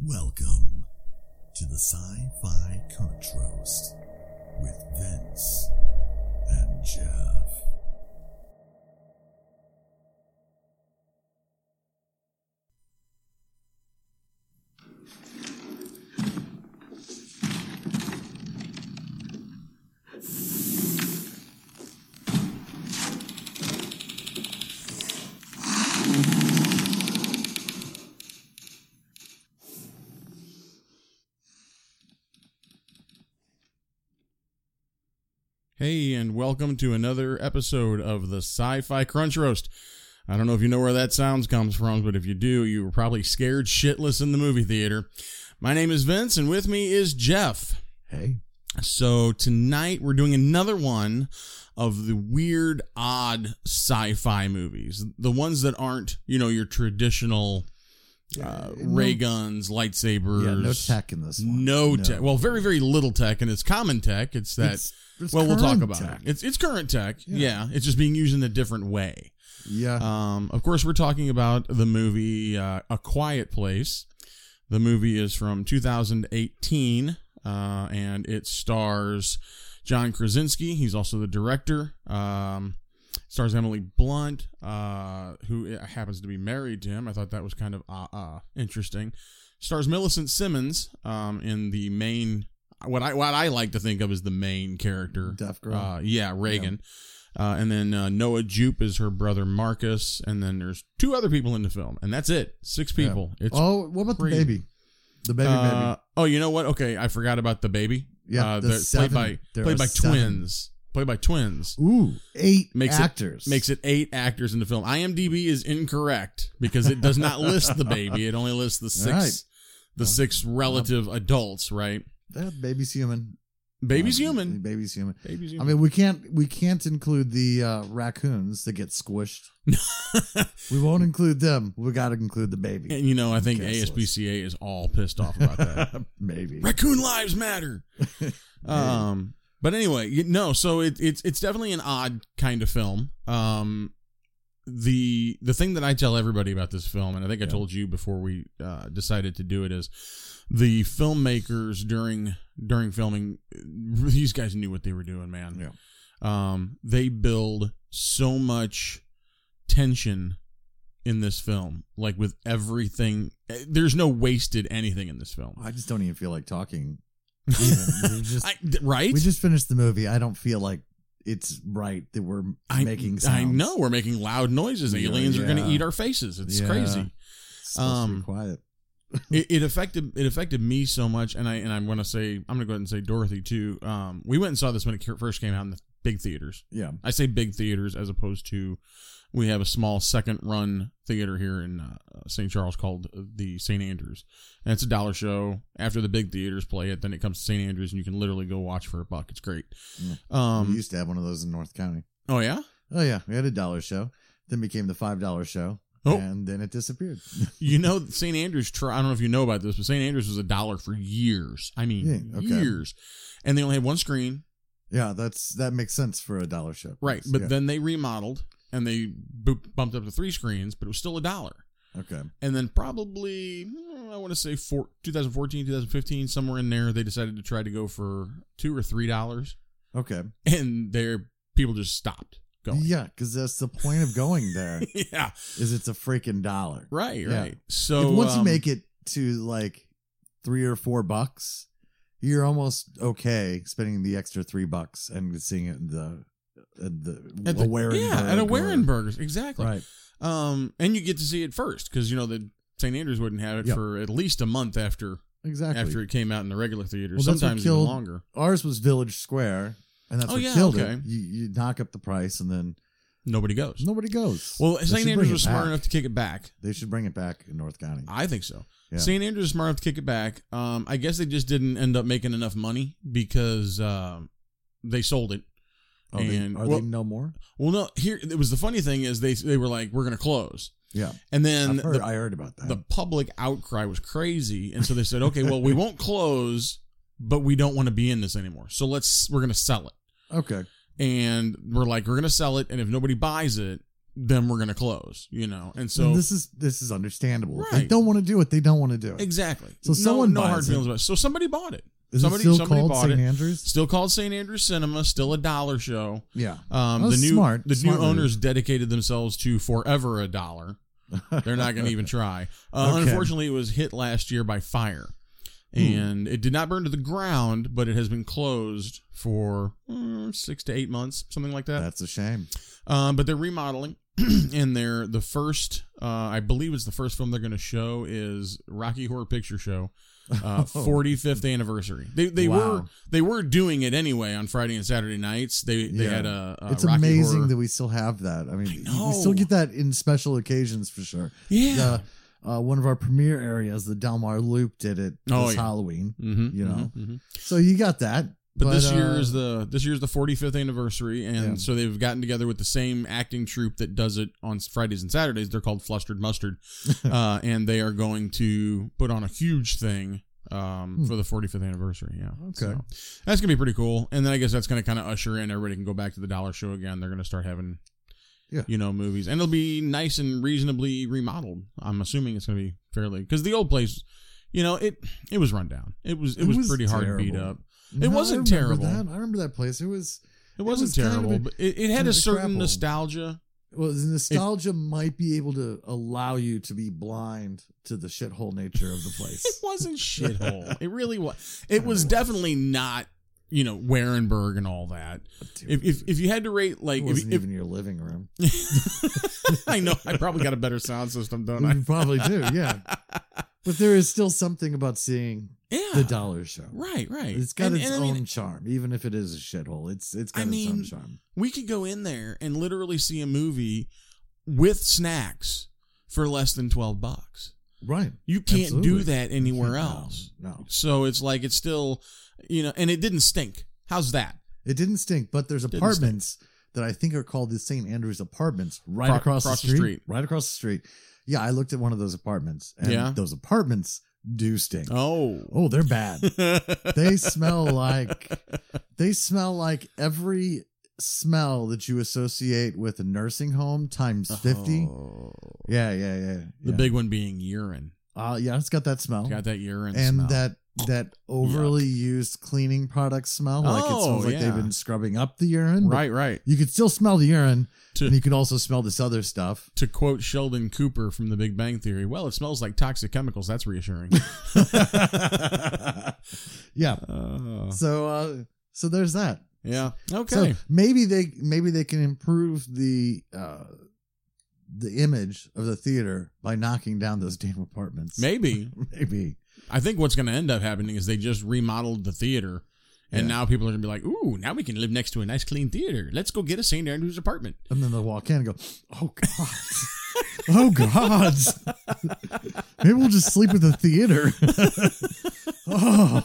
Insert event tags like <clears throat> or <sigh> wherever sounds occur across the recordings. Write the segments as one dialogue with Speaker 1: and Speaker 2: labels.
Speaker 1: Welcome to the Sci Fi Coach Roast with Vince and Jeff.
Speaker 2: Hey, and welcome to another episode of the Sci Fi Crunch Roast. I don't know if you know where that sounds comes from, but if you do, you were probably scared shitless in the movie theater. My name is Vince, and with me is Jeff.
Speaker 1: Hey.
Speaker 2: So tonight we're doing another one of the weird, odd sci fi movies. The ones that aren't, you know, your traditional uh, ray guns, lightsabers.
Speaker 1: Yeah, no tech in this one.
Speaker 2: No, tech. Well, very, very little tech, and it's common tech. It's that.
Speaker 1: It's- it's
Speaker 2: well, we'll talk
Speaker 1: current
Speaker 2: about
Speaker 1: tech.
Speaker 2: it. It's it's current tech.
Speaker 1: Yeah. Uh-huh.
Speaker 2: Yeah. it's just being used in a different way.
Speaker 1: Yeah.
Speaker 2: Um, of course, we're talking about the movie uh, A Quiet Place. The movie is from 2018, uh, and it stars John Krasinski. He's also the director. Um, stars Emily Blunt, uh, who happens to be married to him. I thought that was kind of uh, uh, interesting. Stars Millicent Simmons um, in the main. What I what I like to think of as the main character,
Speaker 1: Deaf girl.
Speaker 2: Uh, yeah, Reagan. Uh, and then uh, Noah Jupe is her brother Marcus, and then there's two other people in the film, and that's it. Six
Speaker 1: Yeah.
Speaker 2: people. It's
Speaker 1: oh, what about
Speaker 2: pretty-
Speaker 1: the baby? The baby,
Speaker 2: uh, oh, you know what? Okay, I forgot about the baby.
Speaker 1: Yeah,
Speaker 2: uh,
Speaker 1: the
Speaker 2: they're
Speaker 1: seven-
Speaker 2: played by
Speaker 1: there
Speaker 2: played
Speaker 1: are
Speaker 2: by
Speaker 1: seven.
Speaker 2: twins. Played by twins.
Speaker 1: baby. Ooh, eight
Speaker 2: Makes it-
Speaker 1: actors.
Speaker 2: Makes it eight actors in the film. IMDb is incorrect because it does not list the baby. It only lists the six,
Speaker 1: <laughs> All right.
Speaker 2: the six relative adults. Right?
Speaker 1: That baby's human.
Speaker 2: Baby's
Speaker 1: Uh,
Speaker 2: human.
Speaker 1: Baby's human. I
Speaker 2: Baby's human.
Speaker 1: mean, we can't we can't include the uh, raccoons that get squished.
Speaker 2: <laughs>
Speaker 1: we won't include them. We got to include the baby.
Speaker 2: and you know, I think
Speaker 1: Guess list.
Speaker 2: ASPCA is all pissed off about that.
Speaker 1: <laughs> Maybe.
Speaker 2: Raccoon lives
Speaker 1: <laughs>
Speaker 2: matter. um, but anyway, you- no. So it, it's it's definitely an odd kind of film. Um, the the thing that I tell everybody about this film, and I think I
Speaker 1: Yeah.
Speaker 2: told you before we uh, decided to do it, is the filmmakers during during filming, these guys knew what they were doing, man
Speaker 1: Yeah.
Speaker 2: um, they build so much tension in this film like with everything eh, there's no wasted anything in this film
Speaker 1: I just don't even feel like
Speaker 2: <laughs>
Speaker 1: talking. Even. we just
Speaker 2: I, th- right
Speaker 1: we just finished the movie. I don't feel like it's right that we're
Speaker 2: I,
Speaker 1: making. Sounds.
Speaker 2: I know we're making loud noises
Speaker 1: Yeah,
Speaker 2: aliens are going
Speaker 1: yeah.
Speaker 2: to eat our faces it's
Speaker 1: Yeah. <laughs>
Speaker 2: crazy
Speaker 1: It's supposed to be
Speaker 2: Um,
Speaker 1: quiet.
Speaker 2: it, it affected it affected me so much and i and i'm going to say i'm going to go ahead and say dorothy too um we went and saw this when it ca- first came out in the big theaters
Speaker 1: Yeah.
Speaker 2: I say big theaters as opposed to we have a small second run theater here in uh, St. Charles called the St. Andrews. And it's a dollar show. After the big theaters play it, then it comes to St. Andrews and you can literally go watch for a buck. It's great.
Speaker 1: Yeah. we
Speaker 2: Um,
Speaker 1: used to have one of those in North County.
Speaker 2: oh, yeah?
Speaker 1: Oh yeah, we had a dollar show. Then became the five dollar show.
Speaker 2: Oh.
Speaker 1: And then it disappeared. <laughs>
Speaker 2: You know, St. Andrews, tr- I don't know if you know about this, but St. Andrews was a dollar for years. I mean,
Speaker 1: Yeah, okay.
Speaker 2: years. And they only had one screen.
Speaker 1: yeah, that's that makes sense for a dollar show.
Speaker 2: Right. But
Speaker 1: Yeah.
Speaker 2: then they remodeled and they bu- bumped up to three screens, but it was still a dollar.
Speaker 1: okay.
Speaker 2: and then probably mm, I want to say four, 2014, 2015, somewhere in there, they decided to try to go for two or three dollars,
Speaker 1: Okay.
Speaker 2: and their people just stopped <laughs> going.
Speaker 1: Yeah, because that's the point of going
Speaker 2: <laughs>
Speaker 1: there.
Speaker 2: Yeah,
Speaker 1: is it's a freaking dollar.
Speaker 2: right,
Speaker 1: Yeah.
Speaker 2: right. So
Speaker 1: if once you
Speaker 2: um,
Speaker 1: make it to like three or four bucks, you're almost okay spending the extra three bucks and seeing it in the in the,
Speaker 2: at the,
Speaker 1: a Warenberg
Speaker 2: yeah, at a
Speaker 1: or-
Speaker 2: Warren Burgers, exactly.
Speaker 1: right?
Speaker 2: Um, and you get to see it first because you know the St. Andrews wouldn't have it
Speaker 1: Yeah.
Speaker 2: for at least a month after
Speaker 1: Exactly.
Speaker 2: after it came out in the regular theater.
Speaker 1: Well, that's what
Speaker 2: sometimes
Speaker 1: killed-
Speaker 2: even longer.
Speaker 1: Ours was Village Square, and that's
Speaker 2: Oh,
Speaker 1: what
Speaker 2: yeah,
Speaker 1: killed it.
Speaker 2: okay.
Speaker 1: You, you knock up the price, and then
Speaker 2: Nobody goes.
Speaker 1: nobody goes.
Speaker 2: Well,
Speaker 1: They should
Speaker 2: St.
Speaker 1: bring
Speaker 2: Andrews
Speaker 1: it
Speaker 2: was smart
Speaker 1: back.
Speaker 2: enough to kick it back.
Speaker 1: They should bring it back in North County.
Speaker 2: I think so.
Speaker 1: Yeah.
Speaker 2: St. Andrews is smart enough to kick it back. Um, I guess they just didn't end up making enough money because um, they sold it.
Speaker 1: Are, Oh, they,
Speaker 2: and-
Speaker 1: are
Speaker 2: well-
Speaker 1: they no more?
Speaker 2: Well, no, here it was the funny thing is they they were like we're going to close,
Speaker 1: Yeah,
Speaker 2: and then
Speaker 1: I've heard,
Speaker 2: the,
Speaker 1: I heard about that.
Speaker 2: the public outcry was crazy, and so they said, okay, well we won't close, but we don't want to be in this anymore, so let's we're going to sell it,
Speaker 1: okay,
Speaker 2: and we're like we're going to sell it, and if nobody buys it, then we're gonna close. You know, and so
Speaker 1: this is this is understandable. If They
Speaker 2: Right.
Speaker 1: don't want to do it. They don't want to do it.
Speaker 2: exactly.
Speaker 1: So
Speaker 2: No-
Speaker 1: someone
Speaker 2: no
Speaker 1: buys
Speaker 2: hard
Speaker 1: it.
Speaker 2: feelings about it. So somebody bought it.
Speaker 1: Is
Speaker 2: somebody-
Speaker 1: it still
Speaker 2: somebody
Speaker 1: called
Speaker 2: bought
Speaker 1: St.
Speaker 2: it.
Speaker 1: Andrews?
Speaker 2: Still called St. Andrews Cinema. Still a dollar show.
Speaker 1: Yeah. That
Speaker 2: Um, the
Speaker 1: was
Speaker 2: new
Speaker 1: smart.
Speaker 2: the
Speaker 1: Smart
Speaker 2: new
Speaker 1: move.
Speaker 2: owners dedicated themselves to forever a dollar. They're not going to even try. Uh,
Speaker 1: <laughs> Okay. Hmm.
Speaker 2: Unfortunately, it was hit last year by fire, and it did not burn to the ground, but it has been closed for mm, six to eight months, something like that.
Speaker 1: That's a shame.
Speaker 2: Um, but they're remodeling, <clears throat> and they're the first. Uh, I believe it's the first film they're going to show is Rocky Horror
Speaker 1: <laughs>
Speaker 2: Picture Show. Uh,
Speaker 1: Oh.
Speaker 2: 45th anniversary. They they
Speaker 1: Wow.
Speaker 2: were they were doing it anyway on Friday and Saturday nights. They they
Speaker 1: Yeah.
Speaker 2: had a, a
Speaker 1: it's
Speaker 2: Uh, Rocky
Speaker 1: amazing
Speaker 2: Horror-
Speaker 1: that we still have that. I mean,
Speaker 2: I
Speaker 1: we still
Speaker 2: know.
Speaker 1: get that in special occasions for sure.
Speaker 2: yeah.
Speaker 1: The, uh, one of our premiere areas, the Delmar Loop, did it
Speaker 2: Oh,
Speaker 1: this
Speaker 2: yeah.
Speaker 1: Halloween.
Speaker 2: Mhm,
Speaker 1: you know.
Speaker 2: mhm, mhm.
Speaker 1: So you got that.
Speaker 2: But, this year
Speaker 1: uh,
Speaker 2: is the this year is the 45th anniversary, and
Speaker 1: Yeah.
Speaker 2: so they've gotten together with the same acting troupe that does it on Fridays and Saturdays. They're called Flustered Mustard,
Speaker 1: <laughs>
Speaker 2: uh, and they are going to put on a huge thing um,
Speaker 1: Hmm.
Speaker 2: for the 45th anniversary. Yeah,
Speaker 1: Okay.
Speaker 2: So, that's gonna be pretty cool. And then I guess that's gonna kind of usher in everybody can go back to the dollar show again. They're gonna start having,
Speaker 1: Yeah.
Speaker 2: you know, movies, and it'll be nice and reasonably remodeled. I'm assuming it's gonna be fairly because the old place. You know, it it was run down. It was it, was, pretty hard to beat
Speaker 1: terrible.
Speaker 2: up.
Speaker 1: No,
Speaker 2: It wasn't
Speaker 1: I remember
Speaker 2: terrible.
Speaker 1: That. I remember that place. It was
Speaker 2: It wasn't
Speaker 1: was kind of
Speaker 2: terrible,
Speaker 1: a-
Speaker 2: but it, it had
Speaker 1: kind
Speaker 2: a
Speaker 1: of a
Speaker 2: certain
Speaker 1: grapple.
Speaker 2: nostalgia.
Speaker 1: well, the nostalgia might be able to allow you to be blind to the shithole nature of the
Speaker 2: <laughs>
Speaker 1: place.
Speaker 2: It
Speaker 1: <laughs>
Speaker 2: wasn't shithole. it really was. It was definitely not, you know, Warenberg and all that.
Speaker 1: Dude,
Speaker 2: If if, if you had to rate
Speaker 1: it
Speaker 2: like, if,
Speaker 1: wasn't
Speaker 2: if-
Speaker 1: even your living room.
Speaker 2: <laughs> I know I probably got a better sound system,
Speaker 1: <laughs>
Speaker 2: don't I?
Speaker 1: You probably
Speaker 2: <laughs>
Speaker 1: do, yeah. But there is still something about seeing the
Speaker 2: Yeah,
Speaker 1: dollar show.
Speaker 2: right, right.
Speaker 1: It's got
Speaker 2: And-
Speaker 1: its
Speaker 2: and I
Speaker 1: own
Speaker 2: mean,
Speaker 1: charm, even if it is a shithole. It's it's got
Speaker 2: I
Speaker 1: its own
Speaker 2: mean,
Speaker 1: charm.
Speaker 2: we could go in there and literally see a movie with snacks for less than twelve bucks.
Speaker 1: Right.
Speaker 2: You can't do
Speaker 1: Absolutely.
Speaker 2: that anywhere
Speaker 1: No,
Speaker 2: else.
Speaker 1: No.
Speaker 2: So it's like it's still, you know, and it didn't stink. How's that?
Speaker 1: It didn't stink, but there's
Speaker 2: Didn't
Speaker 1: apartments that I think are called the St. Andrews apartments right
Speaker 2: Pro-
Speaker 1: across,
Speaker 2: across
Speaker 1: the,
Speaker 2: the
Speaker 1: street,
Speaker 2: street.
Speaker 1: Right across the street. Yeah, I looked at one of those apartments and
Speaker 2: Yeah.
Speaker 1: those apartments do stink. Oh,
Speaker 2: Oh. <laughs>
Speaker 1: they're bad. they smell like they smell like every smell that you associate with a nursing home times 50. Yeah, yeah, yeah.
Speaker 2: Oh. The
Speaker 1: yeah.
Speaker 2: big one being urine.
Speaker 1: uh, yeah, it's got that smell.
Speaker 2: Got that urine
Speaker 1: and
Speaker 2: smell.
Speaker 1: that that overly used cleaning product smell like it
Speaker 2: Oh,
Speaker 1: smells like
Speaker 2: yeah.
Speaker 1: they've been scrubbing up the urine but
Speaker 2: right, right.
Speaker 1: you could still smell the urine
Speaker 2: To-
Speaker 1: and you could also smell this other
Speaker 2: <laughs>
Speaker 1: stuff <laughs>
Speaker 2: To quote Sheldon Cooper from The Big Bang Theory, well, it smells like toxic chemicals. That's <laughs> reassuring.
Speaker 1: yeah
Speaker 2: Uh,
Speaker 1: so uh so there's that
Speaker 2: yeah. Okay.
Speaker 1: so maybe they maybe they can improve the uh the image of the theater by knocking down those damn apartments
Speaker 2: Maybe.
Speaker 1: <laughs> maybe
Speaker 2: I think what's going to end up happening is they just remodeled the theater. And
Speaker 1: Yeah.
Speaker 2: now people are going to be like, ooh, now we can live next to a nice clean theater. Let's go get a St. Andrew's apartment.
Speaker 1: And then they'll walk in and go, Oh
Speaker 2: <laughs>
Speaker 1: God. Oh God. Maybe we'll just sleep at the theater. <laughs> oh.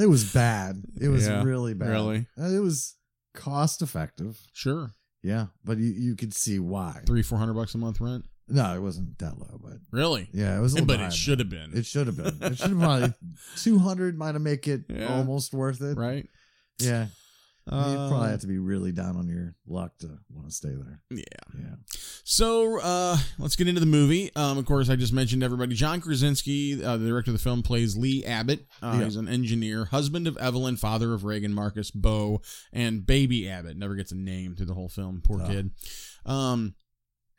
Speaker 1: It was bad. It was
Speaker 2: Yeah,
Speaker 1: really bad.
Speaker 2: really.
Speaker 1: Uh, It was cost effective.
Speaker 2: Sure.
Speaker 1: Yeah. But you, you could see why.
Speaker 2: Three, four hundred bucks a month rent.
Speaker 1: No, it wasn't that low, but
Speaker 2: Really?
Speaker 1: yeah, it was a little
Speaker 2: but
Speaker 1: high.
Speaker 2: it should have been.
Speaker 1: It should have been. It should have
Speaker 2: <laughs>
Speaker 1: probably two hundred might have make it
Speaker 2: Yeah.
Speaker 1: almost worth it.
Speaker 2: right?
Speaker 1: Yeah.
Speaker 2: Uh,
Speaker 1: You'd probably have to be really down on your luck to want to stay there.
Speaker 2: Yeah.
Speaker 1: Yeah.
Speaker 2: So uh, let's get into the movie. Um, of course, I just mentioned everybody. John Krasinski, uh, the director of the film, plays Lee Abbott. Uh,
Speaker 1: Yeah.
Speaker 2: He's an engineer, husband of Evelyn, father of Reagan, Marcus, Bo, and baby Abbott. Never gets a name through the whole film. Poor
Speaker 1: Oh.
Speaker 2: kid. Um,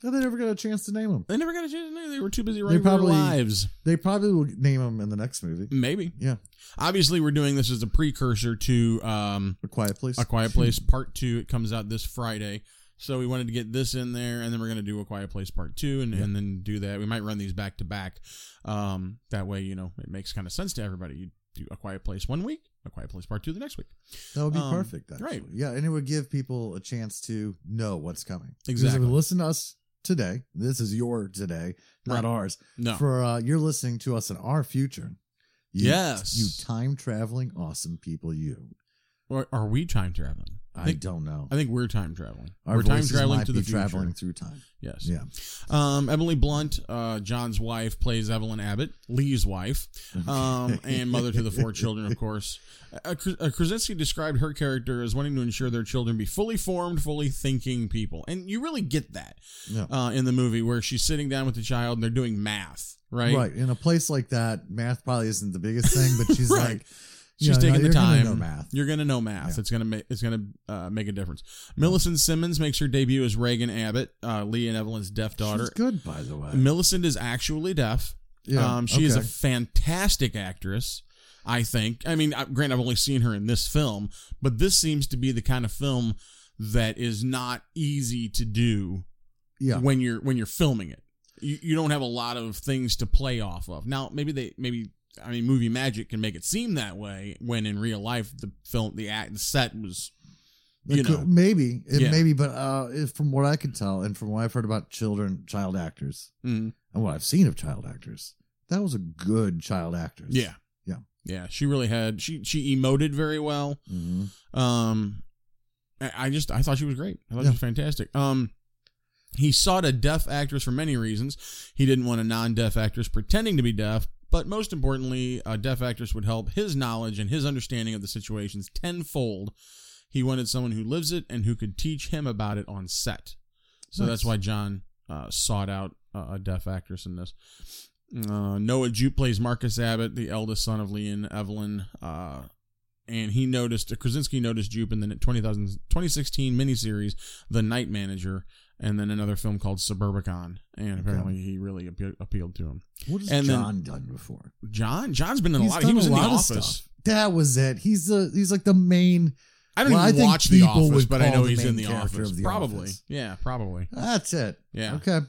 Speaker 1: But they never got a chance to name him.
Speaker 2: they never got a chance. to- They were too busy running
Speaker 1: probably-
Speaker 2: their lives.
Speaker 1: They probably will name him in the next movie.
Speaker 2: Maybe.
Speaker 1: Yeah,
Speaker 2: Obviously, we're doing this as a precursor to um,
Speaker 1: A Quiet Place.
Speaker 2: A Quiet Place Part Two. It comes out this Friday. So we wanted to get this in there, and then we're gonna do a Quiet Place Part Two, and, and then do that. We might run these back to back. Um, that way, you know, it makes kind of sense to everybody. You do a Quiet Place one week, a Quiet Place Part Two the next week.
Speaker 1: <laughs> That would be
Speaker 2: Um,
Speaker 1: perfect. Actually.
Speaker 2: right.
Speaker 1: Yeah, and it would give people a chance to know what's coming. Because
Speaker 2: Exactly.
Speaker 1: If you listen to us today, this is your today, not
Speaker 2: Right.
Speaker 1: ours.
Speaker 2: No,
Speaker 1: For uh, you're listening to us in our future. You,
Speaker 2: Yes.
Speaker 1: You time traveling awesome people. You.
Speaker 2: Or are we time traveling?
Speaker 1: I,
Speaker 2: think,
Speaker 1: don't know.
Speaker 2: I think we're time traveling.
Speaker 1: Our
Speaker 2: we're time
Speaker 1: voices
Speaker 2: traveling
Speaker 1: might
Speaker 2: to the
Speaker 1: be
Speaker 2: future.
Speaker 1: traveling through time.
Speaker 2: Yes.
Speaker 1: Yeah.
Speaker 2: Um, Emily Blunt, uh, John's wife, plays Evelyn Abbott, Lee's wife,
Speaker 1: <laughs>
Speaker 2: um, and mother to the four children, of course. Uh, Kr- uh, Krasinski described her character as wanting to ensure their children be fully formed, fully thinking people, and you really get that
Speaker 1: Yeah.
Speaker 2: uh, in the movie where she's sitting down with the child and they're doing math, right?
Speaker 1: Right. In a place like that, math probably isn't the biggest thing, but she's
Speaker 2: <laughs> Right.
Speaker 1: like, you
Speaker 2: She's
Speaker 1: know,
Speaker 2: taking
Speaker 1: no,
Speaker 2: the
Speaker 1: you're gonna
Speaker 2: time.
Speaker 1: know math.
Speaker 2: You're gonna know math.
Speaker 1: Yeah.
Speaker 2: It's gonna make it's gonna uh, make a difference. Millicent Simmons makes her debut as Reagan Abbott, uh, Lee and Evelyn's deaf daughter.
Speaker 1: She's good, by the way.
Speaker 2: Millicent is actually deaf.
Speaker 1: Yeah,
Speaker 2: um, she is a
Speaker 1: okay.
Speaker 2: fantastic actress. I think. I mean, I- granted, I've only seen her in this film, but this seems to be the kind of film that is not easy to do
Speaker 1: yeah.
Speaker 2: when you're when you're filming it. You, you don't have a lot of things to play off of. Now, maybe they maybe I mean, movie magic can make it seem that way when in real life the film the act the set was you
Speaker 1: It could-
Speaker 2: know.
Speaker 1: maybe it
Speaker 2: Yeah.
Speaker 1: maybe, but uh, if, from what I can tell, and from what I've heard about children, child actors,
Speaker 2: mm,
Speaker 1: and what I've seen of child actors, that was a good child actress.
Speaker 2: yeah
Speaker 1: Yeah.
Speaker 2: yeah she really had she she emoted very well.
Speaker 1: Mhm.
Speaker 2: Um, I I just I thought she was great. I thought
Speaker 1: Yeah.
Speaker 2: she was fantastic. Um, he sought a deaf actress for many reasons. He didn't want a non-deaf actress pretending to be deaf, but most importantly, a deaf actress would help his knowledge and his understanding of the situations tenfold. He wanted someone who lives it and who could teach him about it on set. So
Speaker 1: Nice.
Speaker 2: that's why John uh, sought out uh, a deaf actress in this. Uh, Noah Jupe plays Marcus Abbott, the eldest son of Lee and Evelyn. Uh, and he noticed Krasinski noticed Jupe in the 20,000 2016 miniseries The Night Manager, and then another film called Suburbicon. And apparently, he really appe- appealed to him.
Speaker 1: What has
Speaker 2: And then-
Speaker 1: John done before?
Speaker 2: John, John's been in a
Speaker 1: He's
Speaker 2: lot. He
Speaker 1: done
Speaker 2: was
Speaker 1: a
Speaker 2: in the
Speaker 1: lot of
Speaker 2: office.
Speaker 1: stuff. That was it. He's the he's like the main.
Speaker 2: I don't
Speaker 1: Well, I
Speaker 2: even
Speaker 1: think
Speaker 2: watch The
Speaker 1: people
Speaker 2: Office,
Speaker 1: would
Speaker 2: but I
Speaker 1: call
Speaker 2: know
Speaker 1: the
Speaker 2: he's
Speaker 1: main
Speaker 2: in The
Speaker 1: character
Speaker 2: Office.
Speaker 1: of The
Speaker 2: probably,
Speaker 1: Office.
Speaker 2: yeah, probably.
Speaker 1: That's it.
Speaker 2: Yeah. <laughs>
Speaker 1: Okay.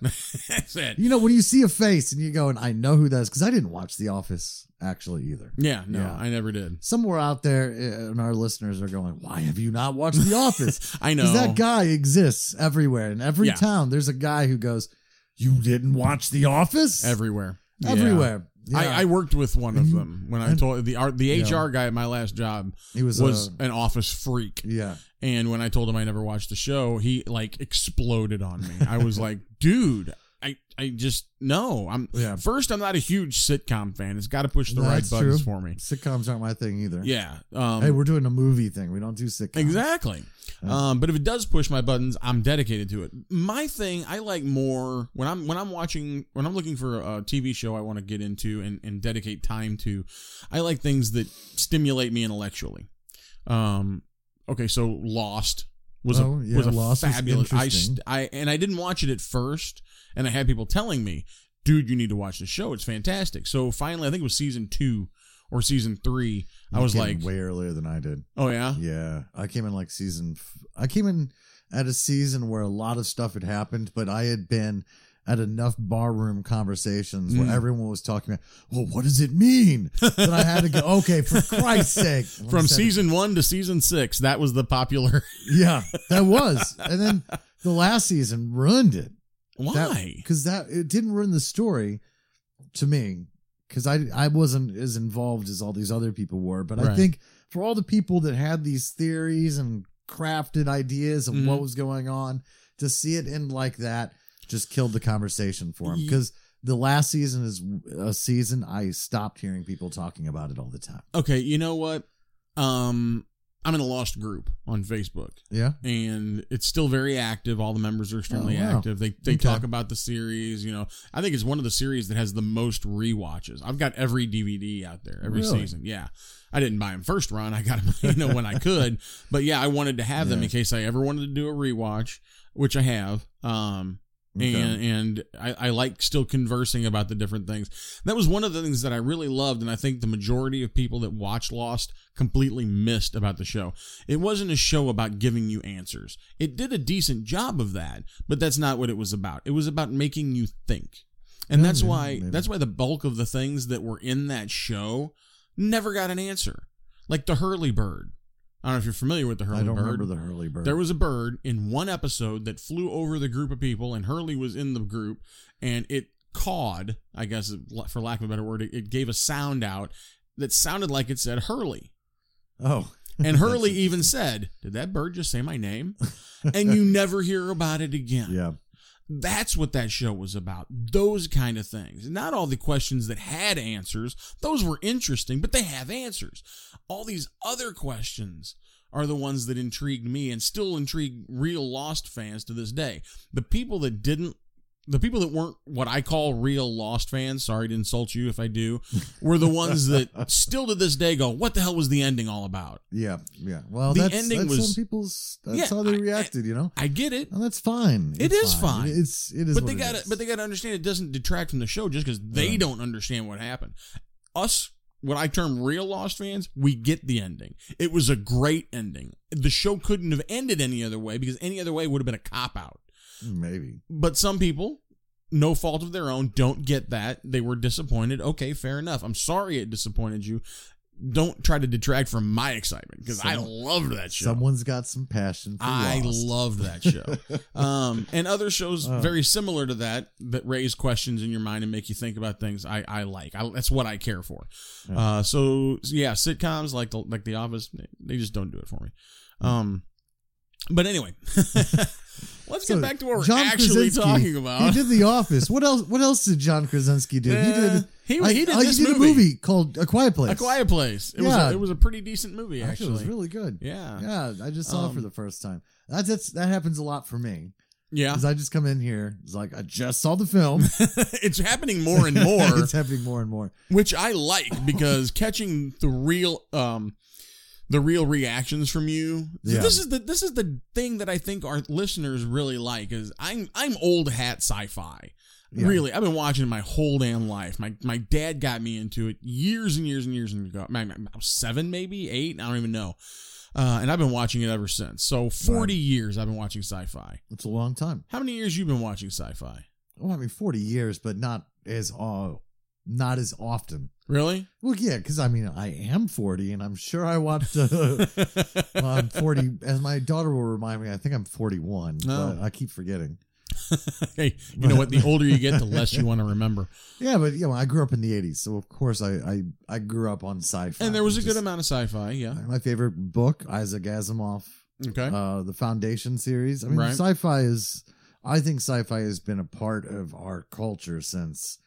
Speaker 2: That's it.
Speaker 1: You know when you see a face and you go, and I know who that is because I didn't watch The Office actually either.
Speaker 2: Yeah, no,
Speaker 1: Yeah.
Speaker 2: I never did.
Speaker 1: Somewhere out there, uh, and our listeners are going, "Why have you not watched
Speaker 2: <laughs>
Speaker 1: The Office?"
Speaker 2: I know
Speaker 1: Because that guy exists everywhere. In every
Speaker 2: Yeah.
Speaker 1: town, there's a guy who goes, You didn't watch The Office?
Speaker 2: everywhere, Yeah.
Speaker 1: Everywhere.
Speaker 2: I, I worked with one of them when I
Speaker 1: And-
Speaker 2: told the R- the
Speaker 1: Yeah.
Speaker 2: HR guy at my last job
Speaker 1: he was,
Speaker 2: was
Speaker 1: a,
Speaker 2: an office freak,
Speaker 1: yeah.
Speaker 2: and when I told him I never watched the show, he like exploded on me. I was like, <laughs> dude, I I just no. I'm
Speaker 1: Yeah.
Speaker 2: first, I'm not a huge sitcom fan. It's got to push the
Speaker 1: That's
Speaker 2: right
Speaker 1: true.
Speaker 2: buttons for me.
Speaker 1: Sitcoms aren't my thing either.
Speaker 2: Yeah. Um,
Speaker 1: Hey, we're doing a movie thing. We don't do sitcoms.
Speaker 2: Exactly.
Speaker 1: Yeah.
Speaker 2: Um, but if it does push my buttons, I'm dedicated to it. My thing, I like more when I'm when I'm watching when I'm looking for a TV show I want to get into and, and dedicate time to. I like things that stimulate me intellectually. Um, okay, so Lost was
Speaker 1: Oh,
Speaker 2: a
Speaker 1: yeah,
Speaker 2: was a
Speaker 1: Lost was
Speaker 2: fabulous. I
Speaker 1: interesting.
Speaker 2: st- I and I didn't watch it at first, and I had people telling me, "Dude, you need to watch the show. It's fantastic." So finally, I think it was season two or season three. I
Speaker 1: You
Speaker 2: was
Speaker 1: came
Speaker 2: like,
Speaker 1: way earlier than I did.
Speaker 2: "Oh yeah,
Speaker 1: Yeah. I came in like season, f- I came in at a season where a lot of stuff had happened, but I had been at enough barroom conversations
Speaker 2: Mm.
Speaker 1: where everyone was talking about, well, what does it mean? that I had to go, okay,
Speaker 2: <laughs>
Speaker 1: for Christ's sake. Let me
Speaker 2: from
Speaker 1: set it
Speaker 2: season one to season six, that was the popular. <laughs>
Speaker 1: Yeah, that was. and then the last season ruined it.
Speaker 2: Why?
Speaker 1: Because that, it didn't ruin the story to me. Because I I wasn't as involved as all these other people were, but I
Speaker 2: Right.
Speaker 1: think for all the people that had these theories and crafted ideas of what
Speaker 2: Mhm.
Speaker 1: was going on, to see it end like that just killed the conversation for them.
Speaker 2: Ye-
Speaker 1: Because the last season is a season I stopped hearing people talking about it all the time.
Speaker 2: okay, you know what? Um, I'm in a lost group on Facebook,
Speaker 1: Yeah,
Speaker 2: and it's still very active. All the members are extremely
Speaker 1: Oh, wow.
Speaker 2: active. They they
Speaker 1: Okay.
Speaker 2: talk about the series. You know, I think it's one of the series that has the most rewatches. I've got every DVD out there, every
Speaker 1: Really?
Speaker 2: season. Yeah. I didn't buy them first run. I got them, <laughs> you know, when I could. But yeah, I wanted to have them
Speaker 1: Yeah.
Speaker 2: in case I ever wanted to do a rewatch, which I have. Um, and and I, I like still conversing about the different things. That was one of the things that I really loved, and I think the majority of people that watch Lost completely missed about the show. It wasn't a show about giving you answers. It did a decent job of that, but that's not what it was about. It was about making you think, and
Speaker 1: Yeah,
Speaker 2: that's
Speaker 1: maybe-
Speaker 2: why
Speaker 1: maybe.
Speaker 2: that's why the bulk of the things that were in that show never got an answer, like the Hurley Bird. I don't know if you're familiar with the Hurley
Speaker 1: I don't
Speaker 2: Bird.
Speaker 1: remember the Hurley Bird.
Speaker 2: There was a bird in one episode that flew over the group of people, and Hurley was in the group, and it cawed, I guess, for lack of a better word, it, it gave a sound out that sounded like it said Hurley.
Speaker 1: oh
Speaker 2: And Hurley even said, Did that bird just say my name? And you never hear about it again.
Speaker 1: Yeah.
Speaker 2: That's what that show was about. Those kind of things. Not all the questions that had answers. Those were interesting, but they have answers. All these other questions are the ones that intrigued me and still intrigue real Lost fans to this day. The people that didn't the people that weren't what I call real Lost fans, sorry to insult you if I do, were the ones that still to this day go, "What the hell was the ending all about?"
Speaker 1: Yeah. Yeah. Well,
Speaker 2: The
Speaker 1: that's,
Speaker 2: ending
Speaker 1: that's
Speaker 2: was-
Speaker 1: some people's. That's
Speaker 2: Yeah,
Speaker 1: how they
Speaker 2: I- I-
Speaker 1: reacted. you know,
Speaker 2: I get it,
Speaker 1: and Oh, that's fine.
Speaker 2: It
Speaker 1: It's
Speaker 2: is fine.
Speaker 1: It's it is.
Speaker 2: but
Speaker 1: what
Speaker 2: they
Speaker 1: it
Speaker 2: got to
Speaker 1: is.
Speaker 2: but they got to understand it doesn't detract from the show just because they
Speaker 1: Yeah.
Speaker 2: don't understand what happened. Us, what I term real Lost fans, we get the ending. It was a great ending. The show couldn't have ended any other way because any other way would have been a cop out.
Speaker 1: maybe.
Speaker 2: But some people, no fault of their own, don't get that. They were disappointed. Okay, fair enough. I'm sorry it disappointed you. Don't try to detract from my excitement because I
Speaker 1: Some-
Speaker 2: loved that show.
Speaker 1: Someone's got some passion. For
Speaker 2: I
Speaker 1: Lost.
Speaker 2: loved that
Speaker 1: <laughs>
Speaker 2: show. um, and other shows
Speaker 1: Oh.
Speaker 2: very similar to that that raise questions in your mind and make you think about things I, I like. I, that's what I care for.
Speaker 1: Yeah.
Speaker 2: Uh, so yeah, sitcoms like the, like The Office, they just don't do it for me.
Speaker 1: Hmm.
Speaker 2: Um, but anyway, <laughs> let's
Speaker 1: So,
Speaker 2: get back to what we're
Speaker 1: John
Speaker 2: actually
Speaker 1: Krasinski,
Speaker 2: talking about.
Speaker 1: He did The Office. What else? What else did John Krasinski do? he
Speaker 2: Uh,
Speaker 1: did.
Speaker 2: <laughs> He,
Speaker 1: I-
Speaker 2: he did
Speaker 1: oh,
Speaker 2: this
Speaker 1: did
Speaker 2: movie,
Speaker 1: a movie called A Quiet Place.
Speaker 2: A Quiet Place. It was
Speaker 1: Yeah.
Speaker 2: a, it was a pretty decent movie
Speaker 1: I thought
Speaker 2: actually.
Speaker 1: It was really good.
Speaker 2: yeah. yeah,
Speaker 1: Yeah, I just saw it for
Speaker 2: Um,
Speaker 1: the first time. That's, that's that happens a lot for me because I just come in here. It's like I just saw the film.
Speaker 2: <laughs> it's happening more and <laughs> more,
Speaker 1: <laughs> it's happening more and more.
Speaker 2: which I like because catching the real um the real reactions from you.
Speaker 1: Yeah.
Speaker 2: This is the this is the thing that I think our listeners really like is I'm I'm old hat sci-fi.
Speaker 1: Yeah.
Speaker 2: Really, I've been watching it my whole damn life. My my dad got me into it years and years and years ago. I mean, I was seven, maybe eight. I don't even know. Uh, and I've been watching it ever since. So forty years I've been watching sci-fi.
Speaker 1: It's a long time.
Speaker 2: How many years you been watching sci-fi?
Speaker 1: Well, I mean, forty years, but not as all, not as often. <laughs>
Speaker 2: Really?
Speaker 1: Well, yeah, because I mean, I am forty, and I'm sure I watched. Uh, <laughs> well, I'm forty, as my daughter will remind me. I think I'm forty-one.
Speaker 2: Oh.
Speaker 1: But I keep forgetting.
Speaker 2: hey, you know what? The older you get, the less you want to remember.
Speaker 1: Yeah, but you know, I grew up in the '80s, so of course I I, I grew up on sci-fi.
Speaker 2: And there was a
Speaker 1: which
Speaker 2: good
Speaker 1: is
Speaker 2: amount of sci-fi. Yeah.
Speaker 1: My favorite book, Isaac Asimov,
Speaker 2: Okay.
Speaker 1: uh, the Foundation series. I mean,
Speaker 2: Right.
Speaker 1: sci-fi is. I think sci-fi has been a part of our culture since,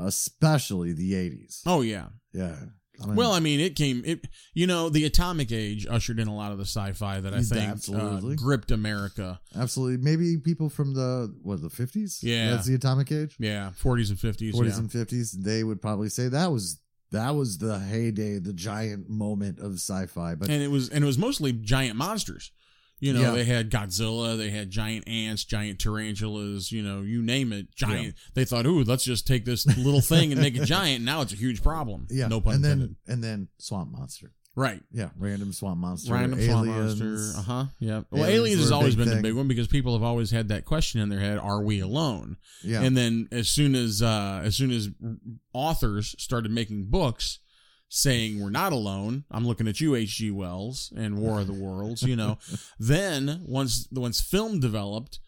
Speaker 1: especially the '80s.
Speaker 2: Oh yeah.
Speaker 1: Yeah. I mean,
Speaker 2: Well, I mean, it came. It you know, the atomic age ushered in a lot of the sci-fi that I
Speaker 1: Yeah,
Speaker 2: think uh,
Speaker 1: absolutely.
Speaker 2: gripped America.
Speaker 1: absolutely. Maybe people from the what the fifties.
Speaker 2: Yeah.
Speaker 1: that's the atomic age.
Speaker 2: Yeah, forties and fifties.
Speaker 1: Forties
Speaker 2: Yeah.
Speaker 1: and fifties. They would probably say that was that was the heyday, the giant moment of sci-fi. But
Speaker 2: and it was and it was mostly giant monsters. You know,
Speaker 1: Yeah.
Speaker 2: they had Godzilla, they had giant ants, giant tarantulas, you know, you name it. Giant. They thought, ooh, let's just take this little thing and make it giant. Now it's a huge problem.
Speaker 1: yeah,
Speaker 2: No pun
Speaker 1: and
Speaker 2: intended.
Speaker 1: then and then swamp monster.
Speaker 2: right.
Speaker 1: Yeah, random swamp monster.
Speaker 2: Random swamp
Speaker 1: aliens.
Speaker 2: monster. Uh huh. Yeah. Well,
Speaker 1: Aliens
Speaker 2: aliens,
Speaker 1: were
Speaker 2: has
Speaker 1: a
Speaker 2: always
Speaker 1: big
Speaker 2: been
Speaker 1: thing.
Speaker 2: the big one because people have always had that question in their head: Are we alone?
Speaker 1: Yeah,
Speaker 2: And then as soon as uh, as soon as authors started making books saying we're not alone, I'm looking at you, H.G. Wells and War of the Worlds.
Speaker 1: <laughs>
Speaker 2: You know, then once once film developed,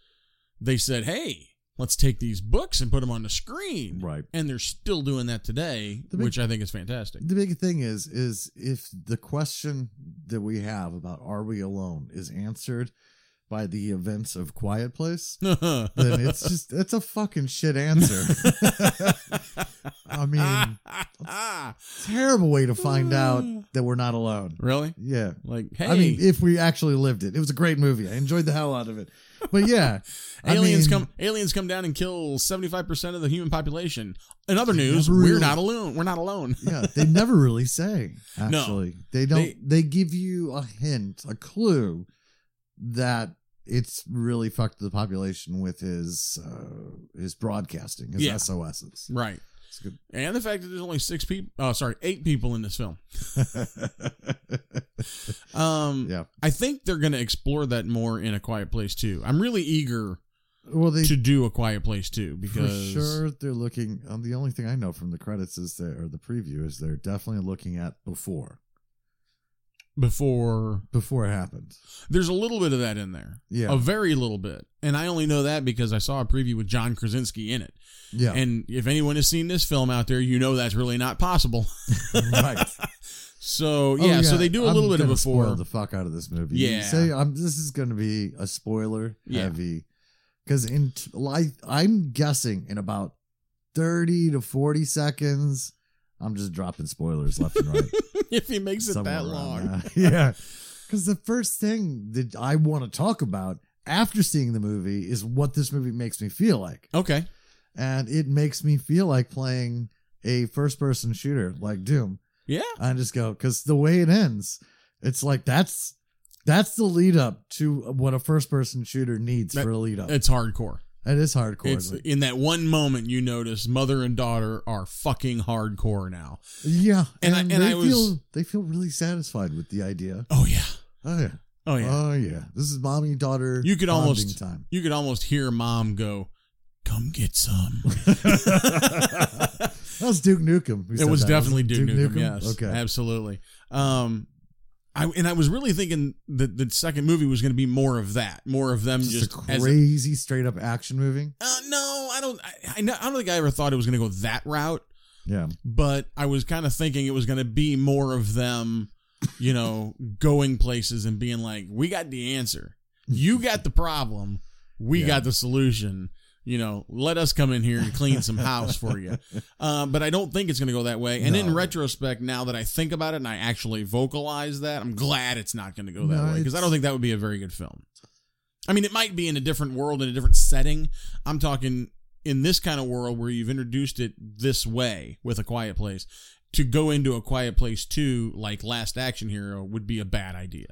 Speaker 2: they said, "Hey, let's take these books and put them on the screen."
Speaker 1: right.
Speaker 2: And they're still doing that today,
Speaker 1: The big-
Speaker 2: which I think is fantastic.
Speaker 1: The big thing is is if the question that we have about are we alone is answered by the events of Quiet Place, then it's
Speaker 2: <laughs>
Speaker 1: just it's a fucking shit answer. I
Speaker 2: <laughs>
Speaker 1: mean, terrible way to find
Speaker 2: <sighs>
Speaker 1: out that we're not alone.
Speaker 2: really?
Speaker 1: Yeah.
Speaker 2: Like, hey,
Speaker 1: I mean, if we actually lived it, it was a great movie. I enjoyed the hell out of it. But
Speaker 2: <laughs>
Speaker 1: yeah, I
Speaker 2: aliens
Speaker 1: mean,
Speaker 2: come aliens come down and kill seventy five percent of the human population. In other news,
Speaker 1: Never
Speaker 2: we're
Speaker 1: really-
Speaker 2: not alone. We're not alone.
Speaker 1: yeah, they never really
Speaker 2: <laughs>
Speaker 1: say. Actually, they don't. They,
Speaker 2: They-
Speaker 1: give you a hint, a clue that it's really fucked the population with his uh, his broadcasting, his
Speaker 2: Yeah.
Speaker 1: SOSs.
Speaker 2: Right.
Speaker 1: It's
Speaker 2: <laughs>
Speaker 1: good.
Speaker 2: And the fact that there's only six people, oh, sorry, eight people in this film. Um,
Speaker 1: yeah.
Speaker 2: I think they're going to explore that more in A Quiet Place too. I'm really eager
Speaker 1: Well, they
Speaker 2: to do A Quiet Place too
Speaker 1: for
Speaker 2: because
Speaker 1: sure they're looking. Um, the only thing I know from the credits is that, or the preview is they're definitely looking at before
Speaker 2: before
Speaker 1: before it happened.
Speaker 2: there's a little bit of that in there,
Speaker 1: Yeah.
Speaker 2: a very little bit, and I only know that because I saw a preview with John Krasinski in it.
Speaker 1: Yeah.
Speaker 2: And if anyone has seen this film out there, you know that's really not possible.
Speaker 1: right.
Speaker 2: So
Speaker 1: <laughs> Oh,
Speaker 2: yeah, so they do a
Speaker 1: I'm
Speaker 2: little bit of
Speaker 1: gonna
Speaker 2: a
Speaker 1: spoil
Speaker 2: four.
Speaker 1: the fuck out of this movie.
Speaker 2: Yeah.
Speaker 1: say um, this is going to be a spoiler
Speaker 2: Yeah.
Speaker 1: heavy because in t- like I'm guessing in about thirty to forty seconds, I'm just dropping spoilers left and right.
Speaker 2: <laughs> <laughs> if he makes it
Speaker 1: somewhere
Speaker 2: that
Speaker 1: around
Speaker 2: long.
Speaker 1: that. <laughs> yeah, because the first thing that I want to talk about after seeing the movie is what this movie makes me feel like,
Speaker 2: Okay.
Speaker 1: and it makes me feel like playing a first-person shooter like Doom.
Speaker 2: Yeah.
Speaker 1: I just go because the way it ends, it's like that's that's the lead up to what a first person shooter needs
Speaker 2: That-
Speaker 1: for a lead up. It
Speaker 2: It's hardcore.
Speaker 1: is hardcore.
Speaker 2: It's in that one moment you notice mother and daughter are fucking hardcore now.
Speaker 1: yeah,
Speaker 2: and I- and
Speaker 1: they
Speaker 2: I was-
Speaker 1: feel they feel really satisfied with the idea.
Speaker 2: Oh yeah.
Speaker 1: Oh yeah,
Speaker 2: Oh yeah.
Speaker 1: oh yeah. This is mommy daughter.
Speaker 2: You could
Speaker 1: bonding
Speaker 2: almost- <laughs>
Speaker 1: time.
Speaker 2: you could almost hear mom go, "Come
Speaker 1: <laughs>
Speaker 2: get some."
Speaker 1: That was Duke Nukem. who
Speaker 2: it
Speaker 1: said
Speaker 2: was
Speaker 1: that,
Speaker 2: definitely
Speaker 1: wasn't it?
Speaker 2: Duke, Nukem, Yes,
Speaker 1: Okay.
Speaker 2: absolutely. Um, I and I was really thinking that the second movie was going to be more of that, more of them
Speaker 1: just,
Speaker 2: just,
Speaker 1: a
Speaker 2: as a-
Speaker 1: crazy straight up action movie.
Speaker 2: uh, no, I don't. I, I know- I don't think I ever thought it was going to go that route,
Speaker 1: Yeah.
Speaker 2: but I was kind of thinking it was going to be more of them, you know, <laughs> going places and being like, "We got the answer. You got the problem. We
Speaker 1: Yeah.
Speaker 2: got the solution." You know, let us come in here and clean some house for you.
Speaker 1: <laughs>
Speaker 2: Uh, but I don't think it's going to go that way. And in
Speaker 1: No.
Speaker 2: retrospect, now that I think about it and I actually vocalize that, I'm glad it's not going to go that
Speaker 1: No,
Speaker 2: way because I
Speaker 1: it's-
Speaker 2: don't think that would be a very good film. I mean, it might be in a different world, in a different setting. I'm talking in this kind of world where you've introduced it this way with A Quiet Place. To go into A Quiet Place 2, like Last Action Hero, would be a bad idea.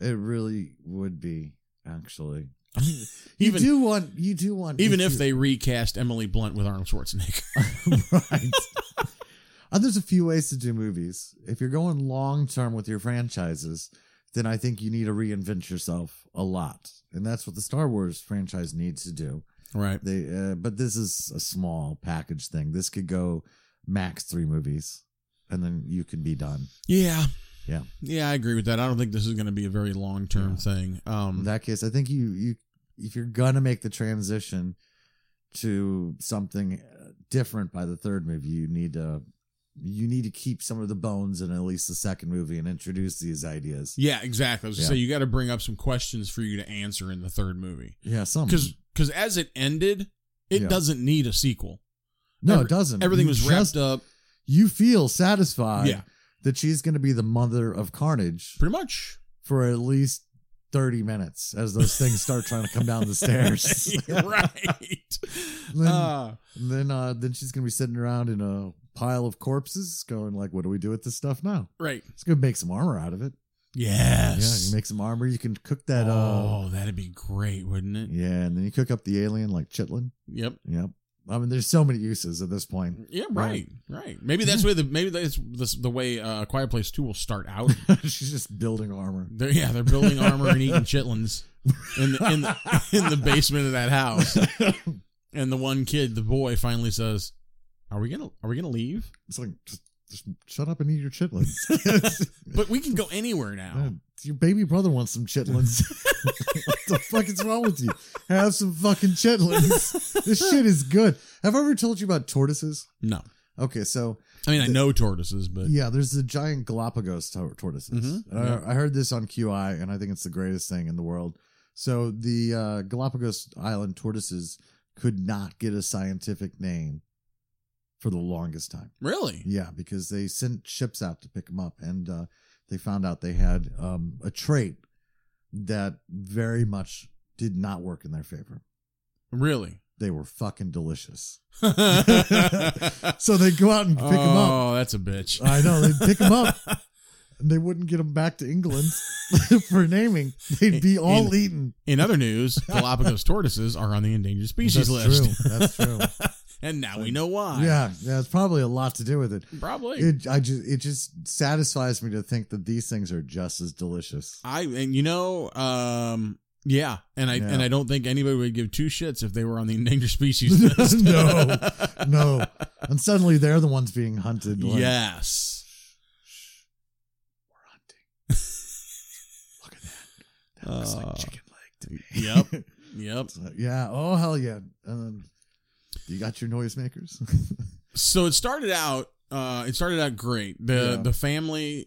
Speaker 1: It really would be actually.
Speaker 2: <laughs> Even-
Speaker 1: you do want you do want
Speaker 2: Even if
Speaker 1: you-
Speaker 2: they recast Emily Blunt with Arnold Schwarzenegger. <laughs>
Speaker 1: <laughs> right. Uh, there's a few ways to do movies. If you're going long term with your franchises, then I think you need to reinvent yourself a lot, and that's what the Star Wars franchise needs to do.
Speaker 2: right.
Speaker 1: They, uh, but this is a small package thing. This could go max three movies, and then you could be done.
Speaker 2: Yeah.
Speaker 1: Yeah.
Speaker 2: Yeah, I agree with that. I don't think this is going to be a very long term
Speaker 1: Yeah.
Speaker 2: thing. Um,
Speaker 1: In that case, I think you you if you're gonna make the transition to something uh, different by the third movie, you need to you need to keep some of the bones in at least the second movie and introduce these ideas.
Speaker 2: Yeah, exactly. I was gonna
Speaker 1: Yeah.
Speaker 2: say you got to bring up some questions for you to answer in the third movie
Speaker 1: Yeah, some
Speaker 2: because as it ended, it
Speaker 1: Yeah.
Speaker 2: doesn't need a sequel.
Speaker 1: no,
Speaker 2: every-
Speaker 1: it doesn't.
Speaker 2: Everything
Speaker 1: You
Speaker 2: was
Speaker 1: just-
Speaker 2: wrapped up.
Speaker 1: You feel satisfied
Speaker 2: yeah,
Speaker 1: that she's gonna be the mother of Carnage
Speaker 2: pretty much.
Speaker 1: for at least thirty minutes as those things start trying to come down the
Speaker 2: <laughs>
Speaker 1: stairs.
Speaker 2: right.
Speaker 1: <laughs> Then-
Speaker 2: Uh,
Speaker 1: And then uh then she's gonna be sitting around in a pile of corpses going like, What do we do with this stuff now?
Speaker 2: right.
Speaker 1: It's gonna make some armor out of it. Yeah,
Speaker 2: Yes.
Speaker 1: you make some armor. You can cook that. Uh,
Speaker 2: oh, that'd be great, wouldn't it?
Speaker 1: yeah, and then you cook up the alien like chitlin.
Speaker 2: Yep.
Speaker 1: Yep. I mean, there's so many uses at this point. <laughs>
Speaker 2: Yeah. Right.
Speaker 1: Right.
Speaker 2: Right. Maybe that's where the maybe that's the, the way uh, Quiet Place Two will start out.
Speaker 1: She's just building armor.
Speaker 2: They're, yeah, they're building armor and eating chitlins in the in the, <laughs> in the basement of
Speaker 1: <laughs>
Speaker 2: that house.
Speaker 1: it's
Speaker 2: And the one kid, the boy, finally says, "Are we gonna Are we gonna leave?
Speaker 1: like just, just shut up and eat your chitlins. <laughs>
Speaker 2: <laughs> But we can go anywhere now."
Speaker 1: Man, your baby brother wants some chitlins.
Speaker 2: <laughs>
Speaker 1: what the fuck is wrong with you? Have some fucking
Speaker 2: <laughs>
Speaker 1: chitlins. this shit is good. Have I ever told you about tortoises?
Speaker 2: No,
Speaker 1: Okay, so
Speaker 2: I mean I know tortoises, but
Speaker 1: Yeah, there's the giant Galapagos tor- tortoises.
Speaker 2: Mhm.
Speaker 1: And I-
Speaker 2: Yeah.
Speaker 1: I, heard this on QI, and I think it's the greatest thing in the world. So the uh, Galapagos Island tortoises could not get a scientific name for the longest time.
Speaker 2: really,
Speaker 1: Yeah, because they sent ships out to pick them up, and uh, they found out they had um, a trait that very much did not work in their favor.
Speaker 2: really. <laughs>
Speaker 1: They were fucking delicious.
Speaker 2: oh,
Speaker 1: So they go out and pick them up.
Speaker 2: that's a bitch.
Speaker 1: I know they'd pick them
Speaker 2: <laughs>
Speaker 1: up, and they wouldn't get them back to England <laughs> for naming.
Speaker 2: <laughs>
Speaker 1: They'd be all
Speaker 2: In-
Speaker 1: eaten.
Speaker 2: In
Speaker 1: <laughs>
Speaker 2: other news, Galapagos tortoises are on the endangered species
Speaker 1: That's
Speaker 2: list,
Speaker 1: true. <laughs> That's true.
Speaker 2: and now we know why.
Speaker 1: yeah, yeah, it's probably a lot to do with it.
Speaker 2: probably.
Speaker 1: It, I just, it just satisfies me to think that these things are just as
Speaker 2: <laughs>
Speaker 1: delicious.
Speaker 2: I and you know, um, yeah, and I
Speaker 1: Yeah.
Speaker 2: and I don't think anybody would give two shits if they were on the endangered species list.
Speaker 1: <laughs> No. <laughs> No, and suddenly they're the ones being hunted. like,
Speaker 2: <laughs> yes.
Speaker 1: we're hunting. <laughs> Look at that. That looks
Speaker 2: Uh,
Speaker 1: like chicken leg to me. <laughs>
Speaker 2: Yep. Yep.
Speaker 1: So, yeah. Oh hell yeah. And then you got your noisemakers. <laughs>
Speaker 2: So it started out. Uh, it started out great. The
Speaker 1: Yeah.
Speaker 2: the family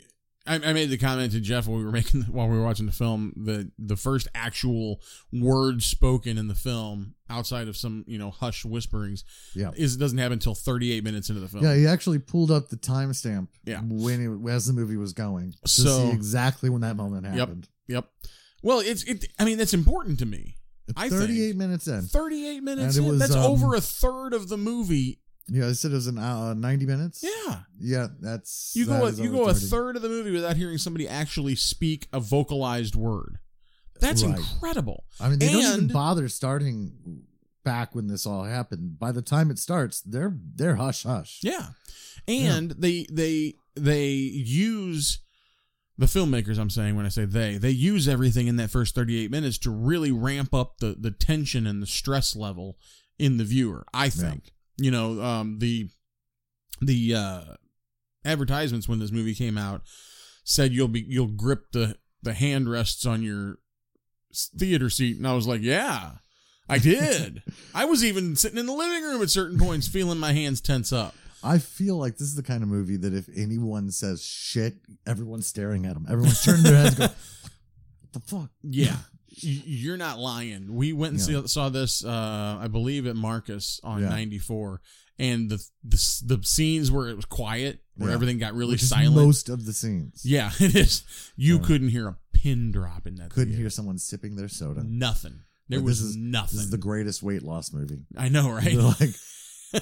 Speaker 2: I, I made the comment to Jeff while we were making while we were watching the film that the first actual words spoken in the film outside of some you know hushed whisperings
Speaker 1: Yeah.
Speaker 2: is doesn't happen until 38 minutes into the film.
Speaker 1: Yeah, he actually pulled up the timestamp
Speaker 2: Yeah.
Speaker 1: when it, as the movie was going to
Speaker 2: So-
Speaker 1: see exactly when that moment happened.
Speaker 2: Yep. Well, it's it. I mean, that's important to me. I think-
Speaker 1: 38 minutes in.
Speaker 2: 38 minutes.
Speaker 1: And
Speaker 2: In,
Speaker 1: it was,
Speaker 2: that's
Speaker 1: um,
Speaker 2: over a third of the movie.
Speaker 1: Yeah, I said it was an hour, 90 minutes.
Speaker 2: Yeah.
Speaker 1: Yeah, that's
Speaker 2: You
Speaker 1: that
Speaker 2: go. A,
Speaker 1: is
Speaker 2: you
Speaker 1: over
Speaker 2: go a
Speaker 1: 30.
Speaker 2: third of the movie without hearing somebody actually speak a vocalized word. That's
Speaker 1: Right.
Speaker 2: incredible.
Speaker 1: I mean, they don't even
Speaker 2: and-
Speaker 1: bother starting back when this all happened. By the time it starts, they're they're hush hush.
Speaker 2: Yeah. And they they they use the filmmakers I'm saying when I say they, they use everything in that first 38 minutes to really ramp up the the tension and the stress level in the viewer, I think. You know, um the the uh advertisements when this movie came out said you'll be you'll grip the the hand rests on your s- theater seat and I was like, "Yeah, I did." I was even sitting in the living room at certain points feeling my hands tense up.
Speaker 1: I feel like this is the kind of movie that if anyone says shit, everyone's staring at them. Everyone's turning their heads,
Speaker 2: <laughs>
Speaker 1: going, "What the fuck?"
Speaker 2: Yeah. <laughs> Y- You're not lying. We went and
Speaker 1: Yeah.
Speaker 2: see, saw this, uh, I believe, at Marcus on
Speaker 1: Yeah.
Speaker 2: '94, and the, the s- the scenes where it was quiet, where
Speaker 1: Yeah.
Speaker 2: everything got really
Speaker 1: Which is
Speaker 2: silent.
Speaker 1: Most of the scenes,
Speaker 2: yeah, <laughs> it is. You
Speaker 1: Yeah.
Speaker 2: couldn't hear a pin drop in that.
Speaker 1: couldn't
Speaker 2: theater.
Speaker 1: hear someone sipping their soda.
Speaker 2: nothing. There
Speaker 1: Like,
Speaker 2: was
Speaker 1: this is-
Speaker 2: nothing.
Speaker 1: This is the greatest weight loss
Speaker 2: <laughs>
Speaker 1: movie.
Speaker 2: I know,
Speaker 1: <laughs>
Speaker 2: right?
Speaker 1: They're like,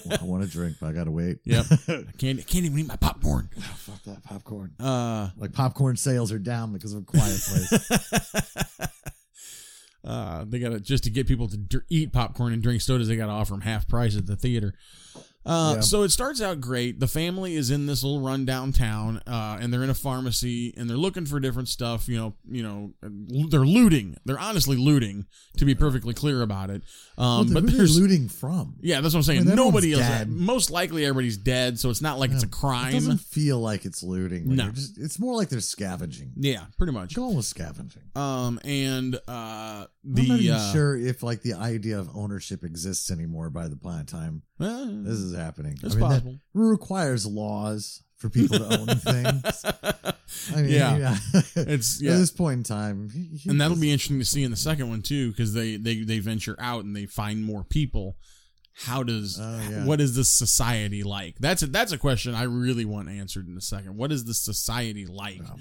Speaker 1: "Well,
Speaker 2: <laughs>
Speaker 1: I want to drink, but I gotta wait.
Speaker 2: Yep. I can't I can't even eat my popcorn.
Speaker 1: <laughs> fuck that popcorn.
Speaker 2: Uh,
Speaker 1: Like popcorn sales are down because of a
Speaker 2: <laughs>
Speaker 1: quiet place.
Speaker 2: uh, they got to just to get people to dr- eat popcorn and drink sodas. They got to offer them half price at the theater. Uh,
Speaker 1: Yeah.
Speaker 2: So it starts out great. The family is in this little rundown town, uh, and they're in a pharmacy, and they're looking for different stuff. You know, you know, they're looting. They're honestly looting, to be perfectly clear about it. Um,
Speaker 1: What the-
Speaker 2: but
Speaker 1: who they're
Speaker 2: there's
Speaker 1: looting from.
Speaker 2: yeah, that's what I'm saying.
Speaker 1: I mean,
Speaker 2: Nobody else.
Speaker 1: everyone's dead.
Speaker 2: Most likely, everybody's dead, so it's not like it's a
Speaker 1: Yeah. It
Speaker 2: crime.
Speaker 1: doesn't feel like it's looting. when
Speaker 2: No.
Speaker 1: you're just- it's more like they're scavenging.
Speaker 2: yeah, pretty much.
Speaker 1: Go on with scavenging.
Speaker 2: Um, and uh, the
Speaker 1: I'm not even
Speaker 2: uh,
Speaker 1: sure if like the idea of ownership exists anymore by the by the time
Speaker 2: eh,
Speaker 1: this is happening.
Speaker 2: it's
Speaker 1: I mean, that
Speaker 2: possible.
Speaker 1: requires laws for people to own
Speaker 2: <laughs>
Speaker 1: things. I mean,
Speaker 2: Yeah.
Speaker 1: yeah. <laughs>
Speaker 2: It's
Speaker 1: At
Speaker 2: yeah.
Speaker 1: this point in time, he- he
Speaker 2: And that'll
Speaker 1: just-
Speaker 2: be interesting to see in the second one too, because they, they they venture out and they find more people. How does
Speaker 1: Oh, yeah.
Speaker 2: what is this society like? That's a, that's a question I really want answered in a second. What is the society like?
Speaker 1: Yeah.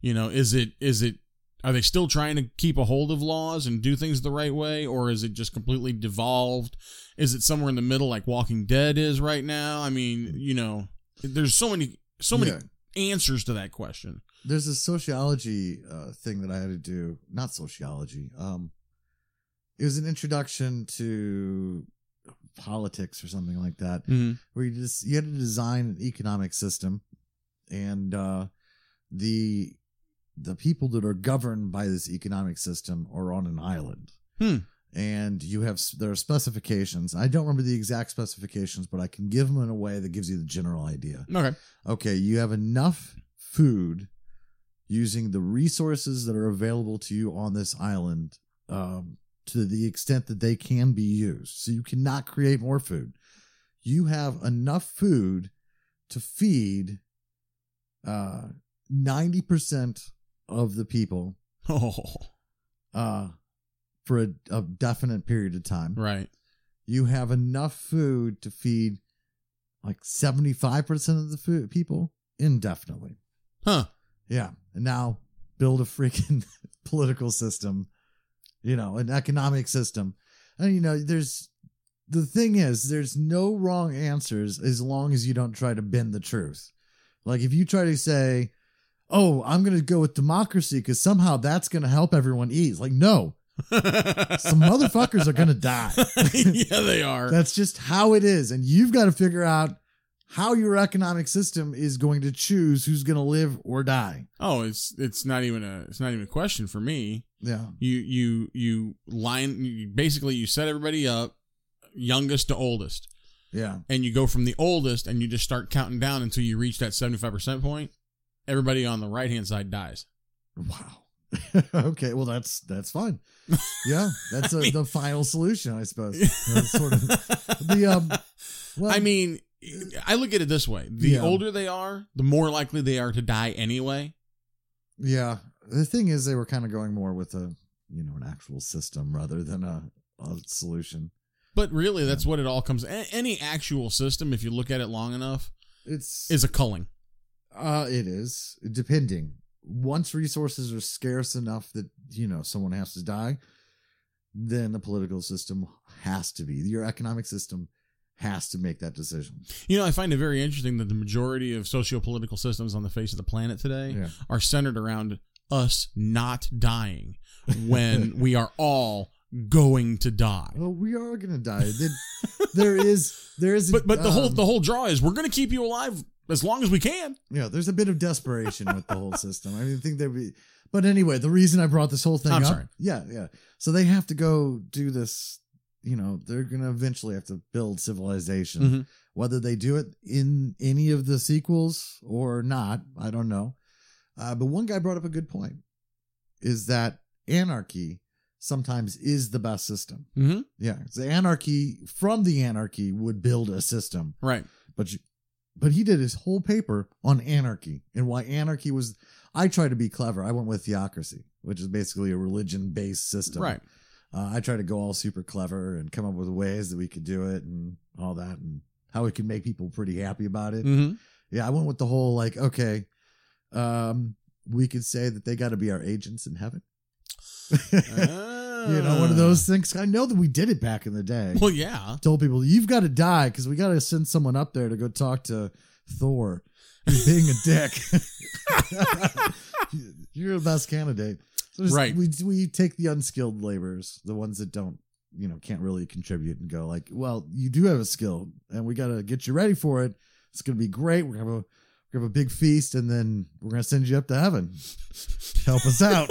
Speaker 2: You know, is it is it are they still trying to keep a hold of laws and do things the right way, or is it just completely devolved? Is it somewhere in the middle, like Walking Dead is right now? I mean, you know, there's so many so many
Speaker 1: Yeah.
Speaker 2: answers to that question.
Speaker 1: there's a sociology uh, thing that I had to do. Not sociology. Um, it was an introduction to politics or something like that, where you just you had to design an economic system, and uh, the the people that are governed by this economic system are on an island.
Speaker 2: Hmm.
Speaker 1: And you have s- there are specifications. I don't remember the exact specifications, but I can give them in a way that gives you the general idea
Speaker 2: Okay. <laughs>
Speaker 1: okay, you have enough food using the resources that are available to you on this island um, to the extent that they can be used. So you cannot create more food. You have enough food to feed uh, 90% of the people
Speaker 2: Oh,
Speaker 1: uh, for a, a definite period of time
Speaker 2: right.
Speaker 1: you have enough food to feed like 75% of the food people indefinitely.
Speaker 2: Huh.
Speaker 1: Yeah. And now build a freaking <laughs> political system, you know, an economic system. And, you know, there's the thing is, there's no wrong answers as long as you don't try to bend the truth. Like if you try to say, oh, I'm going to go with democracy because somehow that's going to help everyone eat. It's like, no,
Speaker 2: <laughs>
Speaker 1: some motherfuckers are going to die.
Speaker 2: yeah, they are.
Speaker 1: That's just how it is. And you've got to figure out how your economic system is going to choose who's going to live or die.
Speaker 2: oh, it's it's not even a it's not even a question for me.
Speaker 1: Yeah.
Speaker 2: You you you line you, basically you set everybody up, youngest to oldest,
Speaker 1: Yeah.
Speaker 2: and you go from the oldest and you just start counting down until you reach that seventy five percent point. Everybody on the right hand side
Speaker 1: <laughs>
Speaker 2: dies.
Speaker 1: Wow. <laughs> okay. Well, that's that's
Speaker 2: <laughs>
Speaker 1: fine. Yeah. That's a, the final solution, I suppose. That's sort of the
Speaker 2: <laughs>
Speaker 1: um well,
Speaker 2: I mean, I look at it this way: the
Speaker 1: Yeah.
Speaker 2: older they are, the more likely they are to die anyway.
Speaker 1: Yeah. The thing is, they were kind of going more with a, you know, an actual system rather than a, a solution.
Speaker 2: But really, that's what it all comes. a- Any actual system, if you look at it long enough,
Speaker 1: It's
Speaker 2: is a culling.
Speaker 1: uh, it is depending. Once resources are scarce enough that you know someone has to die, then the political system has to be your economic system has to make that decision.
Speaker 2: You know, I find it very interesting that the majority of socio-political systems on the face of the planet today
Speaker 1: Yeah.
Speaker 2: are centered around us not dying
Speaker 1: <laughs>
Speaker 2: when we are all going to die.
Speaker 1: Well, we are gonna die. Then there is there is
Speaker 2: But but the whole
Speaker 1: um,
Speaker 2: the whole draw is we're going to keep you alive as long as we can.
Speaker 1: Yeah, there's a bit of desperation with the whole system. I mean, I think there be, but anyway, the reason I brought this whole thing
Speaker 2: I'm
Speaker 1: up,
Speaker 2: sorry.
Speaker 1: yeah, yeah. So they have to go do this. You know, they're gonna eventually have to build civilization.
Speaker 2: Mhm.
Speaker 1: Whether they do it in any of the sequels or not, I don't know. Uh, but one guy brought up a good point: is that anarchy sometimes is the best system.
Speaker 2: Mm-hmm.
Speaker 1: Yeah, the anarchy from the anarchy would build a system
Speaker 2: Right.
Speaker 1: but you, but he did his whole paper on anarchy and why anarchy was i tried to be clever i went with theocracy which is basically a religion based system
Speaker 2: Right.
Speaker 1: uh, i tried to go all super clever and come up with ways that we could do it and all that and how we could make people pretty happy about it <laughs>
Speaker 2: Mm-hmm.
Speaker 1: yeah i went with the whole like okay um we could say that they got to be our agents in heaven you know
Speaker 2: Uh.
Speaker 1: one of those things i know that we did it back in the
Speaker 2: <laughs>
Speaker 1: day
Speaker 2: Ah. Well, yeah.
Speaker 1: told people you've got to die because we got to send someone up there to go talk to Thor. He's being a dick. <laughs> You're the best candidate. So just-
Speaker 2: Right.
Speaker 1: We we take the unskilled laborers, the ones that don't, you know, can't really contribute, and go like, well, you do have a skill, and we got to get you ready for it. It's gonna be great. We're gonna have a we're gonna have a big feast, and then we're gonna send you up to heaven. Help us
Speaker 2: <laughs>
Speaker 1: out.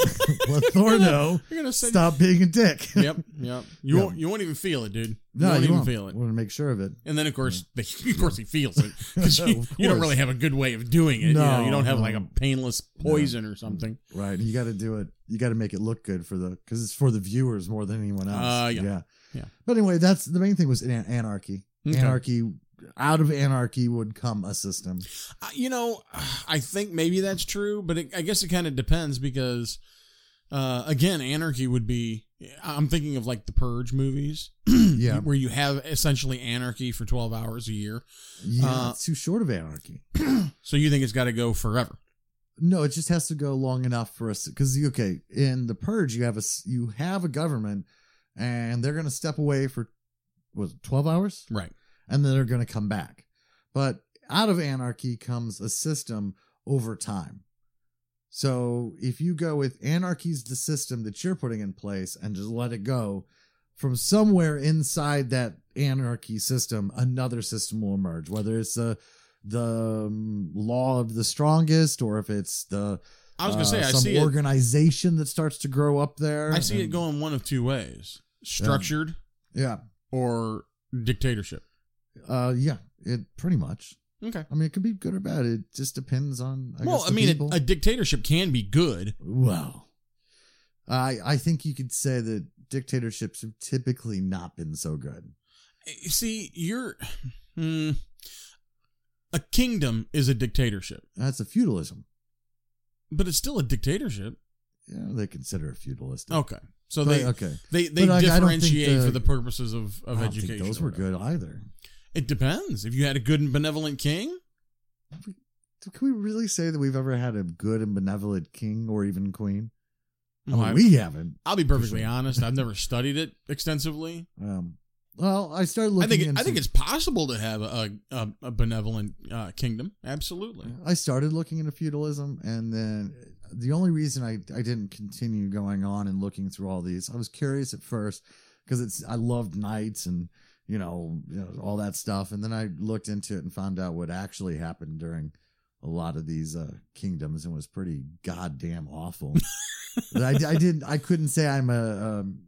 Speaker 1: Let Thor know.
Speaker 2: You're gonna send.
Speaker 1: Stop being a dick.
Speaker 2: Yep. Yep. You
Speaker 1: Yeah.
Speaker 2: won't. You won't even feel it, dude. You
Speaker 1: <laughs> No,
Speaker 2: won't
Speaker 1: you
Speaker 2: even
Speaker 1: won't.
Speaker 2: feel it.
Speaker 1: Want to make sure of it.
Speaker 2: And then of course, the, <laughs> of course, he feels it because
Speaker 1: Mm. <laughs> Of
Speaker 2: you, you don't
Speaker 1: course.
Speaker 2: really have a good way of doing it. you, know, you
Speaker 1: No,
Speaker 2: don't have
Speaker 1: no.
Speaker 2: like a painless poison or something.
Speaker 1: Right. You got to do it. You got to make it look good for the because it's for the viewers more than anyone else.
Speaker 2: Uh, yeah.
Speaker 1: yeah.
Speaker 2: Yeah.
Speaker 1: But anyway, that's the main thing was an- anarchy.
Speaker 2: Okay.
Speaker 1: Anarchy. Out of anarchy would come a system.
Speaker 2: Uh, you know, I think maybe that's true, but it, I guess it kind of depends because, uh, again, anarchy would be. I'm thinking of like the Purge movies, <clears throat>
Speaker 1: yeah.
Speaker 2: where you have essentially anarchy for 12 hours a year.
Speaker 1: Yeah.
Speaker 2: Uh,
Speaker 1: it's too short of anarchy.
Speaker 2: So you think it's got to go forever?
Speaker 1: No, it just has to go long enough for us because okay, in the purge you have a s- you have a government, and they're going to step away for was it twelve hours?
Speaker 2: Right.
Speaker 1: and then they're going to come back. But out of anarchy comes a system over time. So if you go with anarchy's the system that you're putting in place and just let it go, from somewhere inside that anarchy system, another system will emerge. Whether it's the the um, law of the strongest, or if it's the
Speaker 2: I was gonna
Speaker 1: uh,
Speaker 2: say I
Speaker 1: some
Speaker 2: see it.
Speaker 1: organization that starts to grow up there.
Speaker 2: I see it
Speaker 1: and-
Speaker 2: going one of two ways: structured
Speaker 1: Yeah,
Speaker 2: or dictatorship.
Speaker 1: uh, yeah. It pretty much.
Speaker 2: Okay.
Speaker 1: I mean, it could be good or bad. It just depends on. I
Speaker 2: well,
Speaker 1: guess,
Speaker 2: I
Speaker 1: the
Speaker 2: mean,
Speaker 1: people.
Speaker 2: a, a dictatorship can be good.
Speaker 1: well, I I think you could say that dictatorships have typically not been so good.
Speaker 2: Eh, See, you're hmm, a kingdom is a dictatorship,
Speaker 1: That's a feudalism.
Speaker 2: but it's still a dictatorship.
Speaker 1: Yeah, they consider it feudalistic.
Speaker 2: Okay, Oh, so
Speaker 1: But-
Speaker 2: they
Speaker 1: okay.
Speaker 2: they they
Speaker 1: But I- I don't think
Speaker 2: differentiate
Speaker 1: the-
Speaker 2: for the purposes of of
Speaker 1: I don't
Speaker 2: education.
Speaker 1: think those
Speaker 2: or
Speaker 1: were
Speaker 2: whatever.
Speaker 1: good either.
Speaker 2: It depends. If you had a good and benevolent king,
Speaker 1: So Can we really say that we've ever had a good and benevolent king or even queen? I
Speaker 2: well,
Speaker 1: mean,
Speaker 2: I-
Speaker 1: we haven't.
Speaker 2: I'll be perfectly
Speaker 1: sure.
Speaker 2: honest. I've never studied it extensively.
Speaker 1: Um, well, I started
Speaker 2: I
Speaker 1: looking.
Speaker 2: think it,
Speaker 1: into,
Speaker 2: I think it's possible to have a a, a benevolent uh, kingdom. Absolutely.
Speaker 1: I started looking into feudalism, and then the only reason I, I didn't continue going on and looking through all these, I was curious at first because it's I loved knights and you know, you know, all that stuff, and then I looked into it and found out what actually happened during a lot of these uh, kingdoms, and was pretty goddamn
Speaker 2: <laughs>
Speaker 1: awful. but I, I didn't I couldn't say I'm a um,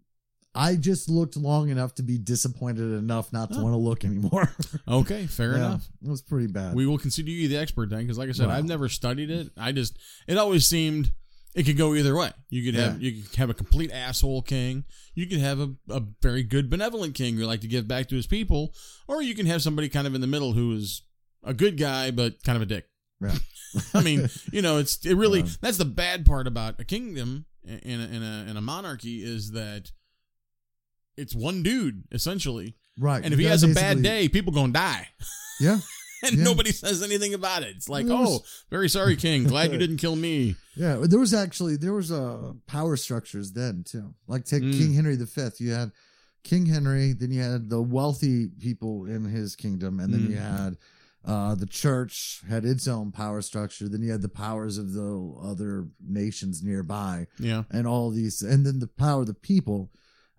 Speaker 1: I just looked long enough to be disappointed enough not to
Speaker 2: Oh.
Speaker 1: want to look anymore.
Speaker 2: Okay, fair
Speaker 1: Yeah,
Speaker 2: enough.
Speaker 1: It was pretty bad.
Speaker 2: We will consider you the expert then, because like I said,
Speaker 1: Wow.
Speaker 2: I've never studied it. I just it always seemed it could go either way. You could have
Speaker 1: Yeah.
Speaker 2: you could have a complete asshole king. You could have a, a very good benevolent king who like to give back to his people, or you can have somebody kind of in the middle who is a good guy but kind of a dick.
Speaker 1: Yeah. <laughs>
Speaker 2: I mean, you know, it's it really
Speaker 1: Yeah.
Speaker 2: that's the bad part about a kingdom in a, in a in a monarchy is that it's one dude essentially,
Speaker 1: right.
Speaker 2: and
Speaker 1: you
Speaker 2: if he
Speaker 1: gotta
Speaker 2: has a bad
Speaker 1: basically-
Speaker 2: day, people gonna die,
Speaker 1: yeah,
Speaker 2: <laughs> and
Speaker 1: Yeah.
Speaker 2: nobody says anything about it. It's like,
Speaker 1: Well,
Speaker 2: oh,
Speaker 1: there's-
Speaker 2: very sorry,
Speaker 1: <laughs>
Speaker 2: king. Glad you didn't kill me.
Speaker 1: yeah. There was actually there was uh, power structures then too. Like take
Speaker 2: Mm.
Speaker 1: King Henry V. You had King Henry, then you had the wealthy people in his kingdom, and then
Speaker 2: Mm.
Speaker 1: you had uh, the church had its own power structure. Then you had the powers of the other nations nearby.
Speaker 2: Yeah,
Speaker 1: and all these, and then the power of the people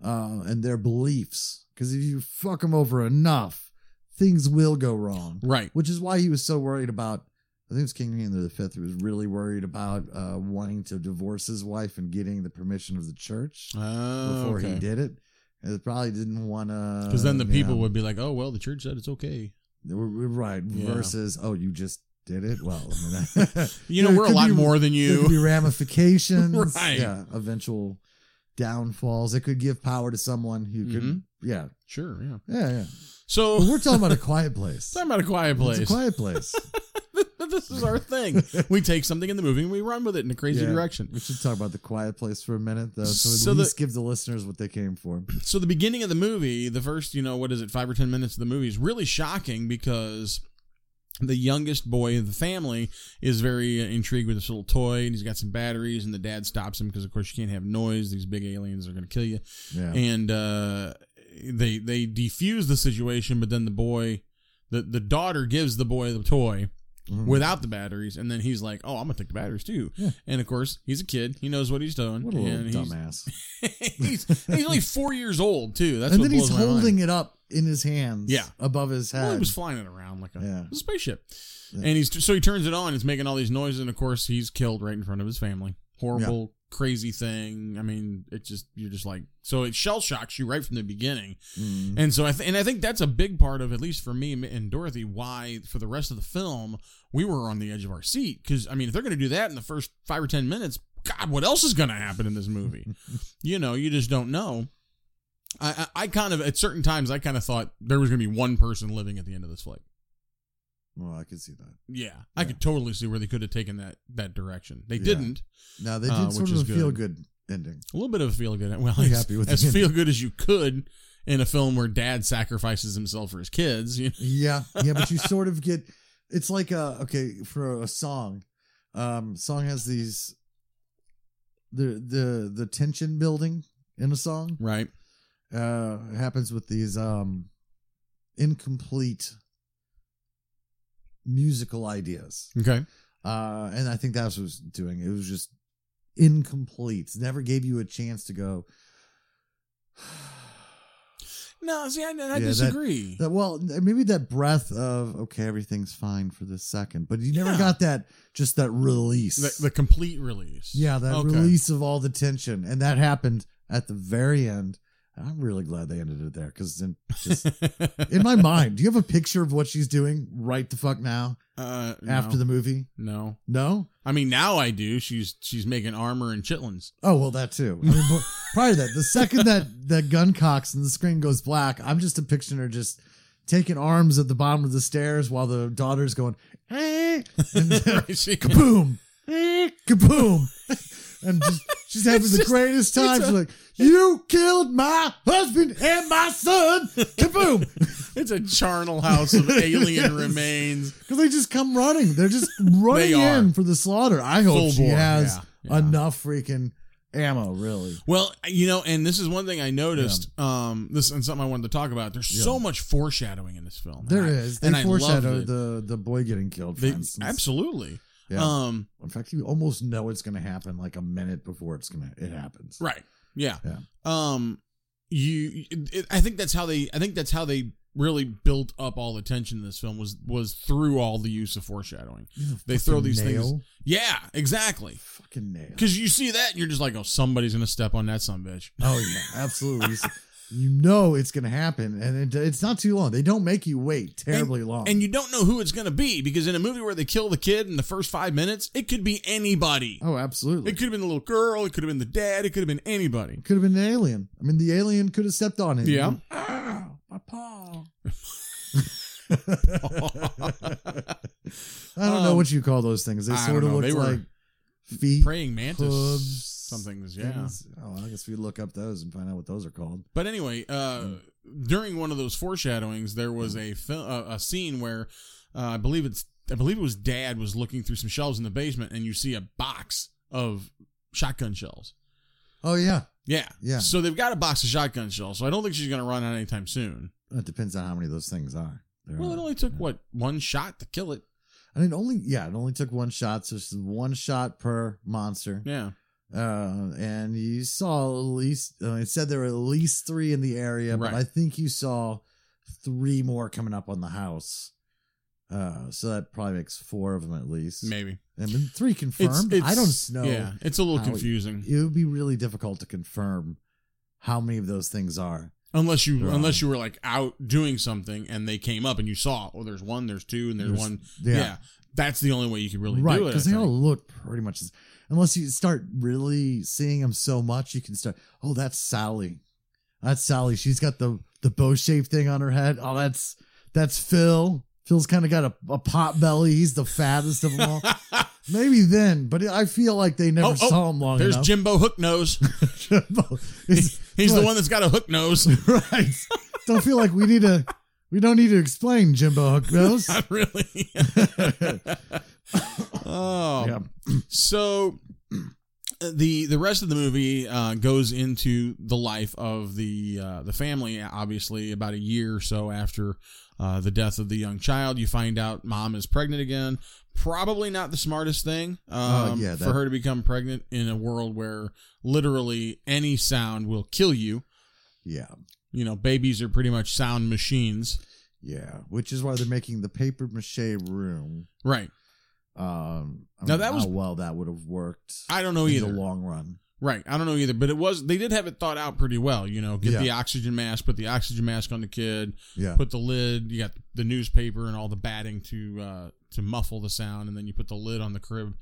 Speaker 1: uh, and their beliefs. Because if you fuck them over enough, things will go wrong.
Speaker 2: right.
Speaker 1: Which is why he was so worried about. I think it was King Henry V who was really worried about uh, wanting to divorce his wife and getting the permission of the church
Speaker 2: Oh,
Speaker 1: before he
Speaker 2: okay.
Speaker 1: did uh, it. And it probably didn't want to.
Speaker 2: Because then the people would be like, oh well, the church said it's okay.
Speaker 1: right.
Speaker 2: Yeah.
Speaker 1: Versus, oh, you just did it. Well,
Speaker 2: <laughs>
Speaker 1: I mean, that, <laughs>
Speaker 2: You know,
Speaker 1: There
Speaker 2: we're a
Speaker 1: could
Speaker 2: lot
Speaker 1: be-
Speaker 2: more than
Speaker 1: There could
Speaker 2: you.
Speaker 1: be ramifications.
Speaker 2: Right.
Speaker 1: Yeah, eventual downfalls. It could give power to someone who could.
Speaker 2: Mhm.
Speaker 1: Yeah,
Speaker 2: <laughs> Sure. Yeah.
Speaker 1: yeah, yeah.
Speaker 2: So
Speaker 1: But we're talking about a quiet place.
Speaker 2: talking about a <laughs> quiet place.
Speaker 1: It's a quiet place.
Speaker 2: <laughs> this is
Speaker 1: <laughs>
Speaker 2: our thing. we take something in the movie and we run with it in a crazy
Speaker 1: Yeah.
Speaker 2: direction.
Speaker 1: we should talk about the quiet place for a minute, though, so at
Speaker 2: So the-
Speaker 1: least give the listeners what they came for.
Speaker 2: So the beginning of the movie, the first, you know, what is it, five or ten minutes of the movie is really shocking because the youngest boy of the family is very uh, intrigued with this little toy and he's got some batteries and the dad stops him because of course you can't have noise these big aliens are going to kill you
Speaker 1: Yeah,
Speaker 2: and uh, they they defuse the situation but then the boy the, the daughter gives the boy the toy
Speaker 1: Mhm.
Speaker 2: without the batteries, and then he's like, "Oh, I'm gonna take the batteries too."
Speaker 1: Yeah.
Speaker 2: And of course, he's a kid; he knows what he's doing.
Speaker 1: what a little
Speaker 2: and he's,
Speaker 1: dumbass.
Speaker 2: <laughs> he's he's only four years old too. That's
Speaker 1: and
Speaker 2: what
Speaker 1: then he's
Speaker 2: blows my
Speaker 1: holding it
Speaker 2: Mind.
Speaker 1: up in his hands.
Speaker 2: Yeah.
Speaker 1: above his head.
Speaker 2: Well, he was flying it around like a,
Speaker 1: Yeah.
Speaker 2: a spaceship,
Speaker 1: Yeah.
Speaker 2: and he's so he turns it on. It's making all these noises, and of course, he's killed right in front of his family. Horrible, crazy thing. I mean, it just you're just like so it shell shocks you right from the beginning.
Speaker 1: Mm.
Speaker 2: And so I th- and I think that's a big part of at least for me and Dorothy why for the rest of the film we were on the edge of our seat because I mean if they're going to do that in the first five or ten minutes, God, what else is going to happen in this <laughs> movie? you know, you just don't know. I, I I kind of at certain times I kind of thought there was going to be one person living at the end of this flick.
Speaker 1: Well, I can see that.
Speaker 2: Yeah, I
Speaker 1: Yeah.
Speaker 2: could totally see where they could have taken that that direction. They
Speaker 1: Yeah.
Speaker 2: didn't.
Speaker 1: Now they did
Speaker 2: Uh,
Speaker 1: sort
Speaker 2: which
Speaker 1: of
Speaker 2: is
Speaker 1: a feel good ending.
Speaker 2: A little bit of feel good. Well,
Speaker 1: I'm
Speaker 2: as,
Speaker 1: happy with the
Speaker 2: as
Speaker 1: ending.
Speaker 2: feel good as you could in a film where dad sacrifices himself for his kids. You
Speaker 1: Yeah, yeah, but you sort of get it's like a okay for a song. Um, song has these the the the tension building in a song
Speaker 2: right?
Speaker 1: uh happens with these um incomplete musical ideas.
Speaker 2: Okay.
Speaker 1: Uh, and I think that's what it was doing. It was just incomplete. Never gave you a chance to go. <sighs>
Speaker 2: No, see, I, I
Speaker 1: that-
Speaker 2: disagree.
Speaker 1: That, well, maybe that breath of okay, everything's fine for this second, but you never
Speaker 2: Yeah.
Speaker 1: got that just that release.
Speaker 2: <laughs> the, the complete release.
Speaker 1: yeah, that
Speaker 2: Okay.
Speaker 1: release of all the tension, and that happened at the very end. And I'm really glad they ended it there because in, just, in my mind, do you have a picture of what she's doing right the fuck now
Speaker 2: <laughs> uh,
Speaker 1: after
Speaker 2: no,
Speaker 1: the movie?
Speaker 2: no,
Speaker 1: No.
Speaker 2: I mean now I do. She's she's making armor and chitlins. <laughs>
Speaker 1: Oh well, <laughs> that too. I mean, but prior to that, the second that that gun cocks and the screen goes black, I'm just a picturing her just taking arms at the bottom of the stairs while the daughter's going, eh,
Speaker 2: <laughs>
Speaker 1: and
Speaker 2: Right, she-
Speaker 1: kaboom, eh, kaboom, and just, she's having
Speaker 2: It's
Speaker 1: the
Speaker 2: just-
Speaker 1: greatest time.
Speaker 2: it's
Speaker 1: She's
Speaker 2: a-
Speaker 1: like, "You killed my husband and my
Speaker 2: <laughs>
Speaker 1: son," kaboom,
Speaker 2: it's a charnel house
Speaker 1: <laughs>
Speaker 2: of
Speaker 1: Yes.
Speaker 2: alien remains.
Speaker 1: because they just come running. They're just running
Speaker 2: <laughs> They are.
Speaker 1: in for the slaughter. I hope
Speaker 2: Full
Speaker 1: she
Speaker 2: bore,
Speaker 1: has
Speaker 2: yeah, yeah.
Speaker 1: enough freaking ammo, really.
Speaker 2: Well, you know, and this is one thing I noticed. Um, this and something I wanted to talk about. There's so much foreshadowing in this film.
Speaker 1: There
Speaker 2: and I-
Speaker 1: is. They
Speaker 2: and I loved
Speaker 1: foreshadow
Speaker 2: it.
Speaker 1: the the boy getting killed. For
Speaker 2: They-
Speaker 1: instance.
Speaker 2: absolutely.
Speaker 1: Yeah.
Speaker 2: Um,
Speaker 1: in fact, you almost know it's going to happen like a minute before it's going to it happens.
Speaker 2: Right. Yeah.
Speaker 1: Yeah.
Speaker 2: Um. You. It, it- I think that's how they. I think that's how they really built up all the tension in this film was was through all the use of foreshadowing. They throw
Speaker 1: Fucking
Speaker 2: these things.
Speaker 1: nail.
Speaker 2: Yeah. Exactly.
Speaker 1: Fucking nail.
Speaker 2: Because you see that and you're just like, oh, somebody's gonna step on that son of a bitch.
Speaker 1: Oh yeah, absolutely. You s- you know it's going to happen, and it, it's not too long. They don't make you wait terribly long.
Speaker 2: And you don't know who it's gonna be because in a movie where they kill the kid in the first five minutes, it could be anybody.
Speaker 1: oh, absolutely.
Speaker 2: It could have been the little girl. It could have been the dad. It could have been anybody.
Speaker 1: <laughs> Could have been an alien. I mean, the alien could have stepped on him.
Speaker 2: Yeah.
Speaker 1: Ah, my paw. I don't know
Speaker 2: Um,
Speaker 1: what you call those things. They
Speaker 2: I
Speaker 1: sort of
Speaker 2: don't know.
Speaker 1: look
Speaker 2: They were
Speaker 1: like feet.
Speaker 2: Praying mantis
Speaker 1: hooves,
Speaker 2: somethings, yeah.
Speaker 1: things. Oh, I guess we look up those and find out what those are called.
Speaker 2: But anyway, uh,
Speaker 1: Mm.
Speaker 2: during one of those foreshadowings, there was a fil- uh, a scene where uh, I believe it's I believe it was Dad was looking through some shelves in the basement, and you see a box of shotgun shells.
Speaker 1: Oh yeah,
Speaker 2: Yeah,
Speaker 1: Yeah.
Speaker 2: So they've got a box of shotgun shells. So I don't think she's going to run out anytime soon.
Speaker 1: it depends on how many of those things are. There
Speaker 2: Well,
Speaker 1: are-
Speaker 2: it only took
Speaker 1: yeah.
Speaker 2: what one shot to kill it.
Speaker 1: I mean, only yeah, it only took one shot. So it's one shot per monster.
Speaker 2: Yeah,
Speaker 1: Uh, and you saw at least. Uh, it said there were at least three in the area,
Speaker 2: Right.
Speaker 1: but I think you saw three more coming up on the house. Uh, so that probably makes four of them at least.
Speaker 2: maybe.
Speaker 1: And then three confirmed. I don't know.
Speaker 2: Yeah, it's a little
Speaker 1: how it-
Speaker 2: confusing
Speaker 1: It would be really difficult to confirm how many of those things are.
Speaker 2: unless you
Speaker 1: Wrong.
Speaker 2: unless you were like out doing something and they came up and you saw oh there's one there's two and there's,
Speaker 1: There's-
Speaker 2: one yeah.
Speaker 1: Yeah.
Speaker 2: that's the only way you could really
Speaker 1: right.
Speaker 2: do it I
Speaker 1: Because they all
Speaker 2: think.
Speaker 1: look pretty much. the- Unless you start really seeing them so much, you can start. Oh, that's Sally. That's Sally. She's got the the bow shaped thing on her head. Oh, that's that's Phil. Phil's kind of got a, a pot belly. He's the fattest of them
Speaker 2: <laughs>
Speaker 1: all. Maybe then, but I feel like they never
Speaker 2: Oh, oh,
Speaker 1: saw him long
Speaker 2: There's
Speaker 1: enough.
Speaker 2: Jimbo Hook
Speaker 1: <laughs>
Speaker 2: Nose.
Speaker 1: Jimbo. It's- <laughs>
Speaker 2: He's the
Speaker 1: What?
Speaker 2: one that's got a
Speaker 1: <laughs>
Speaker 2: hook nose.
Speaker 1: right. Don't feel like we need to. We don't need to explain Jimbo Hook nose. <laughs>
Speaker 2: Not really. <laughs> oh,
Speaker 1: Yeah.
Speaker 2: so uh, the the rest of the movie uh, goes into the life of the uh, the family. Obviously, about a year or so after uh, the death of the young child, you find out mom is pregnant again. Probably not the smartest thing um,
Speaker 1: Oh, yeah,
Speaker 2: for
Speaker 1: that-
Speaker 2: her to become pregnant in a world where literally any sound will kill you.
Speaker 1: Yeah.
Speaker 2: You know, babies are pretty much sound machines,
Speaker 1: Yeah. Which is why they're making the paper mache room.
Speaker 2: right?
Speaker 1: Um, I
Speaker 2: Now
Speaker 1: mean,
Speaker 2: that
Speaker 1: how
Speaker 2: was-
Speaker 1: well that would have worked
Speaker 2: I don't know
Speaker 1: in the
Speaker 2: either.
Speaker 1: long run.
Speaker 2: Right. I don't know either, but it was they did have it thought out pretty well. You know, get
Speaker 1: Yeah.
Speaker 2: the oxygen mask, put the oxygen mask on the kid,
Speaker 1: Yeah.
Speaker 2: put the lid. You got the newspaper and all the batting to uh, to muffle the sound, and then you put the lid on the crib,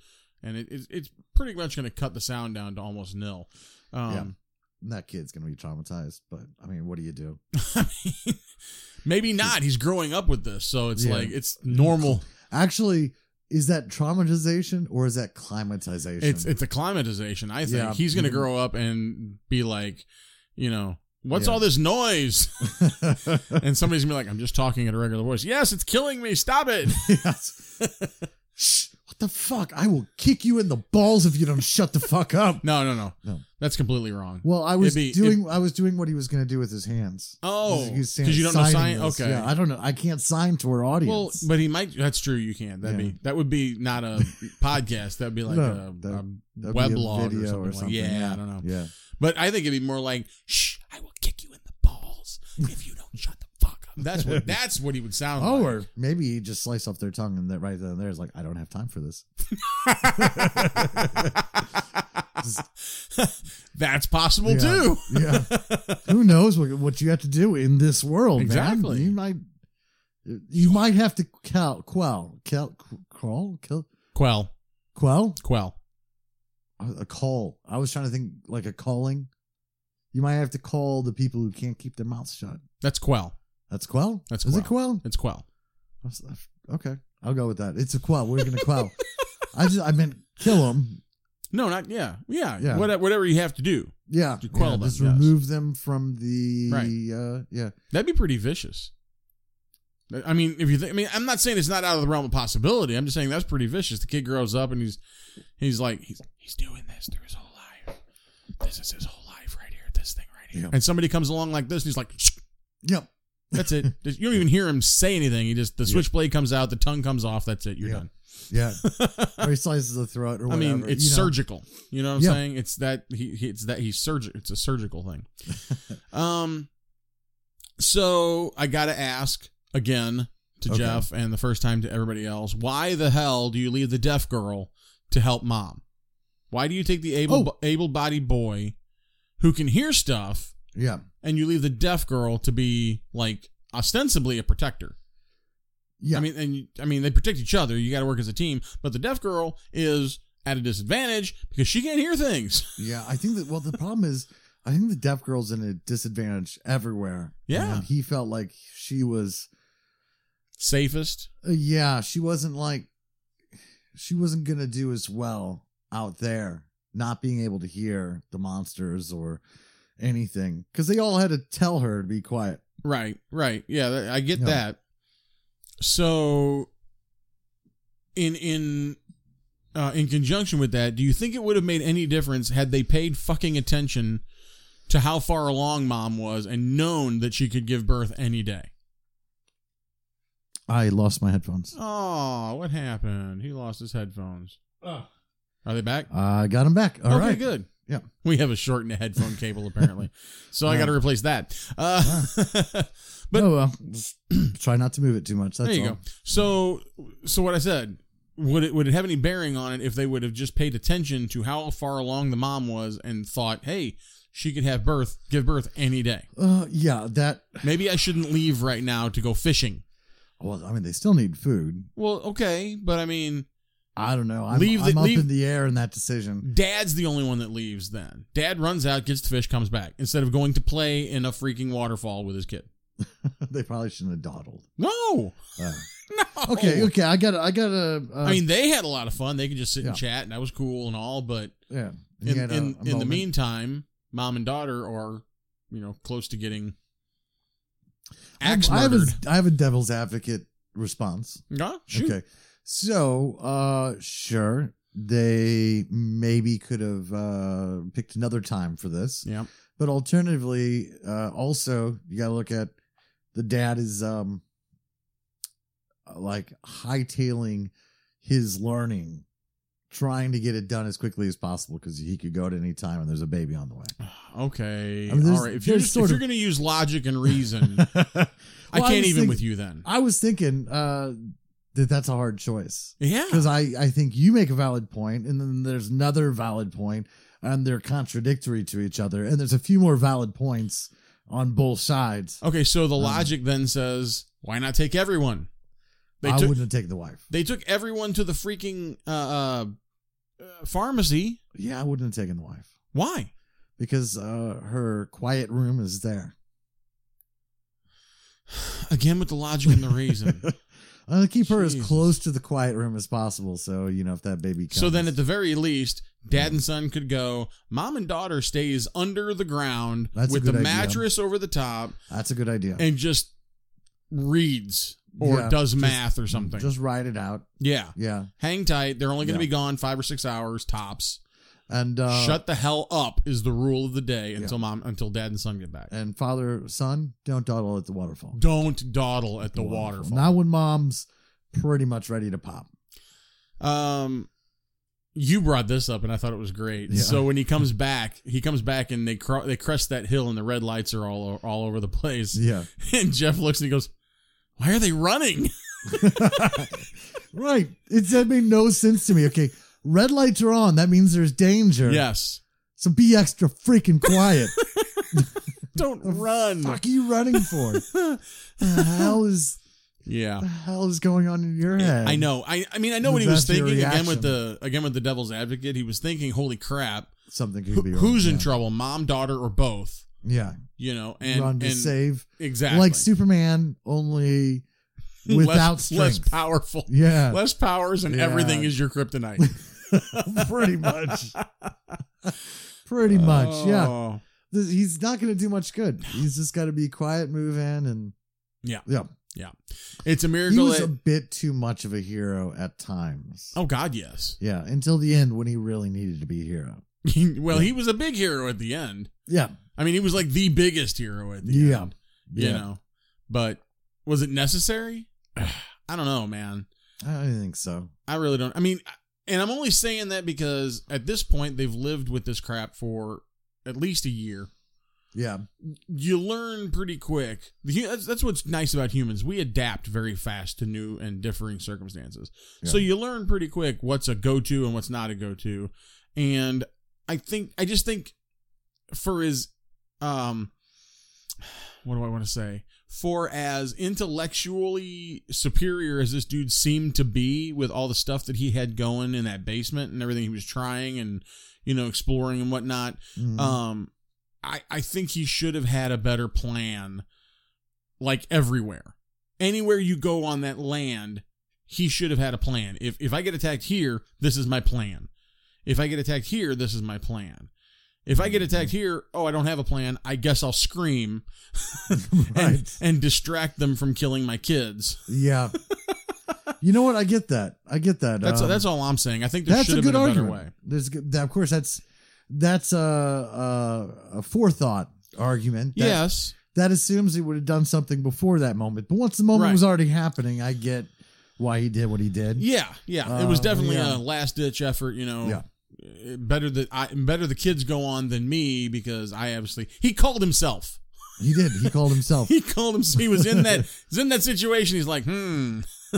Speaker 2: and it, it's it's pretty much going to cut the sound down to almost nil. Um,
Speaker 1: And that kid's gonna be traumatized, but I mean, what do you do?
Speaker 2: Maybe not. He's growing up with this, so it's
Speaker 1: Yeah.
Speaker 2: like it's normal.
Speaker 1: Actually, is that traumatization or is that climatization?
Speaker 2: It's it's acclimatization. I think
Speaker 1: Yeah. Mm-hmm.
Speaker 2: he's going to grow up and be like, you know, what's
Speaker 1: Yeah.
Speaker 2: all this noise? <laughs> and somebody's gonna be like, "I'm just talking at a regular voice." Yes, it's killing me. Stop it.
Speaker 1: <laughs>
Speaker 2: <laughs>
Speaker 1: yes. Shh, what the fuck? I will kick you in the balls if you don't shut the fuck up.
Speaker 2: No, no, no.
Speaker 1: No.
Speaker 2: That's completely wrong.
Speaker 1: Well, I was
Speaker 2: It'd be-
Speaker 1: doing I was doing what he was gonna do with his hands.
Speaker 2: oh,
Speaker 1: He's- he's
Speaker 2: because you don't know
Speaker 1: signing
Speaker 2: sign.
Speaker 1: this.
Speaker 2: Okay.
Speaker 1: Yeah, I don't know. I can't sign to our
Speaker 2: well,
Speaker 1: audience.
Speaker 2: but he might. That's true. You can't. That'd
Speaker 1: Yeah.
Speaker 2: be that would be
Speaker 1: <laughs>
Speaker 2: not a podcast. That'd be like
Speaker 1: No,
Speaker 2: a, um,
Speaker 1: that-
Speaker 2: a
Speaker 1: That'd be
Speaker 2: web
Speaker 1: a
Speaker 2: log or
Speaker 1: video
Speaker 2: something. like- yeah, I don't know.
Speaker 1: Yeah.
Speaker 2: But I think it'd be more like, "Shh, I will kick you in the balls if you don't shut the fuck up."
Speaker 1: <laughs>
Speaker 2: That's what. that's what he would sound
Speaker 1: Oh,
Speaker 2: like.
Speaker 1: or maybe you just slice off their tongue and that right then and there is like, I don't have time for
Speaker 2: <laughs>
Speaker 1: this.
Speaker 2: that's possible
Speaker 1: yeah.
Speaker 2: too.
Speaker 1: yeah. Who knows what, what you have to do in this world? man?
Speaker 2: Exactly.
Speaker 1: You might. You might have to quell, quell, quell, crawl, quell,
Speaker 2: Quell,
Speaker 1: quell,
Speaker 2: quell.
Speaker 1: a call. I was trying to think like a calling. You might have to call the people who can't keep their mouths shut.
Speaker 2: That's quell.
Speaker 1: That's quell.
Speaker 2: That's
Speaker 1: is it quell?
Speaker 2: It's quell.
Speaker 1: I was- I- Okay, I'll go with that. It's a quell. We're gonna quell. I just I meant kill them.
Speaker 2: No, not yeah, yeah,
Speaker 1: Yeah.
Speaker 2: Whatever, whatever you have to do.
Speaker 1: Yeah,
Speaker 2: To quell
Speaker 1: yeah,
Speaker 2: them,
Speaker 1: Just
Speaker 2: yes.
Speaker 1: remove them from the.
Speaker 2: Right.
Speaker 1: Uh, yeah.
Speaker 2: That'd be pretty vicious. I mean, if you think, I mean, I'm not saying it's not out of the realm of possibility. I'm just saying that's pretty vicious. The kid grows up and he's, he's like, he's, he's doing this through his whole life. This is his whole life right here. This thing right here.
Speaker 1: Yeah.
Speaker 2: And somebody comes along like this and he's like, "Shh,
Speaker 1: Yep.
Speaker 2: that's
Speaker 1: <laughs>
Speaker 2: it. Just- you don't even hear him say anything. He just the
Speaker 1: Yeah.
Speaker 2: switchblade comes out, the tongue comes off. That's it. You're
Speaker 1: Yeah.
Speaker 2: done. <laughs>
Speaker 1: Yeah. or he slices the throat or
Speaker 2: I
Speaker 1: whatever.
Speaker 2: mean, it's
Speaker 1: you know.
Speaker 2: surgical. You know what I'm
Speaker 1: Yeah.
Speaker 2: saying? It's that he, he it's that he's surgical. It's a surgical thing.
Speaker 1: <laughs>
Speaker 2: um, so I gotta ask again to
Speaker 1: Okay.
Speaker 2: Jeff and the first time to everybody else: Why the hell do you leave the deaf girl to help mom? Why do you take the
Speaker 1: Oh.
Speaker 2: able able-bodied boy who can hear stuff
Speaker 1: Yeah.
Speaker 2: and you leave the deaf girl to be like ostensibly a protector?
Speaker 1: Yeah.
Speaker 2: I mean, and you- I mean, they protect each other. You got to work as a team. But the deaf girl is at a disadvantage because she can't hear things.
Speaker 1: yeah. I think that, well, the problem is, I think the deaf girl's in a disadvantage everywhere.
Speaker 2: Yeah.
Speaker 1: And he felt like she was
Speaker 2: safest.
Speaker 1: Uh, yeah, she wasn't like she wasn't gonna do as well out there, not being able to hear the monsters or anything, because they all had to tell her to be quiet.
Speaker 2: Right, right. Yeah, th- I get
Speaker 1: Yeah.
Speaker 2: that. So in in uh, in conjunction with that, do you think it would have made any difference had they paid fucking attention to how far along mom was and known that she could give birth any day?
Speaker 1: I lost my headphones.
Speaker 2: Oh, what happened? He lost his headphones. Are they back?
Speaker 1: I got them back. All
Speaker 2: okay,
Speaker 1: right.
Speaker 2: good.
Speaker 1: Yeah.
Speaker 2: We have a shortened headphone cable apparently. so I got to replace that. Uh, <laughs> but
Speaker 1: oh well, Just <clears throat> try not to move it too much. That's
Speaker 2: there you
Speaker 1: all.
Speaker 2: go. So, so what I said would it would it have any bearing on it if they would have just paid attention to how far along the mom was and thought, hey, she could have birth, give birth any day.
Speaker 1: Uh, yeah, that.
Speaker 2: Maybe I shouldn't leave right now to go fishing.
Speaker 1: Well, I mean, they still need food.
Speaker 2: Well, okay, but I mean,
Speaker 1: I don't know. I'm,
Speaker 2: Leave the-
Speaker 1: I'm up
Speaker 2: leave-
Speaker 1: in the air in that decision. <laughs>
Speaker 2: Dad's the only one that leaves. Then Dad runs out, gets the fish, comes back instead of going to play in a freaking waterfall with his kid.
Speaker 1: they probably shouldn't have dawdled.
Speaker 2: No, <laughs>
Speaker 1: Uh,
Speaker 2: no.
Speaker 1: okay, okay. I got. to I got to Uh,
Speaker 2: Oh. I mean, they had a lot of fun. They could just sit and
Speaker 1: Yeah.
Speaker 2: chat, and that was cool and all. But
Speaker 1: yeah. You
Speaker 2: in
Speaker 1: had a-
Speaker 2: in,
Speaker 1: a
Speaker 2: in the
Speaker 1: moment.
Speaker 2: meantime, mom and daughter are, you know, close to getting
Speaker 1: I'm-
Speaker 2: axe
Speaker 1: I have, a,
Speaker 2: murdered.
Speaker 1: I have a devil's advocate response.
Speaker 2: Nah, shoot.
Speaker 1: Okay. So, uh, sure, they maybe could have uh, picked another time for this.
Speaker 2: Yeah.
Speaker 1: But alternatively, uh, also you got to look at the dad is um like hightailing his learning, trying to get it done as quickly as possible because he could go at any time and there's a baby on the
Speaker 2: Okay.
Speaker 1: I mean, there's-
Speaker 2: all right. If you're,
Speaker 1: there's
Speaker 2: just,
Speaker 1: sort
Speaker 2: if
Speaker 1: of-
Speaker 2: you're going to use
Speaker 1: <laughs>
Speaker 2: logic and reason,
Speaker 1: way.
Speaker 2: <laughs> I
Speaker 1: Well, I
Speaker 2: can't
Speaker 1: was
Speaker 2: even
Speaker 1: think-
Speaker 2: with you then.
Speaker 1: I was thinking uh, that that's a hard choice
Speaker 2: yeah.
Speaker 1: because I I think you make a valid point and then there's another valid point and they're contradictory to each other and there's a few more valid points on both sides.
Speaker 2: Okay. So
Speaker 1: um,
Speaker 2: the logic then says, why not take everyone? They
Speaker 1: I
Speaker 2: took
Speaker 1: wouldn't have taken the wife.
Speaker 2: they took everyone to the freaking uh, uh, uh, pharmacy.
Speaker 1: Yeah, I wouldn't have taken the wife
Speaker 2: Why?
Speaker 1: because uh, her quiet room is there.
Speaker 2: Again with the logic and
Speaker 1: <laughs>
Speaker 2: the reason.
Speaker 1: I'm gonna keep her as
Speaker 2: Hmm. Jesus.
Speaker 1: close to the quiet room as possible, so you know if that baby. Comes.
Speaker 2: So then, at the very least, dad and son could go. Mom and daughter stays under the ground
Speaker 1: That's a
Speaker 2: with the
Speaker 1: good idea.
Speaker 2: mattress over the top
Speaker 1: that's a good idea.
Speaker 2: and just reads or
Speaker 1: Yeah,
Speaker 2: does
Speaker 1: just-
Speaker 2: math or something.
Speaker 1: Just ride it out.
Speaker 2: yeah,
Speaker 1: Yeah,
Speaker 2: hang tight. They're only going to
Speaker 1: Yeah.
Speaker 2: be gone five or six hours tops.
Speaker 1: and uh,
Speaker 2: Shut the hell up is the rule of the day until mom until dad and son get back.
Speaker 1: and father son don't dawdle at the waterfall.
Speaker 2: Don't dawdle at the waterfall.
Speaker 1: Not when mom's pretty much ready to pop.
Speaker 2: Um, you brought this up, and I thought it was great.
Speaker 1: Yeah.
Speaker 2: So when he comes back, he comes back, and they cr- they crest that hill, and the red lights are all o- all over the place.
Speaker 1: Yeah,
Speaker 2: <laughs> And Jeff looks and he goes, "Why are they running?"
Speaker 1: <laughs> right. It's that made no sense to me. Okay, red lights are on. That means there's danger.
Speaker 2: Yes,
Speaker 1: So be extra freaking
Speaker 2: <laughs>
Speaker 1: quiet. <laughs>
Speaker 2: don't
Speaker 1: The
Speaker 2: run.
Speaker 1: fuck are you running
Speaker 2: <laughs>
Speaker 1: for? the hell is
Speaker 2: Yeah,
Speaker 1: the hell is going on in your head?
Speaker 2: I know. I I mean, I know what he
Speaker 1: That's
Speaker 2: was
Speaker 1: your
Speaker 2: thinking again with
Speaker 1: reaction.
Speaker 2: the again with the devil's advocate. He was thinking, "Holy crap,
Speaker 1: something could
Speaker 2: who-
Speaker 1: be. wrong.
Speaker 2: who's in
Speaker 1: Yeah.
Speaker 2: trouble? Mom, daughter, or both?"
Speaker 1: Yeah,
Speaker 2: You know, and
Speaker 1: run to
Speaker 2: and
Speaker 1: save,
Speaker 2: exactly
Speaker 1: like Superman, only
Speaker 2: <laughs> Less-
Speaker 1: without
Speaker 2: less
Speaker 1: strength.
Speaker 2: powerful. <laughs>
Speaker 1: yeah, <laughs>
Speaker 2: less powers and
Speaker 1: Yeah.
Speaker 2: everything is your kryptonite.
Speaker 1: pretty
Speaker 2: <laughs>
Speaker 1: much. <laughs> pretty much. Yeah.
Speaker 2: Oh.
Speaker 1: This- he's not going to do much good. He's just got to be quiet, move in, and
Speaker 2: Yeah.
Speaker 1: yeah.
Speaker 2: It's a
Speaker 1: He
Speaker 2: miracle.
Speaker 1: was
Speaker 2: that-
Speaker 1: a bit too much of a hero at times.
Speaker 2: <laughs> oh God, yes. <laughs>
Speaker 1: Yeah, until the end when he really needed to be a hero.
Speaker 2: well, he was a big hero at the end.
Speaker 1: Yeah,
Speaker 2: I mean, he was like the biggest hero at the
Speaker 1: Yeah.
Speaker 2: end.
Speaker 1: yeah.
Speaker 2: You know, but was it necessary? I don't know, man.
Speaker 1: I don't think so.
Speaker 2: I really don't. I mean, and I'm only saying that because at this point they've lived with this crap for at least a year.
Speaker 1: Yeah,
Speaker 2: you learn pretty quick. The hu- That's, that's what's nice about humans. We adapt very fast to new and differing circumstances. So
Speaker 1: Yeah.
Speaker 2: you learn pretty quick what's a go to and what's not a go to. And I think, I just think for as, um, what do I want to say? For as intellectually superior as this dude seemed to be with all the stuff that he had going in that basement and everything he was trying and, you know, exploring and whatnot,
Speaker 1: Mhm.
Speaker 2: um, I I think he should have had a better plan, like everywhere. anywhere you go on that land, he should have had a plan. If if I get attacked here, this is my plan. If I get attacked here, this is my plan. If I
Speaker 1: Mm-hmm.
Speaker 2: get attacked here, oh, I don't have a plan. I guess I'll scream
Speaker 1: <laughs>
Speaker 2: and,
Speaker 1: Right.
Speaker 2: and <laughs> distract them from killing my kids.
Speaker 1: Yeah. you know what? I get that. I get that.
Speaker 2: That's
Speaker 1: Um,
Speaker 2: that's all I'm saying. I think there
Speaker 1: that's
Speaker 2: should
Speaker 1: a
Speaker 2: have
Speaker 1: good
Speaker 2: been a better
Speaker 1: argument.
Speaker 2: way.
Speaker 1: There's, good- that, of course, that's that's a, a, a forethought argument. That,
Speaker 2: yes,
Speaker 1: That assumes he would have done something before that moment. But once the moment
Speaker 2: Right.
Speaker 1: was already happening, I get why he did what he did.
Speaker 2: yeah, yeah. it was
Speaker 1: Uh,
Speaker 2: definitely
Speaker 1: yeah.
Speaker 2: a last ditch effort. You know,
Speaker 1: Yeah.
Speaker 2: Uh, better that I better the kids go on than me because I obviously he called himself. <laughs>
Speaker 1: He did. He called himself.
Speaker 2: He called him. He was in that. <laughs> he's in that situation. He's like, hmm. <laughs>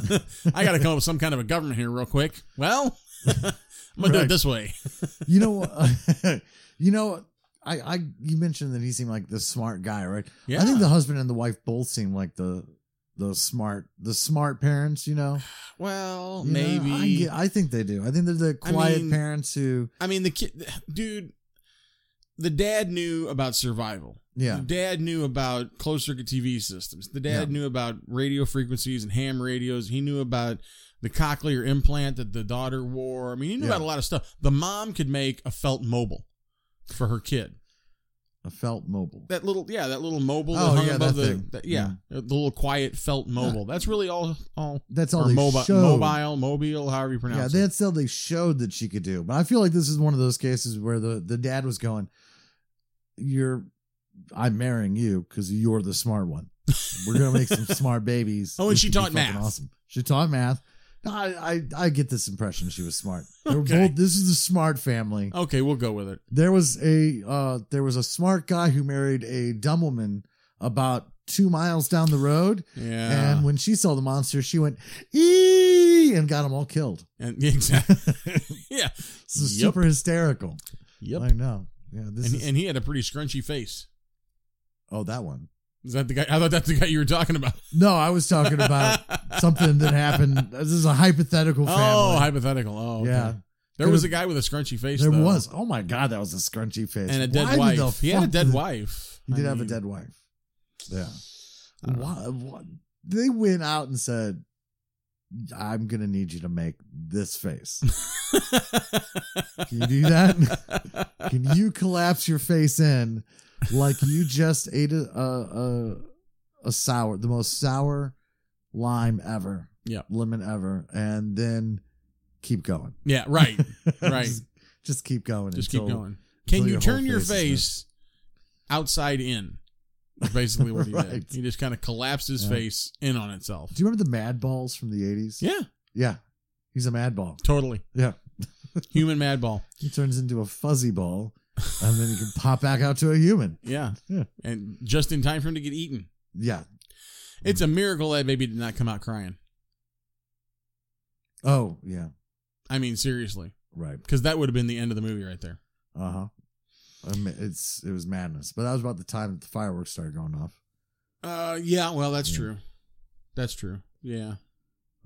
Speaker 2: I got to come up with some kind of a government here real quick. Well, <laughs> I'm gonna do it
Speaker 1: Right.
Speaker 2: this way.
Speaker 1: you know, <laughs> you know, I, I, you mentioned that he seemed like the smart guy, right?
Speaker 2: Yeah.
Speaker 1: I think the husband and the wife both seem like the the smart the smart parents. You
Speaker 2: <sighs>
Speaker 1: know,
Speaker 2: Well,
Speaker 1: You know,
Speaker 2: maybe.
Speaker 1: I, get- I think they do. I think they're the
Speaker 2: I
Speaker 1: quiet
Speaker 2: mean-
Speaker 1: parents who,
Speaker 2: I mean, the kid, <sighs> dude, the dad knew about survival.
Speaker 1: yeah,
Speaker 2: The dad knew about closed circuit TV systems. The dad
Speaker 1: Yeah.
Speaker 2: knew about radio frequencies and ham radios. He knew about the cochlear implant that the daughter wore. I mean, he knew
Speaker 1: Yeah.
Speaker 2: about a lot of stuff. The mom could make a felt mobile for her kid.
Speaker 1: a
Speaker 2: mm.
Speaker 1: felt mobile.
Speaker 2: That little, yeah, that little mobile
Speaker 1: Oh,
Speaker 2: that hung
Speaker 1: yeah,
Speaker 2: above
Speaker 1: that
Speaker 2: the,
Speaker 1: thing.
Speaker 2: that- yeah, the little quiet felt mobile. That's really all, all,
Speaker 1: That's all
Speaker 2: or
Speaker 1: they
Speaker 2: mobile,
Speaker 1: showed.
Speaker 2: mobile, mobile, however you
Speaker 1: Yeah,
Speaker 2: pronounce it.
Speaker 1: that's all they showed that she could do. But I feel like this is one of those cases where the the dad was going, "You're, I'm marrying you because you're the smart one. We're gonna make
Speaker 2: <laughs>
Speaker 1: some smart babies."
Speaker 2: Oh, and
Speaker 1: This
Speaker 2: she
Speaker 1: could be
Speaker 2: taught
Speaker 1: fucking
Speaker 2: math.
Speaker 1: Awesome. She taught math. No, I, I I get this impression she was smart. They were
Speaker 2: Okay. Oh.
Speaker 1: both- this is a smart family.
Speaker 2: Okay, we'll go with it.
Speaker 1: There was a uh, there was a smart guy who married a dumb woman about two miles down the road,
Speaker 2: Yeah.
Speaker 1: and when she saw the monster, she went ee and got them all killed. <laughs>
Speaker 2: And <laughs> exactly. yeah.
Speaker 1: This is
Speaker 2: Yep.
Speaker 1: super hysterical.
Speaker 2: Yep.
Speaker 1: I know. Yeah, this
Speaker 2: And,
Speaker 1: is.
Speaker 2: and he had a pretty scrunchy face.
Speaker 1: oh, that one.
Speaker 2: Is that the guy? I thought that's the guy you were talking about.
Speaker 1: No, I was talking <laughs>
Speaker 2: <laughs>
Speaker 1: about something that happened. This is a hypothetical family.
Speaker 2: Oh, hypothetical. Oh, okay.
Speaker 1: yeah.
Speaker 2: There was a guy with a scrunchy face.
Speaker 1: There
Speaker 2: though,
Speaker 1: was. Oh my god, that was a scrunchy face
Speaker 2: and a dead
Speaker 1: Why did the
Speaker 2: wife. He had a
Speaker 1: fuck
Speaker 2: dead
Speaker 1: did-
Speaker 2: wife.
Speaker 1: He
Speaker 2: I
Speaker 1: did have a
Speaker 2: mean,
Speaker 1: dead wife. Yeah.
Speaker 2: I don't know.
Speaker 1: Why, why- They went out and said, "I'm gonna need you to make this
Speaker 2: <laughs>
Speaker 1: face. Can you do that?
Speaker 2: <laughs>
Speaker 1: Can you collapse your face in like you just ate a a, a, a sour, the most sour lime ever,
Speaker 2: Yeah.
Speaker 1: lemon ever, and then keep going, <laughs>
Speaker 2: yeah, right. Right.
Speaker 1: just, just keep going.
Speaker 2: Just keep
Speaker 1: until-
Speaker 2: going. Can
Speaker 1: until
Speaker 2: you
Speaker 1: your
Speaker 2: turn
Speaker 1: whole
Speaker 2: your
Speaker 1: face is
Speaker 2: face outside in? Is basically
Speaker 1: <laughs>
Speaker 2: what he did.
Speaker 1: Right.
Speaker 2: He just kind of collapsed his
Speaker 1: Yeah.
Speaker 2: face in on itself.
Speaker 1: Do you remember the Mad Balls from the '80s?
Speaker 2: Yeah,
Speaker 1: yeah. He's a Mad Ball.
Speaker 2: totally.
Speaker 1: Yeah. <laughs>
Speaker 2: Human madball.
Speaker 1: He turns into a fuzzy ball, and then he can pop back out to a human.
Speaker 2: Yeah.
Speaker 1: Yeah.
Speaker 2: And just in time for him to get eaten.
Speaker 1: Yeah.
Speaker 2: It's
Speaker 1: Mm.
Speaker 2: a miracle that baby did not come out crying.
Speaker 1: Oh, yeah.
Speaker 2: I mean, seriously,
Speaker 1: Right.
Speaker 2: because that would have been the end of the movie right there.
Speaker 1: Uh huh. it's it was madness, but that was about the time that the fireworks started going off.
Speaker 2: Uh, yeah. Well, that's
Speaker 1: Yeah.
Speaker 2: true. That's true. Yeah.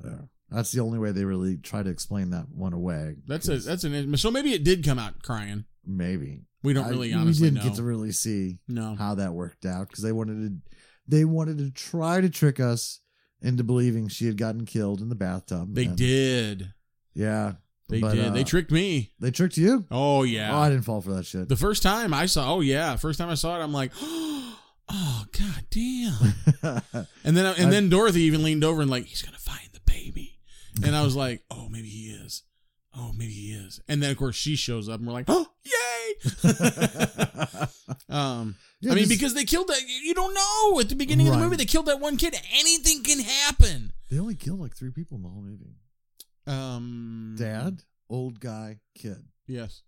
Speaker 1: Yeah. That's the only way they really try to explain that one away.
Speaker 2: That's a
Speaker 1: 'cause
Speaker 2: that's an so maybe it did come out crying.
Speaker 1: Maybe
Speaker 2: We don't
Speaker 1: I-
Speaker 2: really
Speaker 1: we
Speaker 2: honestly
Speaker 1: didn't
Speaker 2: know. Um.
Speaker 1: get to really see
Speaker 2: no.
Speaker 1: how that worked out because they wanted to they wanted to try to trick us into believing she had gotten killed in the bathtub.
Speaker 2: They
Speaker 1: and-
Speaker 2: did.
Speaker 1: Yeah.
Speaker 2: They
Speaker 1: But,
Speaker 2: did.
Speaker 1: uh,
Speaker 2: they tricked me.
Speaker 1: They tricked you.
Speaker 2: Oh
Speaker 1: Oh,
Speaker 2: yeah.
Speaker 1: I didn't fall for that shit.
Speaker 2: the first time I saw. Oh yeah. First time I saw it, I'm like, <gasps> oh god
Speaker 1: <laughs>
Speaker 2: damn. <laughs> And then uh, and
Speaker 1: I-
Speaker 2: then Dorothy even leaned over and like he's gonna find the baby, and I
Speaker 1: <laughs>
Speaker 2: was like, oh maybe he is. Oh maybe he is. And then of course she shows up and we're like, <gasps> oh
Speaker 1: <laughs>
Speaker 2: yay. Um.
Speaker 1: Yeah,
Speaker 2: I mean,
Speaker 1: this-
Speaker 2: because they killed that. You don't know at the beginning of the
Speaker 1: Right.
Speaker 2: movie. They killed that one kid. Anything can happen.
Speaker 1: they only killed like three people in the whole movie.
Speaker 2: Um,
Speaker 1: Dad, old guy, kid.
Speaker 2: Yes,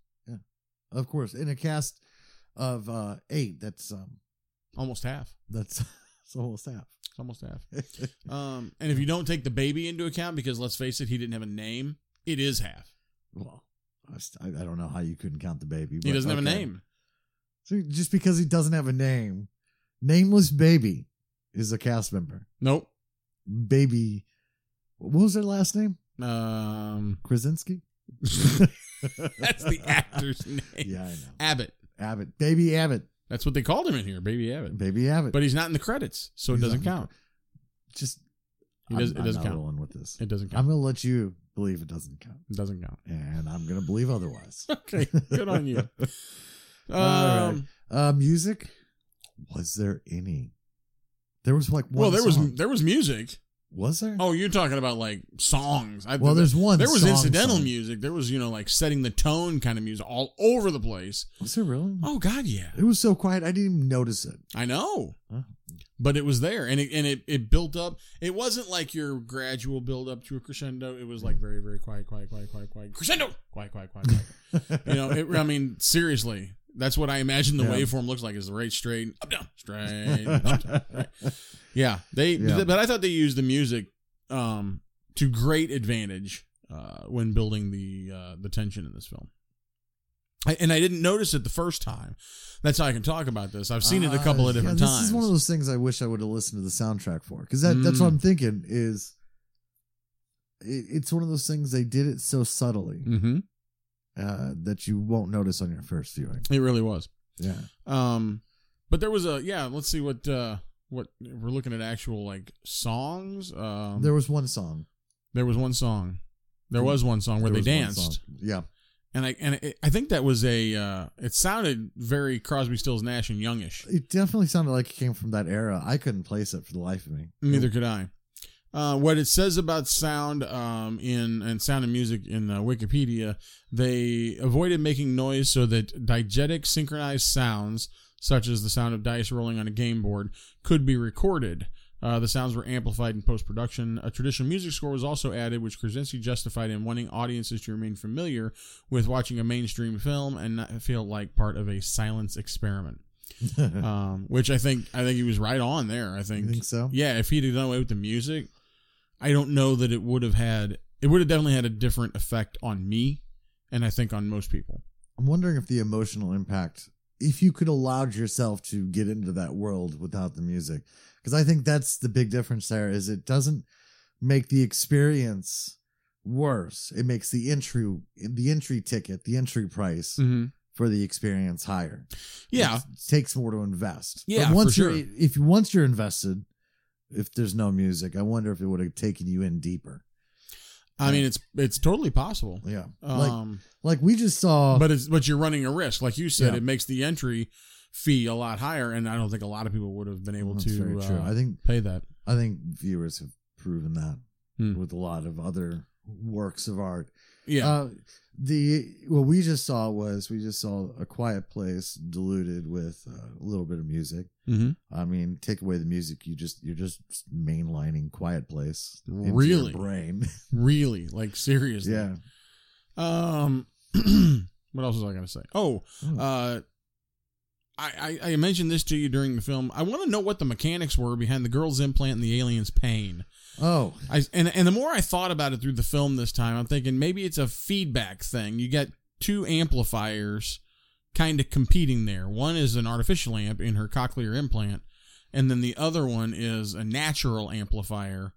Speaker 1: Of course, in a cast of uh eight, that's um
Speaker 2: almost half.
Speaker 1: that's <laughs> it's almost half.
Speaker 2: It's almost half. Um, and if
Speaker 1: Yeah.
Speaker 2: you don't take the baby into account, because let's face it, he didn't have a name. It is half.
Speaker 1: <laughs> well, I, st- I I don't know how you couldn't count the baby.
Speaker 2: He
Speaker 1: but
Speaker 2: doesn't have a
Speaker 1: okay.
Speaker 2: name.
Speaker 1: So just because he doesn't have a name, nameless baby is a cast member.
Speaker 2: Nope.
Speaker 1: Baby, what was their last name?
Speaker 2: Um, <laughs>
Speaker 1: Krasinski. <laughs>
Speaker 2: that's the actor's name.
Speaker 1: Yeah, I know.
Speaker 2: Abbott.
Speaker 1: Abbott, baby Abbott,
Speaker 2: That's what they called him in here, Baby Abbott.
Speaker 1: baby Abbott.
Speaker 2: But he's not in the credits, so it
Speaker 1: He's
Speaker 2: doesn't
Speaker 1: not in the
Speaker 2: count.
Speaker 1: just
Speaker 2: It, does,
Speaker 1: I'm,
Speaker 2: it doesn't
Speaker 1: I'm not
Speaker 2: count.
Speaker 1: rolling with this.
Speaker 2: It doesn't
Speaker 1: I'm
Speaker 2: count.
Speaker 1: gonna let you believe it doesn't count,
Speaker 2: It
Speaker 1: <laughs>
Speaker 2: doesn't count.
Speaker 1: and I'm gonna believe otherwise.
Speaker 2: Okay, <laughs> good on you. Um,
Speaker 1: All right. <laughs> Uh, music? Was there any? There was like one.
Speaker 2: well, there was
Speaker 1: song.
Speaker 2: there was music.
Speaker 1: was there?
Speaker 2: Oh, you're talking about like songs. I,
Speaker 1: well, there's one.
Speaker 2: there was
Speaker 1: song
Speaker 2: incidental
Speaker 1: song.
Speaker 2: music. There was you know like setting the tone kind of music all over the place.
Speaker 1: Was there really?
Speaker 2: Oh God, yeah,
Speaker 1: It was so quiet, I didn't even notice it.
Speaker 2: I know.
Speaker 1: Huh.
Speaker 2: But it was there, and it and it, it built up. It wasn't like your gradual build up to a crescendo. It was like very very quiet, quiet, quiet, quiet, quiet, crescendo, quiet, quiet, quiet. quiet. you know, it, I mean, seriously, that's what I imagine the
Speaker 1: Yeah.
Speaker 2: waveform looks like: is the right, straight, up, down, straight. up, down,
Speaker 1: <laughs>
Speaker 2: right. Yeah, they.
Speaker 1: Yeah.
Speaker 2: But I thought they used the music um, to great advantage uh, when building the uh, the tension in this film. I, and I didn't notice it the first time. That's how I can talk about this. I've seen it a
Speaker 1: Uh,
Speaker 2: couple of
Speaker 1: yeah,
Speaker 2: different
Speaker 1: this
Speaker 2: times.
Speaker 1: is one of those things I wish I would have listened to the soundtrack for, because that, that's what
Speaker 2: Mm.
Speaker 1: I'm thinking is. It, it's one of those things they did it so subtly
Speaker 2: hmm
Speaker 1: uh, that you won't notice on your first viewing.
Speaker 2: It really was.
Speaker 1: Yeah,
Speaker 2: Um, but there was a yeah. Let's see what uh, what we're looking at. Actual like songs. Um,
Speaker 1: there was one song
Speaker 2: There was one song. There
Speaker 1: Hmm.
Speaker 2: was one song where
Speaker 1: There
Speaker 2: they
Speaker 1: was one song.
Speaker 2: danced,
Speaker 1: Yeah,
Speaker 2: and I and it, I think that was a. Uh, it sounded very Crosby, Stills, Nash, and Youngish.
Speaker 1: it definitely sounded like it came from that era. I couldn't place it for the life of me. <laughs>
Speaker 2: Neither could I. Uh, what it says about sound um, in and sound and music in uh, Wikipedia, they avoided making noise so that diegetic synchronized sounds, such as the sound of dice rolling on a game board, could be recorded. Uh, the sounds were amplified in post production. A traditional music score was also added, which Krasinski justified in wanting audiences to remain familiar with watching a mainstream film and not feel like part of a silence experiment. um, which I think I think he was right on there. I
Speaker 1: You
Speaker 2: think
Speaker 1: think so?
Speaker 2: yeah, if he'd have done away with the music, I don't know that it would have had it would have definitely had a different effect on me and I think on most people.
Speaker 1: I'm wondering if the emotional impact, if you could allowed yourself to get into that world without the music, because I think that's the big difference there. Is it doesn't make the experience worse. It makes the entry, the entry ticket, the entry price
Speaker 2: Mm-hmm.
Speaker 1: for the experience higher.
Speaker 2: Yeah.
Speaker 1: it takes more to invest.
Speaker 2: Yeah, for
Speaker 1: once
Speaker 2: sure.
Speaker 1: you're if you once you're invested, if there's no music, I wonder if it would have taken you in deeper.
Speaker 2: I mean it's it's totally possible.
Speaker 1: Yeah, like
Speaker 2: Um
Speaker 1: like we just saw.
Speaker 2: but it's but you're running a risk. Like you said,
Speaker 1: Yeah.
Speaker 2: it makes the entry fee a lot higher and I don't think a lot of people would have been able
Speaker 1: That's
Speaker 2: to
Speaker 1: very true.
Speaker 2: uh,
Speaker 1: I think
Speaker 2: pay that.
Speaker 1: I think viewers have proven that
Speaker 2: Hmm.
Speaker 1: with a lot of other works of art.
Speaker 2: Yeah.
Speaker 1: Uh, the what we just saw was we just saw a quiet place diluted with uh, a little bit of music.
Speaker 2: Mhm.
Speaker 1: I mean, take away the music, you just you're just mainlining quiet place. into your
Speaker 2: Really?
Speaker 1: brain. <laughs>
Speaker 2: Really, like seriously.
Speaker 1: yeah.
Speaker 2: Um, <clears throat> what else was I gonna say? Oh,
Speaker 1: Oh.
Speaker 2: uh, I, I I mentioned this to you during the film. I want to know what the mechanics were behind the girl's implant and the alien's pain.
Speaker 1: Oh,
Speaker 2: I and and the more I thought about it through the film this time, I'm thinking maybe it's a feedback thing. You got two amplifiers kind of competing there. One is an artificial amp in her cochlear implant, and then the other one is a natural amplifier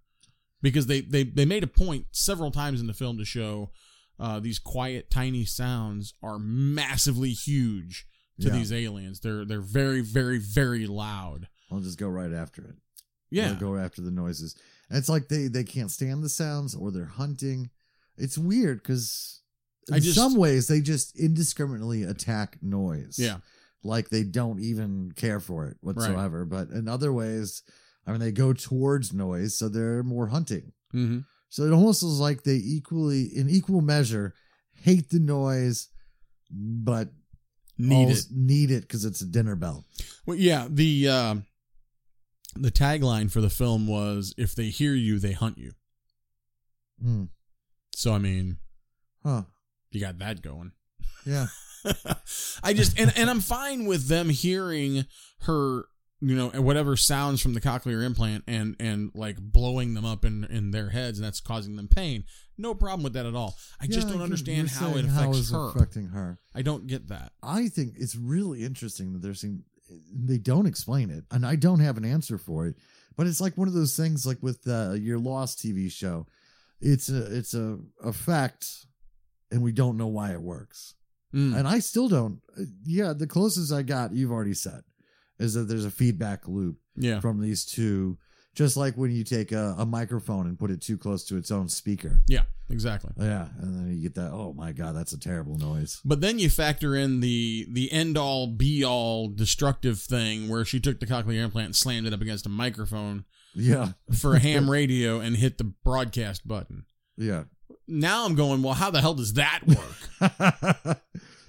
Speaker 2: because they they they made a point several times in the film to show uh, these quiet tiny sounds are massively huge to
Speaker 1: Yeah.
Speaker 2: these aliens. They're they're very very very loud.
Speaker 1: I'll just go right after it.
Speaker 2: Yeah.
Speaker 1: They'll go after the noises. And it's like they they can't stand the sounds or they're hunting. It's weird because in
Speaker 2: I just-
Speaker 1: some ways they just indiscriminately attack noise.
Speaker 2: Yeah.
Speaker 1: Like they don't even care for it whatsoever. But in other ways, I mean they go towards noise, so they're more hunting.
Speaker 2: Mm-hmm.
Speaker 1: So it almost is like they equally in equal measure hate the noise but
Speaker 2: Need it.
Speaker 1: als- need it because it's a dinner bell.
Speaker 2: Well, yeah, the uh, the tagline for the film was "If they hear you, they hunt you."
Speaker 1: Hmm.
Speaker 2: So I mean,
Speaker 1: Huh.
Speaker 2: you got that going. <laughs>
Speaker 1: Yeah.
Speaker 2: I just and and I'm fine with them hearing her, you know, and whatever sounds from the cochlear implant and and like blowing them up in in their heads, and that's causing them pain. No problem with that at all. I just
Speaker 1: Yeah,
Speaker 2: don't
Speaker 1: you're-
Speaker 2: understand
Speaker 1: you're
Speaker 2: how it
Speaker 1: saying
Speaker 2: affects
Speaker 1: is
Speaker 2: her.
Speaker 1: affecting her.
Speaker 2: I don't get that.
Speaker 1: I think it's really interesting that they're seeing they don't explain it, and I don't have an answer for it. But it's like one of those things, like with uh, your Lost TV show. It's a it's a effect, and we don't know why it works.
Speaker 2: Mm.
Speaker 1: And I still don't. Yeah, the closest I got, you've already said, is that there's a feedback loop
Speaker 2: Yeah,
Speaker 1: from these two Just like when you take a, a microphone and put it too close to its own speaker.
Speaker 2: Yeah, exactly.
Speaker 1: Yeah, and then you get that. Oh my god, that's a terrible noise.
Speaker 2: But then you factor in the the end all be all destructive thing where she took the cochlear implant and slammed it up against a microphone
Speaker 1: Yeah,
Speaker 2: for a ham radio and hit the broadcast button.
Speaker 1: yeah. <laughs>
Speaker 2: Now I'm going, well, how the hell does that work?
Speaker 1: but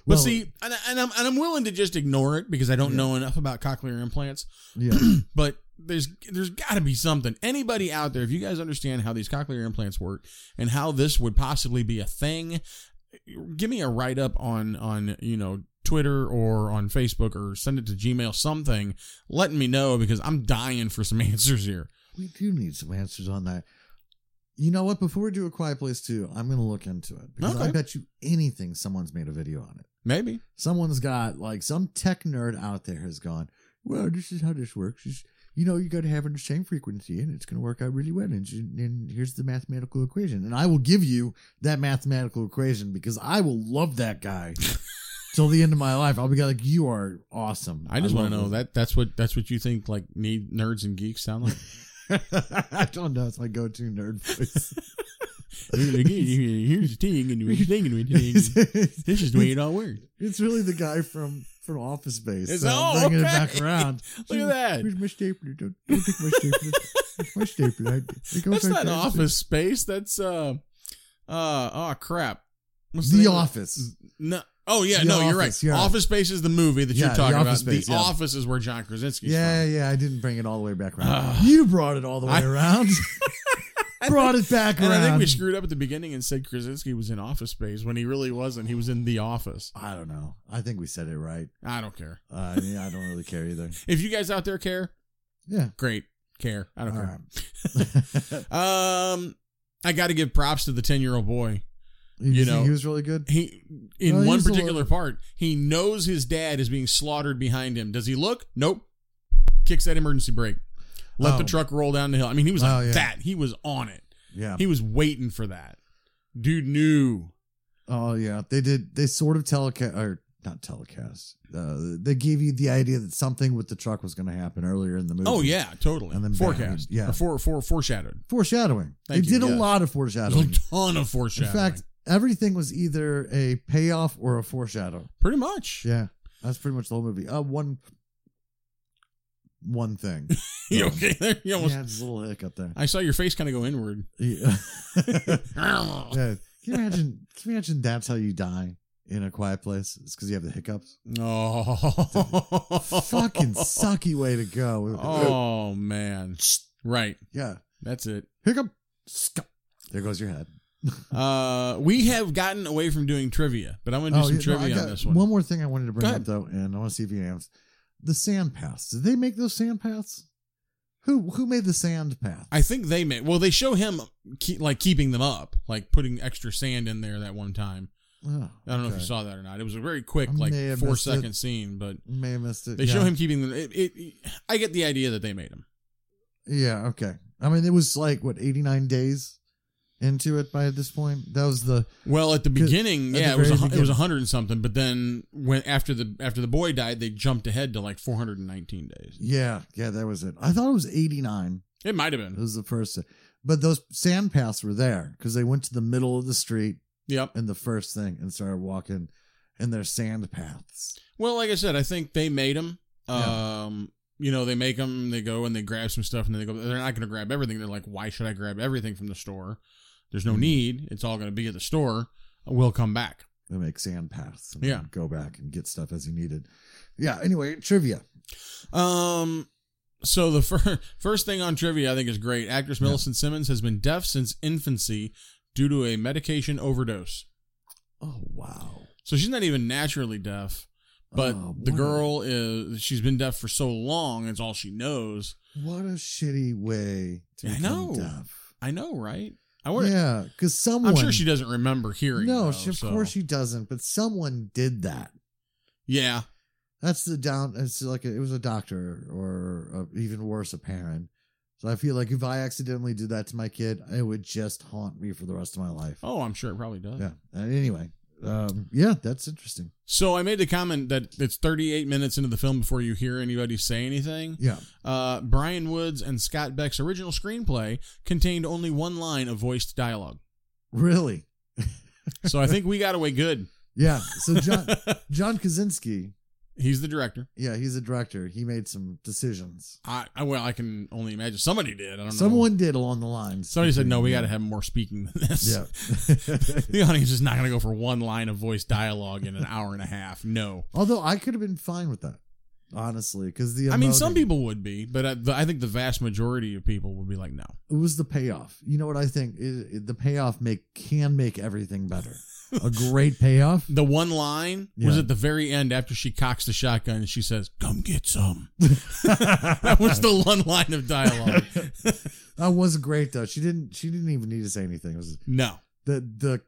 Speaker 2: But see, and, I- and I'm and I'm willing to just ignore it because I don't know enough about cochlear implants.
Speaker 1: yeah,
Speaker 2: <clears throat> But there's there's got to be something. Anybody out there, if you guys understand how these cochlear implants work and how this would possibly be a thing, give me a write up on on you know Twitter or on Facebook or send it to Gmail something, letting me know because I'm dying for some <laughs> answers here.
Speaker 1: we do need some answers on that. You know what? Before we do a Quiet Place Two, I'm gonna look into it because I
Speaker 2: Okay.
Speaker 1: bet you anything someone's made a video on it.
Speaker 2: Maybe
Speaker 1: Someone's got like some tech nerd out there has gone. Well, this is how this works. It's- you know, you got to have it the same frequency, and it's going to work out really well. And, you- and here's the mathematical equation, and I will give you that mathematical equation because I will love that
Speaker 2: <laughs>
Speaker 1: guy till the end of my life. I'll be like, you are awesome.
Speaker 2: I just want to
Speaker 1: love
Speaker 2: know
Speaker 1: you."
Speaker 2: that that's what that's what you think like need nerds and geeks sound like.
Speaker 1: <laughs>
Speaker 2: <laughs>
Speaker 1: I don't know. It's my go-to nerd voice.
Speaker 2: Here's the thing, and we're thinking with
Speaker 1: <laughs>
Speaker 2: <laughs> things. This is the way it all works.
Speaker 1: It's really the guy from from Office Space.
Speaker 2: It's-
Speaker 1: so I'm
Speaker 2: oh,
Speaker 1: bringing it
Speaker 2: okay. <laughs>
Speaker 1: back around.
Speaker 2: Look at that.
Speaker 1: Where's my stapler? Don't, don't take my stapler. It's my stapler. I, it goes
Speaker 2: That's not
Speaker 1: right there.
Speaker 2: Office Space. That's uh, uh, oh crap. What's
Speaker 1: The
Speaker 2: name of it?
Speaker 1: Office.
Speaker 2: No. Oh yeah,
Speaker 1: The
Speaker 2: no, you're
Speaker 1: Office,
Speaker 2: right.
Speaker 1: yeah.
Speaker 2: Office Space is the movie that
Speaker 1: Yeah,
Speaker 2: you're
Speaker 1: The
Speaker 2: talking
Speaker 1: Office
Speaker 2: about.
Speaker 1: Space,
Speaker 2: the
Speaker 1: yeah.
Speaker 2: Office is where John Krasinski's
Speaker 1: Yeah,
Speaker 2: from.
Speaker 1: yeah. I didn't bring it all the way back around.
Speaker 2: Ah.
Speaker 1: you brought it all the way
Speaker 2: I-
Speaker 1: around. <laughs>
Speaker 2: <laughs>
Speaker 1: brought it back
Speaker 2: And
Speaker 1: around.
Speaker 2: <laughs> I think we screwed up at the beginning and said Krasinski was in Office Space when he really wasn't. He was in The Office.
Speaker 1: I don't know. I think we said it right.
Speaker 2: I don't care.
Speaker 1: Uh, I mean, I don't really care either.
Speaker 2: If you guys out there care,
Speaker 1: Yeah.
Speaker 2: great. Care. I don't
Speaker 1: All
Speaker 2: care. <laughs>
Speaker 1: right.
Speaker 2: Um, I got to give props to the ten year old boy.
Speaker 1: <laughs> you
Speaker 2: You
Speaker 1: think
Speaker 2: know-
Speaker 1: he was really good.
Speaker 2: He in
Speaker 1: No, he
Speaker 2: one
Speaker 1: was the
Speaker 2: particular
Speaker 1: one-
Speaker 2: part, he knows his dad is being slaughtered behind him. Does he look? Nope. Kicks that emergency brake. Let the
Speaker 1: Oh.
Speaker 2: truck roll down the hill. I mean, he was
Speaker 1: Oh,
Speaker 2: like
Speaker 1: yeah.
Speaker 2: that. He was on it.
Speaker 1: Yeah.
Speaker 2: He was waiting for that. Dude knew.
Speaker 1: Oh yeah, they did. They sort of telecast or not telecast. Uh, they gave you the idea that something with the truck was going to happen earlier in the movie.
Speaker 2: Oh yeah, totally.
Speaker 1: And then
Speaker 2: forecast.
Speaker 1: bang, yeah.
Speaker 2: Or for, for foreshadowed.
Speaker 1: foreshadowing.
Speaker 2: Thank
Speaker 1: they
Speaker 2: you,
Speaker 1: did a
Speaker 2: yes.
Speaker 1: lot of
Speaker 2: There's a
Speaker 1: foreshadowing.
Speaker 2: ton of
Speaker 1: In
Speaker 2: foreshadowing.
Speaker 1: fact, everything was either a payoff or a foreshadow.
Speaker 2: pretty much.
Speaker 1: Yeah, that's pretty much the whole movie. Uh, one, one
Speaker 2: <laughs>
Speaker 1: thing.
Speaker 2: <laughs> You okay? There, you almost.
Speaker 1: yeah, it's a little hiccup there.
Speaker 2: I saw your face kind of go inward.
Speaker 1: Yeah. <laughs> Yeah. Can you imagine? Can you imagine that's how you die in a quiet place? It's because you have the
Speaker 2: <laughs>
Speaker 1: hiccups.
Speaker 2: <laughs> Oh, <laughs>
Speaker 1: Fucking sucky way to go.
Speaker 2: Oh man. Right.
Speaker 1: Yeah.
Speaker 2: That's it.
Speaker 1: Hiccup. Scup. There goes your head.
Speaker 2: Uh, we have gotten away from doing trivia, but I'm going to do some
Speaker 1: Oh, yeah, no, I
Speaker 2: trivia
Speaker 1: got
Speaker 2: on this one.
Speaker 1: more thing I wanted to
Speaker 2: Go
Speaker 1: bring
Speaker 2: ahead.
Speaker 1: up though, and I want to see if you answer. The sand paths. Did they make those sand paths? Who who made the sand path?
Speaker 2: I think they may. Well, they show him keep, like keeping them up, like putting extra sand in there that one time.
Speaker 1: Oh,
Speaker 2: I don't know if
Speaker 1: okay.
Speaker 2: you saw that or not. It was a very quick,
Speaker 1: I
Speaker 2: like
Speaker 1: may have
Speaker 2: four
Speaker 1: missed
Speaker 2: second
Speaker 1: it.
Speaker 2: scene, but
Speaker 1: May have missed it.
Speaker 2: they
Speaker 1: yeah.
Speaker 2: show him keeping them. It, it, I get the idea that they made him.
Speaker 1: Yeah. Okay. I mean, it was like what eighty nine days into it by this point. That was the
Speaker 2: Well, at the
Speaker 1: 'Cause-
Speaker 2: beginning,
Speaker 1: at
Speaker 2: yeah,
Speaker 1: the
Speaker 2: it was a,
Speaker 1: very
Speaker 2: hun- it was
Speaker 1: beginning.
Speaker 2: a hundred and something, but then when after the after the boy died, they jumped ahead to like 419 days.
Speaker 1: yeah yeah that was it. I thought it was eighty nine.
Speaker 2: It might have
Speaker 1: It
Speaker 2: been.
Speaker 1: was the first. But those sand paths were there because they went to the middle of the street
Speaker 2: Yep.
Speaker 1: and the first thing and started walking in their sand paths.
Speaker 2: Well, like I said, I think they made them.
Speaker 1: Yeah.
Speaker 2: Um, you know, they make them. They go and they grab some stuff, and then they go. They're not going to grab everything. They're like, why should I grab everything from the store? There's no
Speaker 1: Mhm.
Speaker 2: need. It's all going to be at the store. We'll come back.
Speaker 1: They make sand paths. And
Speaker 2: Yeah.
Speaker 1: Go back and get stuff as he needed. Yeah. Anyway, trivia.
Speaker 2: Um, so the fir- <laughs> first thing on trivia, I think, is great. Actress
Speaker 1: Yeah.
Speaker 2: Millicent Simmons has been deaf since infancy due to a medication overdose.
Speaker 1: Oh wow.
Speaker 2: So she's not even naturally deaf, but
Speaker 1: Oh,
Speaker 2: the
Speaker 1: wow.
Speaker 2: girl is. She's been deaf for so long; it's all she knows.
Speaker 1: What a shitty way to
Speaker 2: I
Speaker 1: become
Speaker 2: know.
Speaker 1: deaf.
Speaker 2: I know, right? I wonder.
Speaker 1: yeah, because someone.
Speaker 2: I'm sure she doesn't remember hearing.
Speaker 1: No,
Speaker 2: though,
Speaker 1: she, of
Speaker 2: so-
Speaker 1: course she doesn't. But someone did that.
Speaker 2: Yeah,
Speaker 1: That's the down. It's like a, it was a doctor, or a, even worse, a parent. So I feel like if I accidentally did that to my kid, it would just haunt me for the rest of my life.
Speaker 2: Oh, I'm sure it probably does.
Speaker 1: Yeah. And Uh, anyway, Um, yeah, that's interesting.
Speaker 2: So I made the comment that it's 38 minutes into the film before you hear anybody say anything.
Speaker 1: Yeah.
Speaker 2: Uh, Brian Woods and Scott Beck's original screenplay contained only one line of voiced dialogue.
Speaker 1: Really?
Speaker 2: So I think we got away good.
Speaker 1: Yeah. So
Speaker 2: <laughs>
Speaker 1: John John Kaczynski,
Speaker 2: He's the director.
Speaker 1: yeah, he's a director. He made some decisions.
Speaker 2: I, I well, I can only imagine somebody did. I don't know.
Speaker 1: Someone did along the lines.
Speaker 2: somebody said no. We got to have more speaking than this.
Speaker 1: Yeah.
Speaker 2: <laughs> the audience is not going to go for one line of voice dialogue in an hour and a half. No.
Speaker 1: Although I could have been fine with that, honestly, because the
Speaker 2: I mean, some
Speaker 1: emoting-
Speaker 2: people would be, but I, the, I think the vast majority of people would be like, no.
Speaker 1: it was the payoff. You know what I think? It, it- the payoff make can make everything better. A great payoff.
Speaker 2: The one line was
Speaker 1: Yeah.
Speaker 2: at the very end after she cocks the shotgun and she says, come get some. <laughs> <laughs> that was the one line
Speaker 1: <laughs>
Speaker 2: of dialogue.
Speaker 1: That was great though. She didn't. She didn't even need to say anything. It was
Speaker 2: No.
Speaker 1: the the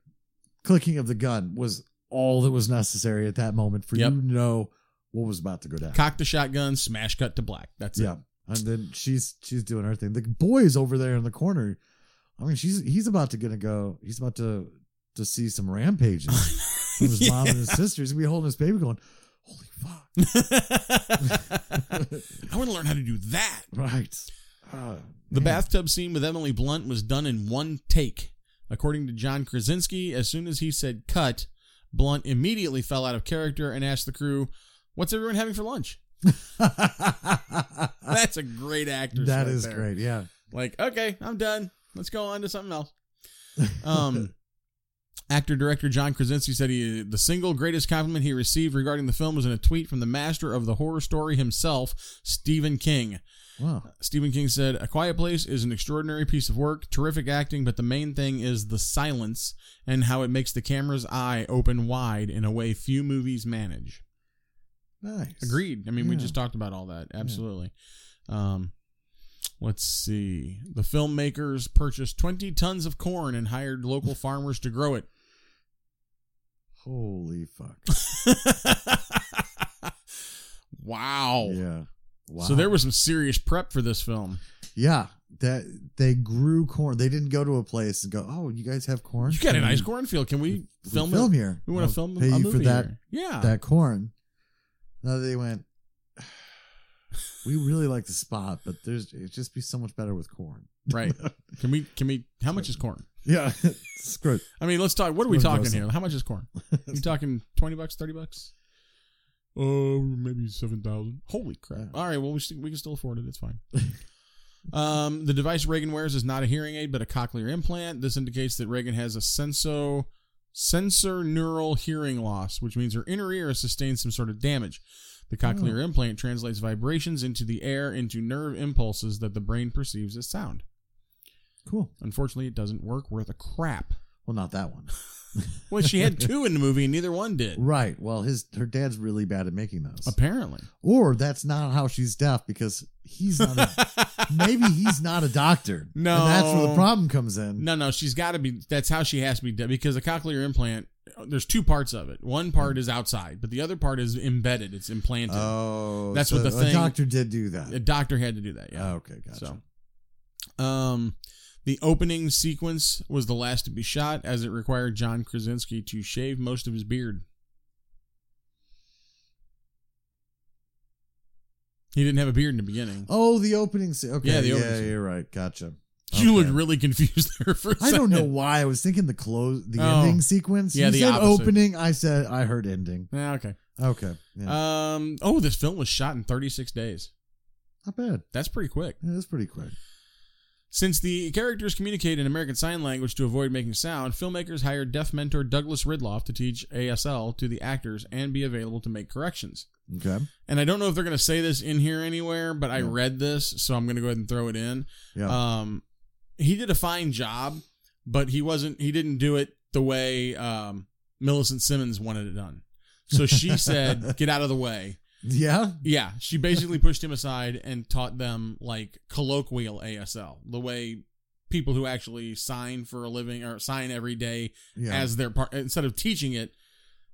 Speaker 1: clicking of the gun was all that was necessary at that moment for
Speaker 2: Yep.
Speaker 1: you to know what was about to go down.
Speaker 2: Cock the shotgun, smash cut to black. That's
Speaker 1: yeah,
Speaker 2: it.
Speaker 1: and then she's she's doing her thing. The boy is over there in the corner. I mean, she's he's about to gonna go. He's about to to see some
Speaker 2: <laughs>
Speaker 1: rampages from his mom and his sister. He's gonna be holding his baby, going, "Holy fuck!"
Speaker 2: <laughs> I want to learn how to do that.
Speaker 1: Right. Uh,
Speaker 2: The
Speaker 1: man.
Speaker 2: bathtub scene with Emily Blunt was done in one take. According to John Krasinski, as soon as he said cut, Blunt immediately fell out of character and asked the crew, What's everyone having for lunch?
Speaker 1: <laughs>
Speaker 2: <laughs> That's a great actor.
Speaker 1: that is great. Yeah.
Speaker 2: Like, okay, I'm done. Let's go on to something else.
Speaker 1: <laughs>
Speaker 2: Um, actor director John Krasinski said he the single greatest compliment he received regarding the film was in a tweet from the master of the horror story himself, Stephen King.
Speaker 1: Wow.
Speaker 2: Stephen King said, A Quiet Place is an extraordinary piece of work, terrific acting, but the main thing is the silence and how it makes the camera's eye open wide in a way few movies manage.
Speaker 1: Nice.
Speaker 2: Agreed. I mean, we
Speaker 1: Yeah.
Speaker 2: just talked about all that. Absolutely. Um, let's see. The filmmakers purchased 20 tons of corn and hired
Speaker 1: <laughs>
Speaker 2: local farmers to grow it. <laughs>
Speaker 1: Holy fuck.
Speaker 2: wow.
Speaker 1: Yeah. Wow.
Speaker 2: Oh. So there was some serious prep for this film.
Speaker 1: Yeah. That they grew corn. They didn't go to a place and go, "Oh, you guys have corn?
Speaker 2: You got a
Speaker 1: Can
Speaker 2: nice
Speaker 1: we-
Speaker 2: cornfield. Can we
Speaker 1: we
Speaker 2: film it?
Speaker 1: film here.
Speaker 2: We want
Speaker 1: I'll
Speaker 2: to film
Speaker 1: pay
Speaker 2: a
Speaker 1: you
Speaker 2: movie
Speaker 1: for that
Speaker 2: here. Ah. Yeah.
Speaker 1: that corn." No, they went. We really like the spot, but there's it'd just be so much better with corn. <laughs>
Speaker 2: right. Can we can we how much is corn?
Speaker 1: Yeah. <laughs> Screw it.
Speaker 2: I mean, let's talk what are we
Speaker 1: Let's
Speaker 2: talking
Speaker 1: gross
Speaker 2: here? How much is corn? you talking 20 bucks, 30 bucks? Oh, maybe 7,000. Holy crap. All right, well we st- we can still afford it. It's fine. <laughs> um, the device Reagan wears is not a hearing aid but a cochlear implant. This indicates that Reagan has a senso sensor neural hearing loss, which means her inner ear has sustained some sort of damage. The cochlear implant translates vibrations into the air into nerve impulses that the brain perceives as sound.
Speaker 1: Cool.
Speaker 2: Unfortunately, it doesn't work worth a crap.
Speaker 1: Well, not that one.
Speaker 2: Well, she had two in the movie, and neither
Speaker 1: <laughs>
Speaker 2: one did.
Speaker 1: Right. Well, his her dad's really bad at making those.
Speaker 2: Apparently,
Speaker 1: Or that's not how she's deaf because he's not. A,
Speaker 2: <laughs>
Speaker 1: maybe he's not a doctor.
Speaker 2: No.
Speaker 1: and that's where the problem comes in.
Speaker 2: no, no, she's got to be. That's how she has to be done because the cochlear implant. There's two parts of it. One part is outside, but the other part is embedded. It's implanted.
Speaker 1: Oh,
Speaker 2: That's
Speaker 1: so
Speaker 2: what the thing-
Speaker 1: A doctor did do
Speaker 2: a
Speaker 1: that.
Speaker 2: doctor had to do that. Yeah.
Speaker 1: Oh, okay, gotcha.
Speaker 2: So, um, the opening sequence was the last to be shot, as it required John Krasinski to shave most of his beard. He didn't have a beard in the beginning.
Speaker 1: Oh, the opening. se- Okay,
Speaker 2: Yeah,
Speaker 1: yeah,
Speaker 2: the opening
Speaker 1: yeah,
Speaker 2: scene.
Speaker 1: you're right. Gotcha.
Speaker 2: You
Speaker 1: Okay.
Speaker 2: looked really confused <laughs> there for a
Speaker 1: I don't know
Speaker 2: second.
Speaker 1: why I was thinking the close, the
Speaker 2: Oh.
Speaker 1: ending sequence.
Speaker 2: Yeah,
Speaker 1: you
Speaker 2: the
Speaker 1: said
Speaker 2: opposite.
Speaker 1: opening. I said I heard ending.
Speaker 2: Yeah, okay.
Speaker 1: Okay, yeah,
Speaker 2: Um. Oh, this film was shot in 36 days.
Speaker 1: not bad.
Speaker 2: That's pretty quick.
Speaker 1: Yeah, that's pretty quick.
Speaker 2: Since the characters communicate in American Sign Language to avoid making sound, filmmakers hired deaf mentor Douglas Ridloff to teach ASL to the actors and be available to make corrections.
Speaker 1: Okay,
Speaker 2: And I don't know if they're going to say this in here anywhere, but I
Speaker 1: Yeah.
Speaker 2: read this, so I'm going to go ahead and throw it in.
Speaker 1: yeah,
Speaker 2: Um, he did a fine job, but he wasn't. He didn't do it the way um, Millicent Simmons wanted it done. So
Speaker 1: <laughs>
Speaker 2: she said, "Get out of the way."
Speaker 1: yeah.
Speaker 2: Yeah,
Speaker 1: <laughs>
Speaker 2: she basically pushed him aside and taught them like colloquial ASL, the way people who actually sign for a living or sign every day
Speaker 1: yeah.
Speaker 2: as their part instead of teaching it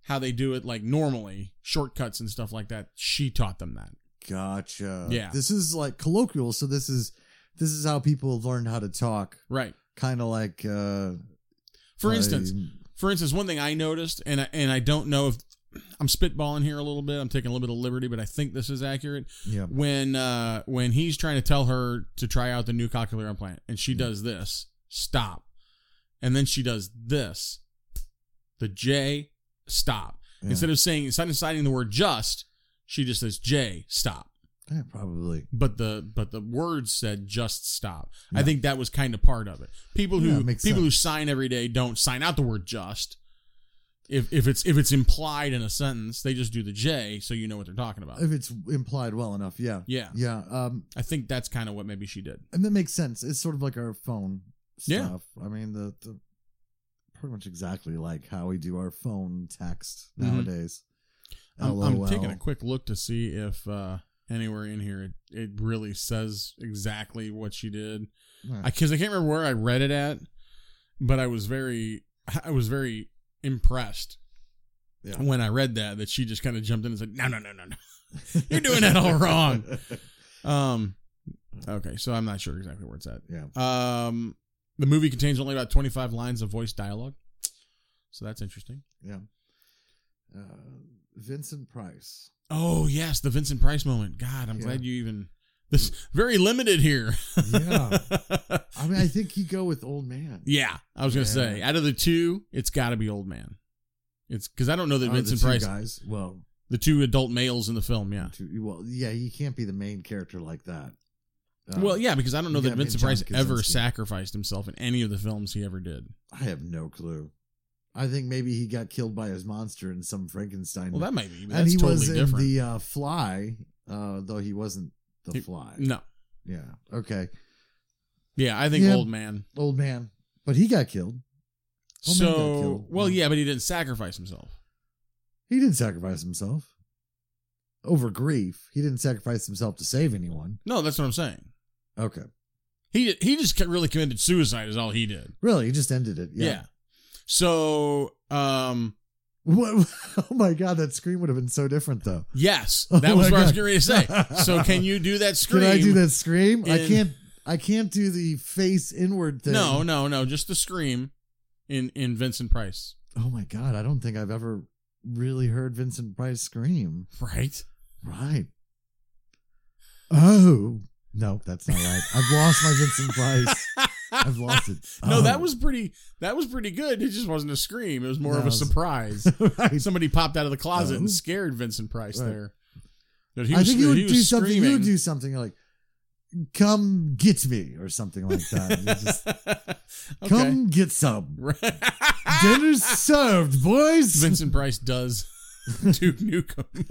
Speaker 2: how they do it like normally, shortcuts and stuff like that. She taught them that.
Speaker 1: Gotcha.
Speaker 2: Yeah.
Speaker 1: This is like colloquial, so this is this is how people learn how to talk,
Speaker 2: Right.
Speaker 1: kind of like uh
Speaker 2: For
Speaker 1: by-
Speaker 2: instance, For instance, one thing I noticed, and I, and I don't know if I'm spitballing here a little bit. I'm taking a little bit of liberty, but I think this is accurate.
Speaker 1: Yeah.
Speaker 2: When uh, when he's trying to tell her to try out the new cochlear implant, and she does this, stop, and then she does this, the J, stop.
Speaker 1: Yeah.
Speaker 2: Instead of saying instead of citing the word just, she just says J, stop.
Speaker 1: Yeah, probably.
Speaker 2: But the but the words said just stop. I
Speaker 1: Yeah.
Speaker 2: think that was kind of part of it. People
Speaker 1: Yeah,
Speaker 2: who
Speaker 1: it
Speaker 2: people
Speaker 1: makes
Speaker 2: who
Speaker 1: sense.
Speaker 2: sign every day don't sign out the word just. If if it's if it's implied in a sentence, they just do the J so you know what they're talking about.
Speaker 1: If it's implied well enough, yeah.
Speaker 2: Yeah.
Speaker 1: Yeah. Um,
Speaker 2: I think that's kind of what maybe she did.
Speaker 1: and that makes sense. It's sort of like our phone
Speaker 2: Yeah.
Speaker 1: stuff. I mean, the, the pretty much exactly like how we do our phone text nowadays.
Speaker 2: Mm-hmm. I'm,
Speaker 1: LOL.
Speaker 2: I'm taking a quick look to see if uh anywhere in here it, it really says exactly what she did.
Speaker 1: Yeah.
Speaker 2: I cuz I can't remember where I read it at, but I was very I was very impressed
Speaker 1: Yeah.
Speaker 2: when I read that that she just kind of jumped in and said, "No, no, no, no, no." You're doing that all wrong. Um, okay, so I'm not sure exactly where it's at.
Speaker 1: Yeah.
Speaker 2: Um, the movie contains only about 25 lines of voice dialogue, so that's interesting.
Speaker 1: Yeah. <laughs> Uh, Vincent
Speaker 2: <laughs>
Speaker 1: Price.
Speaker 2: Oh yes, the Vincent Price moment. God, I'm
Speaker 1: Yeah.
Speaker 2: glad you even. This very limited here.
Speaker 1: Yeah. I mean, I think you go with old man.
Speaker 2: <laughs> yeah, I was gonna say out of the two, it's got to be old man. It's because I don't know that
Speaker 1: Or Oh, the
Speaker 2: Vincent
Speaker 1: two
Speaker 2: Price,
Speaker 1: guys. Well,
Speaker 2: the two adult males in the film. Yeah.
Speaker 1: two, well, yeah, you can't be the main character like that. Uh,
Speaker 2: well, yeah, because I don't know
Speaker 1: you
Speaker 2: that
Speaker 1: gotta be
Speaker 2: Vincent
Speaker 1: John
Speaker 2: Price ever
Speaker 1: Krasinski.
Speaker 2: sacrificed himself in any of the films he ever did.
Speaker 1: I have no clue. I think maybe he got killed by his monster in some Frankenstein.
Speaker 2: Well, that might be. But
Speaker 1: and
Speaker 2: that's
Speaker 1: he
Speaker 2: totally
Speaker 1: was in
Speaker 2: different.
Speaker 1: the uh, Fly, uh, though he wasn't the
Speaker 2: He-
Speaker 1: Fly.
Speaker 2: no.
Speaker 1: Yeah. Okay.
Speaker 2: Yeah, I think
Speaker 1: Yeah.
Speaker 2: old man.
Speaker 1: Old man, but he got killed. Old man got
Speaker 2: so
Speaker 1: killed.
Speaker 2: well, yeah, but he didn't sacrifice himself.
Speaker 1: He didn't sacrifice himself over grief. He didn't sacrifice himself to save anyone.
Speaker 2: No, that's what I'm saying.
Speaker 1: Okay.
Speaker 2: He he just really committed suicide is all he did.
Speaker 1: Really, he just ended it.
Speaker 2: Yeah.
Speaker 1: Yeah.
Speaker 2: So um
Speaker 1: <laughs> What, <laughs> oh my god, that scream would have been so different though.
Speaker 2: yes,
Speaker 1: <laughs> Oh
Speaker 2: that was
Speaker 1: my
Speaker 2: what I was
Speaker 1: God.
Speaker 2: getting ready to say. So can you do that
Speaker 1: <laughs>
Speaker 2: scream?
Speaker 1: Can I do that scream? I
Speaker 2: in-
Speaker 1: can't. I can't do the face inward thing.
Speaker 2: No, no, no, just the scream in in Vincent Price.
Speaker 1: Oh my god, I don't think I've ever really heard Vincent Price scream.
Speaker 2: <laughs> Right?
Speaker 1: Right. Oh no, that's not right. I've lost my Vincent Price. I've lost it.
Speaker 2: <laughs> No,
Speaker 1: Oh.
Speaker 2: that was pretty that was pretty good. It just wasn't a scream. It was more
Speaker 1: No,
Speaker 2: of
Speaker 1: it
Speaker 2: a
Speaker 1: was- <laughs>
Speaker 2: surprise.
Speaker 1: <laughs> right.
Speaker 2: Somebody popped out of the closet
Speaker 1: Oh.
Speaker 2: and scared Vincent Price
Speaker 1: Right.
Speaker 2: there. But he
Speaker 1: I
Speaker 2: was,
Speaker 1: think you would
Speaker 2: he was
Speaker 1: do something. You
Speaker 2: screaming.
Speaker 1: would
Speaker 2: <laughs>
Speaker 1: do something like, "Come get me" or something like that.
Speaker 2: <laughs>
Speaker 1: You just,
Speaker 2: okay.
Speaker 1: Come get some. Dinner's served, boys.
Speaker 2: <laughs> Vincent Price does Duke Nukem.
Speaker 1: <laughs> <laughs>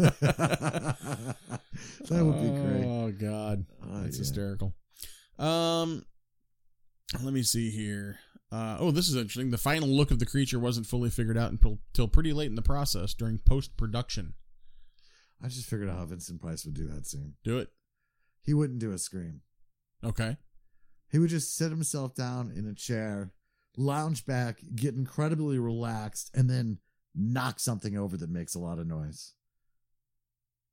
Speaker 1: that would be great.
Speaker 2: Oh God,
Speaker 1: Oh,
Speaker 2: that's
Speaker 1: yeah.
Speaker 2: hysterical. Um, let me see here. Uh, oh, this is interesting. The final look of the creature wasn't fully figured out until, until pretty late in the process during post production.
Speaker 1: I just figured out how Vincent Price would do that scene.
Speaker 2: Do it.
Speaker 1: He wouldn't do a scream.
Speaker 2: Okay.
Speaker 1: He would just sit himself down in a chair, lounge back, get incredibly relaxed, and then knock something over that makes a lot of noise.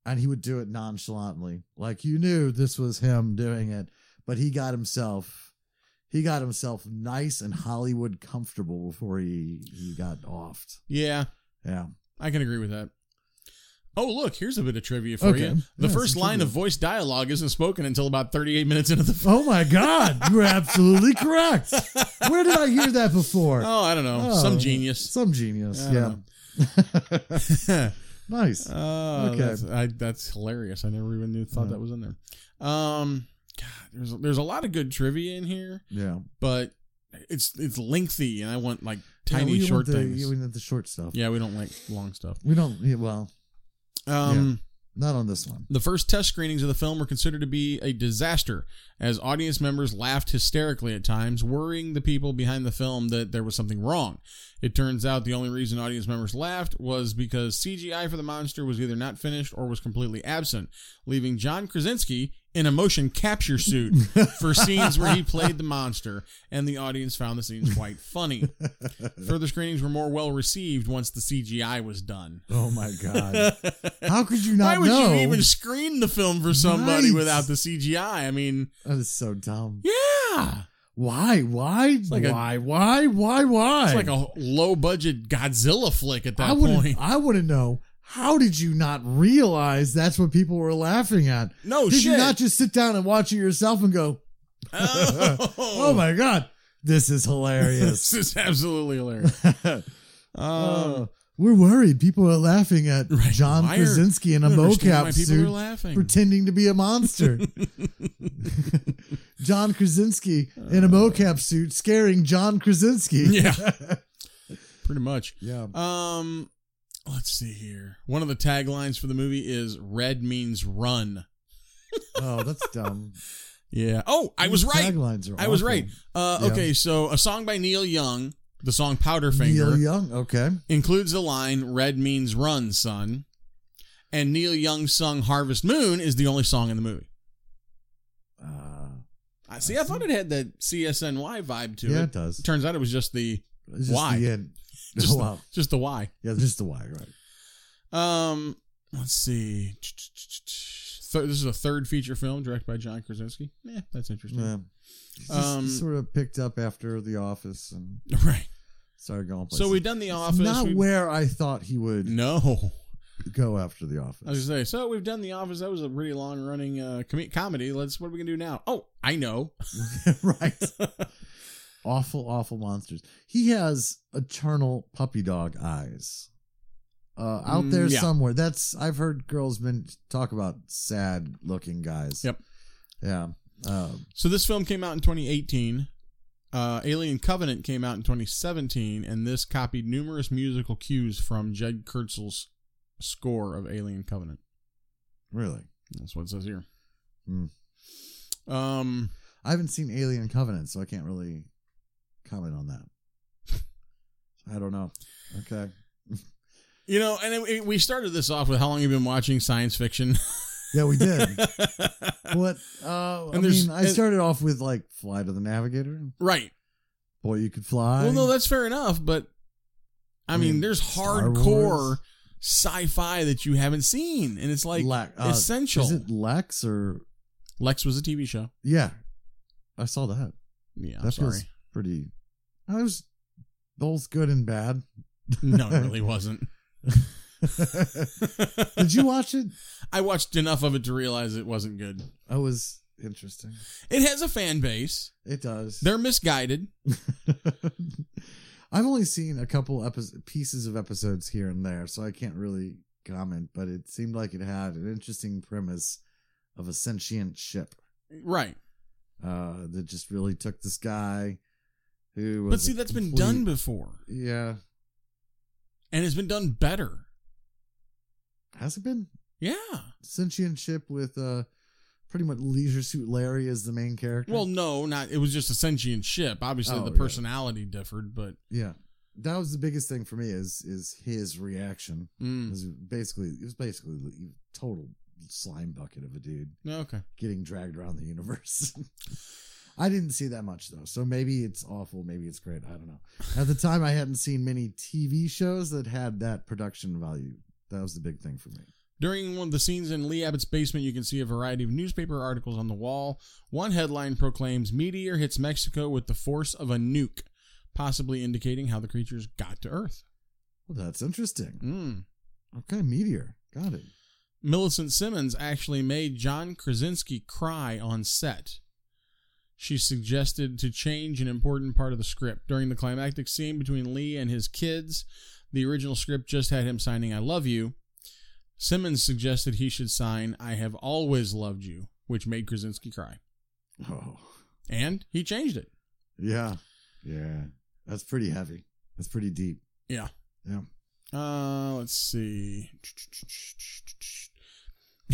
Speaker 1: And he would do it nonchalantly, like you knew this was him doing it, but he got himself he got himself nice and Hollywood comfortable before he he got offed.
Speaker 2: Yeah,
Speaker 1: Yeah.
Speaker 2: I can agree with that. Oh, look, here's a bit of trivia for
Speaker 1: Okay.
Speaker 2: you. The
Speaker 1: Yeah,
Speaker 2: first
Speaker 1: some
Speaker 2: line
Speaker 1: trivia.
Speaker 2: of voice dialogue isn't spoken until about 38 minutes
Speaker 1: <laughs>
Speaker 2: into the film.
Speaker 1: Oh my God, you're absolutely correct. Where did I hear that before?
Speaker 2: Oh, I don't know.
Speaker 1: Oh,
Speaker 2: Some
Speaker 1: <laughs>
Speaker 2: genius.
Speaker 1: Some genius,
Speaker 2: I
Speaker 1: yeah.
Speaker 2: don't
Speaker 1: <laughs> nice.
Speaker 2: Oh,
Speaker 1: Okay.
Speaker 2: that's, I, that's hilarious. I never even knew thought
Speaker 1: Yeah.
Speaker 2: that was in there. Um, God, there's there's a lot of good trivia in here,
Speaker 1: Yeah.
Speaker 2: but it's it's lengthy, and I want like tiny
Speaker 1: Yeah, we
Speaker 2: short
Speaker 1: want the,
Speaker 2: things.
Speaker 1: yeah, We want the short stuff.
Speaker 2: yeah, we don't like long stuff.
Speaker 1: We don't, yeah, well,
Speaker 2: Um,
Speaker 1: not on this one.
Speaker 2: the first test screenings of the film were considered to be a disaster, as audience members laughed hysterically at times, worrying the people behind the film that there was something wrong. It turns out the only reason audience members laughed was because CGI for the monster was either not finished or was completely absent, leaving John Krasinski in a motion capture suit for scenes where he played the monster, and the audience found the scenes quite funny. Further screenings were more well received once the CGI was done.
Speaker 1: Oh
Speaker 2: <laughs>
Speaker 1: my God. How could you not
Speaker 2: Why would
Speaker 1: know?
Speaker 2: you even screen the film for somebody
Speaker 1: Right.
Speaker 2: without the CGI? I mean,
Speaker 1: that is so dumb.
Speaker 2: yeah.
Speaker 1: Why? Why?
Speaker 2: like a-
Speaker 1: why? why? Why? Why?
Speaker 2: It's like a low budget Godzilla flick at that
Speaker 1: I wouldn't-
Speaker 2: point.
Speaker 1: I want to know how did you not realize that's what people were laughing at? did
Speaker 2: no Oh, shit.
Speaker 1: you not just sit down and watch it yourself and go,
Speaker 2: <laughs> oh.
Speaker 1: "Oh my god, this is
Speaker 2: <laughs> This <laughs>
Speaker 1: hilarious"?
Speaker 2: is
Speaker 1: <laughs>
Speaker 2: absolutely hilarious. Um,
Speaker 1: Uh, we're worried. People are laughing at
Speaker 2: Right.
Speaker 1: John
Speaker 2: Why are-
Speaker 1: Krasinski in
Speaker 2: I
Speaker 1: a
Speaker 2: don't understand
Speaker 1: mocap
Speaker 2: why people were
Speaker 1: suit
Speaker 2: laughing.
Speaker 1: pretending to be a monster. John Krasinski in a mocap suit scaring John Krasinski.
Speaker 2: <laughs> Uh. Yeah.
Speaker 1: <laughs>
Speaker 2: Pretty much.
Speaker 1: yeah.
Speaker 2: Um, let's see here. One of the taglines for the movie is "Red means run."
Speaker 1: Oh, that's dumb.
Speaker 2: Yeah. Oh, I was
Speaker 1: These
Speaker 2: right.
Speaker 1: Taglines are
Speaker 2: I was
Speaker 1: awful.
Speaker 2: right. Uh,
Speaker 1: Yeah.
Speaker 2: okay, so a song by Neil Young, the song
Speaker 1: Neil
Speaker 2: Powderfinger,
Speaker 1: Young. Okay.
Speaker 2: includes the line "Red means run, son," and Neil Young's song "Harvest Moon" is the only song in the movie.
Speaker 1: Uh,
Speaker 2: I see. I thought it had that CSNY vibe to
Speaker 1: yeah, it
Speaker 2: it.
Speaker 1: does.
Speaker 2: Turns out it was just the
Speaker 1: It's just
Speaker 2: Why?
Speaker 1: <laughs> The end.
Speaker 2: <laughs> Just
Speaker 1: oh, <laughs> wow.
Speaker 2: just the Y.
Speaker 1: Yeah, just the why, right?
Speaker 2: Um, let's see. Th- This is a third feature film directed by John Krasinski. Yeah, that's interesting.
Speaker 1: Yeah. Just
Speaker 2: Um,
Speaker 1: sort of picked up after The Office and
Speaker 2: <laughs> Right.
Speaker 1: started going places.
Speaker 2: So we've done the
Speaker 1: It's
Speaker 2: office.
Speaker 1: Not
Speaker 2: we-
Speaker 1: where I thought he would
Speaker 2: no. <laughs>
Speaker 1: go after The Office.
Speaker 2: I was gonna say, so we've done The Office. That was a pretty long running uh, com- comedy. Let's, what are we gonna do now? Oh, I know.
Speaker 1: <laughs> right. awful, awful monsters. He has eternal puppy dog eyes. Uh, out
Speaker 2: Mm,
Speaker 1: there
Speaker 2: yeah.
Speaker 1: somewhere. That's I've heard girls men talk about sad looking guys.
Speaker 2: Yep.
Speaker 1: Yeah. Um,
Speaker 2: So this film came out in 2018. Uh, Alien Covenant came out in 2017, and this copied numerous musical cues from Jed Kurtzel's score of Alien Covenant.
Speaker 1: really.
Speaker 2: That's what it says here.
Speaker 1: Hmm.
Speaker 2: Um,
Speaker 1: I haven't seen Alien Covenant, so I can't really comment on that. I don't know. Okay.
Speaker 2: you know, and it, it- we started this off with how long you've been watching science fiction. <laughs>
Speaker 1: Yeah, we did. what? Uh, I
Speaker 2: And there's-
Speaker 1: mean, I
Speaker 2: and-
Speaker 1: started off with like Fly to the Navigator.
Speaker 2: right.
Speaker 1: Boy, you could fly.
Speaker 2: Well, no, that's fair enough, but I,
Speaker 1: I
Speaker 2: mean,
Speaker 1: mean,
Speaker 2: there's
Speaker 1: Star
Speaker 2: hardcore
Speaker 1: Wars.
Speaker 2: sci-fi that you haven't seen, and it's like
Speaker 1: Le- uh,
Speaker 2: essential.
Speaker 1: Is it Lex or
Speaker 2: Lex was a TV show.
Speaker 1: Yeah, I saw that.
Speaker 2: Yeah, I'm
Speaker 1: that
Speaker 2: sorry.
Speaker 1: feels pretty. I was both good and
Speaker 2: <laughs>
Speaker 1: bad.
Speaker 2: no, it really wasn't. <laughs>
Speaker 1: Did you watch it?
Speaker 2: I watched enough of it to realize it wasn't good.
Speaker 1: I was interesting.
Speaker 2: It has a fan base.
Speaker 1: It does.
Speaker 2: They're misguided.
Speaker 1: <laughs> I've only seen a couple episodes, pieces of episodes here and there, so I can't really comment. But it seemed like it had an interesting premise of a sentient ship
Speaker 2: Right.
Speaker 1: uh, that just really took this guy who. Was
Speaker 2: But see,
Speaker 1: a
Speaker 2: that's been
Speaker 1: complete-
Speaker 2: done before.
Speaker 1: Yeah,
Speaker 2: And it's been done better.
Speaker 1: has it been?
Speaker 2: Yeah.
Speaker 1: sentient ship with uh pretty much leisure suit larry as the main character
Speaker 2: Well, no, not it was just a sentient ship. Obviously
Speaker 1: Oh,
Speaker 2: the
Speaker 1: yeah.
Speaker 2: personality differed, but
Speaker 1: yeah that was the biggest thing for me is is his reaction it
Speaker 2: mm,
Speaker 1: was basically it was basically the total slime bucket of a dude
Speaker 2: okay.
Speaker 1: getting dragged around the universe <laughs> i didn't see that much though so maybe it's awful maybe it's great i don't know at the time i hadn't seen many tv shows that had that production value that was the big thing for me
Speaker 2: During one of the scenes in Lee Abbott's basement, you can see a variety of newspaper articles on the wall. One headline proclaims Meteor hits Mexico with the force of a nuke, possibly indicating how the creatures got to Earth.
Speaker 1: well that's interesting
Speaker 2: Mm.
Speaker 1: okay meteor got it
Speaker 2: Millicent Simmons actually made John Krasinski cry on set. She suggested to change an important part of the script. During the climactic scene between Lee and his kids, the original script just had him signing I Love You. Simmons suggested he should sign I Have Always Loved You, which made Krasinski cry.
Speaker 1: oh
Speaker 2: And he changed it.
Speaker 1: Yeah. Yeah. That's pretty heavy. That's pretty deep.
Speaker 2: Yeah.
Speaker 1: Yeah.
Speaker 2: Uh, let's see. <laughs>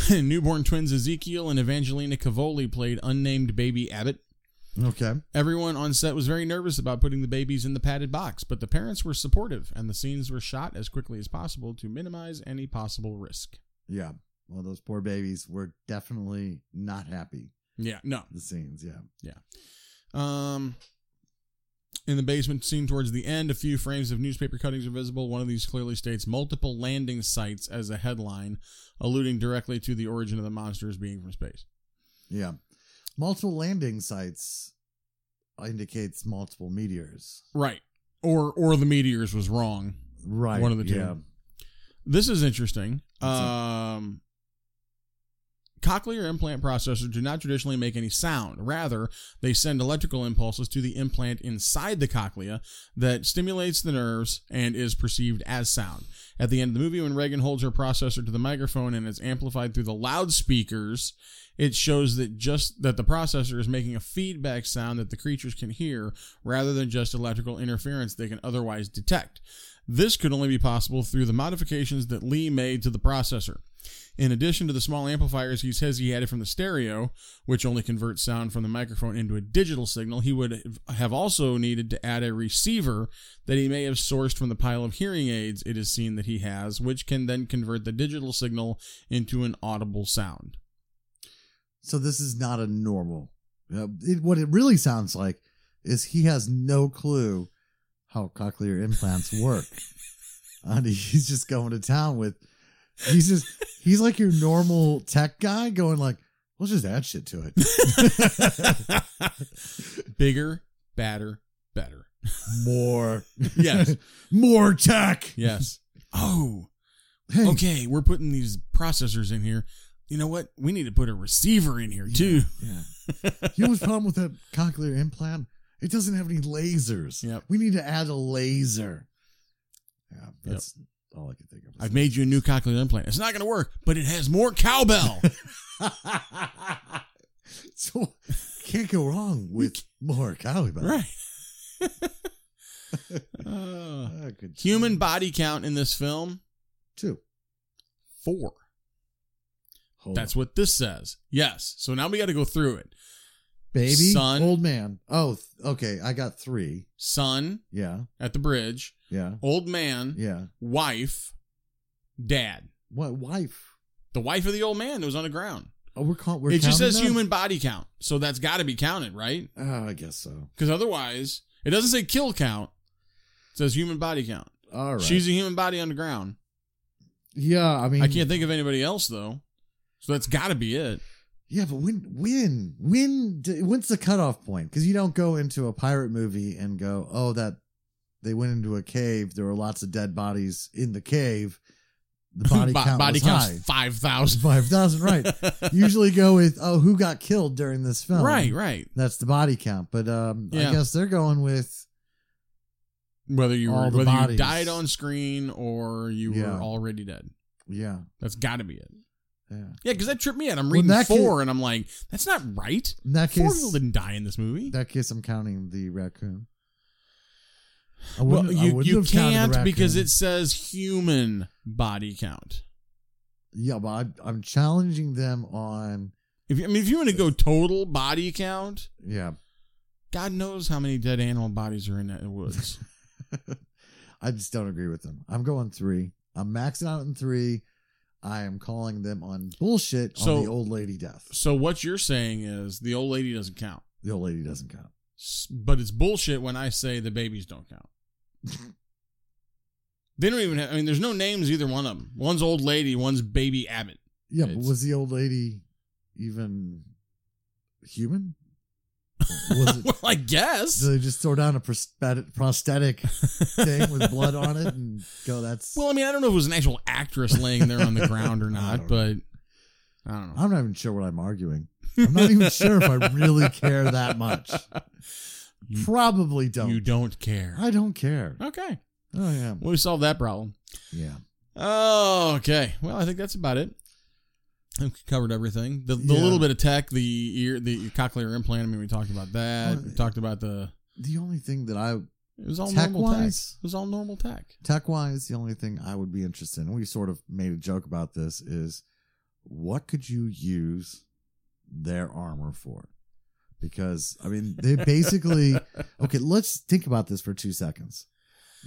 Speaker 2: Newborn twins Ezekiel and Evangelina Cavoli played unnamed baby Abbott.
Speaker 1: Okay.
Speaker 2: Everyone on set was very nervous about putting the babies in the padded box, but the parents were supportive and the scenes were shot as quickly as possible to minimize any possible risk.
Speaker 1: Yeah. Well, those poor babies were definitely not happy.
Speaker 2: Yeah, no.
Speaker 1: The scenes. Yeah.
Speaker 2: Um in the basement scene towards the end, a few frames of newspaper cuttings are visible. One of these clearly states multiple landing sites as a headline, alluding directly to the origin of the monsters being from space.
Speaker 1: Yeah. Multiple landing sites indicates multiple meteors.
Speaker 2: Right. Or or the meteors was wrong.
Speaker 1: Right.
Speaker 2: One of the two.
Speaker 1: Yeah.
Speaker 2: This is interesting.
Speaker 1: What's up?
Speaker 2: Um, cochlear implant processors do not traditionally make any sound. Rather, they send electrical impulses to the implant inside the cochlea that stimulates the nerves and is perceived as sound. At the end of the movie, when Reagan holds her processor to the microphone and it's amplified through the loudspeakers, it shows that just that the processor is making a feedback sound that the creatures can hear rather than just electrical interference they can otherwise detect. This could only be possible through the modifications that Lee made to the processor. In addition to the small amplifiers he says he added from the stereo, which only converts sound from the microphone into a digital signal, he would have also needed to add a receiver that he may have sourced from the pile of hearing aids it is seen that he has, which can then convert the digital signal into an audible sound. <laughs>
Speaker 1: So this is not a normal. Uh, it, what it really sounds like is he has no clue how cochlear implants
Speaker 2: <laughs>
Speaker 1: work, and he's just going to town with. He's just he's like your normal tech guy going like, let's just add shit to
Speaker 2: <laughs>
Speaker 1: it.
Speaker 2: Bigger, badder, better.
Speaker 1: More,
Speaker 2: Yes.
Speaker 1: <laughs> more tech.
Speaker 2: Yes. Oh.
Speaker 1: Hey,
Speaker 2: okay, we're putting these processors in here. You know what? We need to put a receiver in here too.
Speaker 1: Yeah. <laughs> You know what's the problem with that cochlear implant? It doesn't have any lasers.
Speaker 2: Yep.
Speaker 1: We need to add a laser. Yeah, that's all I can think of.
Speaker 2: I've made you a new cochlear implant. It's not going to work, but it has more
Speaker 1: <laughs>
Speaker 2: cowbell.
Speaker 1: so can't go wrong with more cowbell.
Speaker 2: right. <laughs> Uh,
Speaker 1: Ah, good
Speaker 2: human body count in this film
Speaker 1: too.
Speaker 2: four.
Speaker 1: Hold
Speaker 2: That's
Speaker 1: on.
Speaker 2: what this says. Yes. So now we got to go through it.
Speaker 1: baby,
Speaker 2: son.
Speaker 1: old man. Oh, th- okay. I got three.
Speaker 2: Son
Speaker 1: Yeah,
Speaker 2: at the bridge,
Speaker 1: yeah,
Speaker 2: old man,
Speaker 1: yeah.
Speaker 2: wife, dad.
Speaker 1: What wife?
Speaker 2: The wife of the old man that was on the ground.
Speaker 1: Oh, we're caught. We're
Speaker 2: it
Speaker 1: counting
Speaker 2: just says
Speaker 1: them?
Speaker 2: human body count. So that's got to be counted, right?
Speaker 1: Oh, I guess so.
Speaker 2: Because otherwise, it doesn't say kill count. It says human body count.
Speaker 1: All right.
Speaker 2: She's a human body on the ground.
Speaker 1: yeah. I mean,
Speaker 2: I can't think of anybody else though. So that's got to be it. <laughs>
Speaker 1: Yeah, but when when when d- when's the cutoff point? Because you don't go into a pirate movie and go, oh, that they went into a cave. There were lots of dead bodies in the cave. The body
Speaker 2: <laughs> Bo-
Speaker 1: count
Speaker 2: body
Speaker 1: was
Speaker 2: count's
Speaker 1: high.
Speaker 2: five
Speaker 1: <laughs>
Speaker 2: thousand.
Speaker 1: Five thousand,
Speaker 2: <laughs>
Speaker 1: right? Usually go with oh, who got killed during this film?
Speaker 2: right, right.
Speaker 1: That's the body count. But um,
Speaker 2: Yeah.
Speaker 1: I guess they're going with
Speaker 2: Whether you
Speaker 1: All
Speaker 2: were
Speaker 1: the
Speaker 2: whether you
Speaker 1: bodies.
Speaker 2: died on screen or you
Speaker 1: Yeah.
Speaker 2: were already dead.
Speaker 1: yeah,
Speaker 2: That's got to be it.
Speaker 1: yeah.
Speaker 2: Yeah, because that tripped me out. I'm
Speaker 1: Well,
Speaker 2: reading
Speaker 1: that
Speaker 2: four,
Speaker 1: can-
Speaker 2: and I'm like, that's not right.
Speaker 1: In that
Speaker 2: Four
Speaker 1: case,
Speaker 2: people didn't die in this movie.
Speaker 1: in that case, I'm counting the raccoon. I
Speaker 2: well,
Speaker 1: wouldn't- I
Speaker 2: you
Speaker 1: wouldn't
Speaker 2: you
Speaker 1: have counted the
Speaker 2: can't because
Speaker 1: raccoon.
Speaker 2: it says human body count.
Speaker 1: yeah, but I'm, I'm challenging them on
Speaker 2: If you- I mean, if you want to go total body count,
Speaker 1: yeah. <laughs>
Speaker 2: God knows how many dead animal bodies are in
Speaker 1: <laughs>
Speaker 2: that woods.
Speaker 1: I just don't agree with them. I'm going three. I'm maxing out in three. I am calling them on bullshit
Speaker 2: So-
Speaker 1: on the old lady death.
Speaker 2: so what you're saying is the old lady doesn't count,
Speaker 1: The old lady doesn't count.
Speaker 2: S- but it's bullshit when I say the babies don't count.
Speaker 1: <laughs>
Speaker 2: they don't even. Have, I mean, there's no names either one of them. One's old lady, one's baby Abbott. <laughs>
Speaker 1: Yeah, but
Speaker 2: It's-
Speaker 1: was the old lady even human? Was it?
Speaker 2: <laughs> well, I guess.
Speaker 1: Did they just throw down a prosthetic,
Speaker 2: <laughs>
Speaker 1: prosthetic thing with blood on it and go? That's
Speaker 2: well, I mean, I don't know if it was an actual actress laying there on the ground
Speaker 1: <laughs>
Speaker 2: or
Speaker 1: I
Speaker 2: not,
Speaker 1: don't
Speaker 2: but I don't know.
Speaker 1: I'm not even sure what I'm arguing. I'm not even sure if I really care that much.
Speaker 2: <laughs> You-
Speaker 1: Probably don't.
Speaker 2: You don't care.
Speaker 1: I don't
Speaker 2: <laughs>
Speaker 1: care.
Speaker 2: Okay.
Speaker 1: Oh yeah,
Speaker 2: Well, we solved that problem.
Speaker 1: yeah.
Speaker 2: Oh, okay. Well, I think that's about it. I've covered everything. The, the
Speaker 1: Yeah.
Speaker 2: little bit of tech, the ear, the cochlear implant. I mean, we talked about that. We talked about the.
Speaker 1: The only thing that I
Speaker 2: It was all
Speaker 1: Tech
Speaker 2: Oh, normal tech.
Speaker 1: wise?
Speaker 2: It was all normal tech.
Speaker 1: tech wise, the only thing I would be interested in, we sort of made a joke about this, is what could you use their armor for? Because I mean, they
Speaker 2: <laughs>
Speaker 1: basically okay. Let's think about this for two seconds.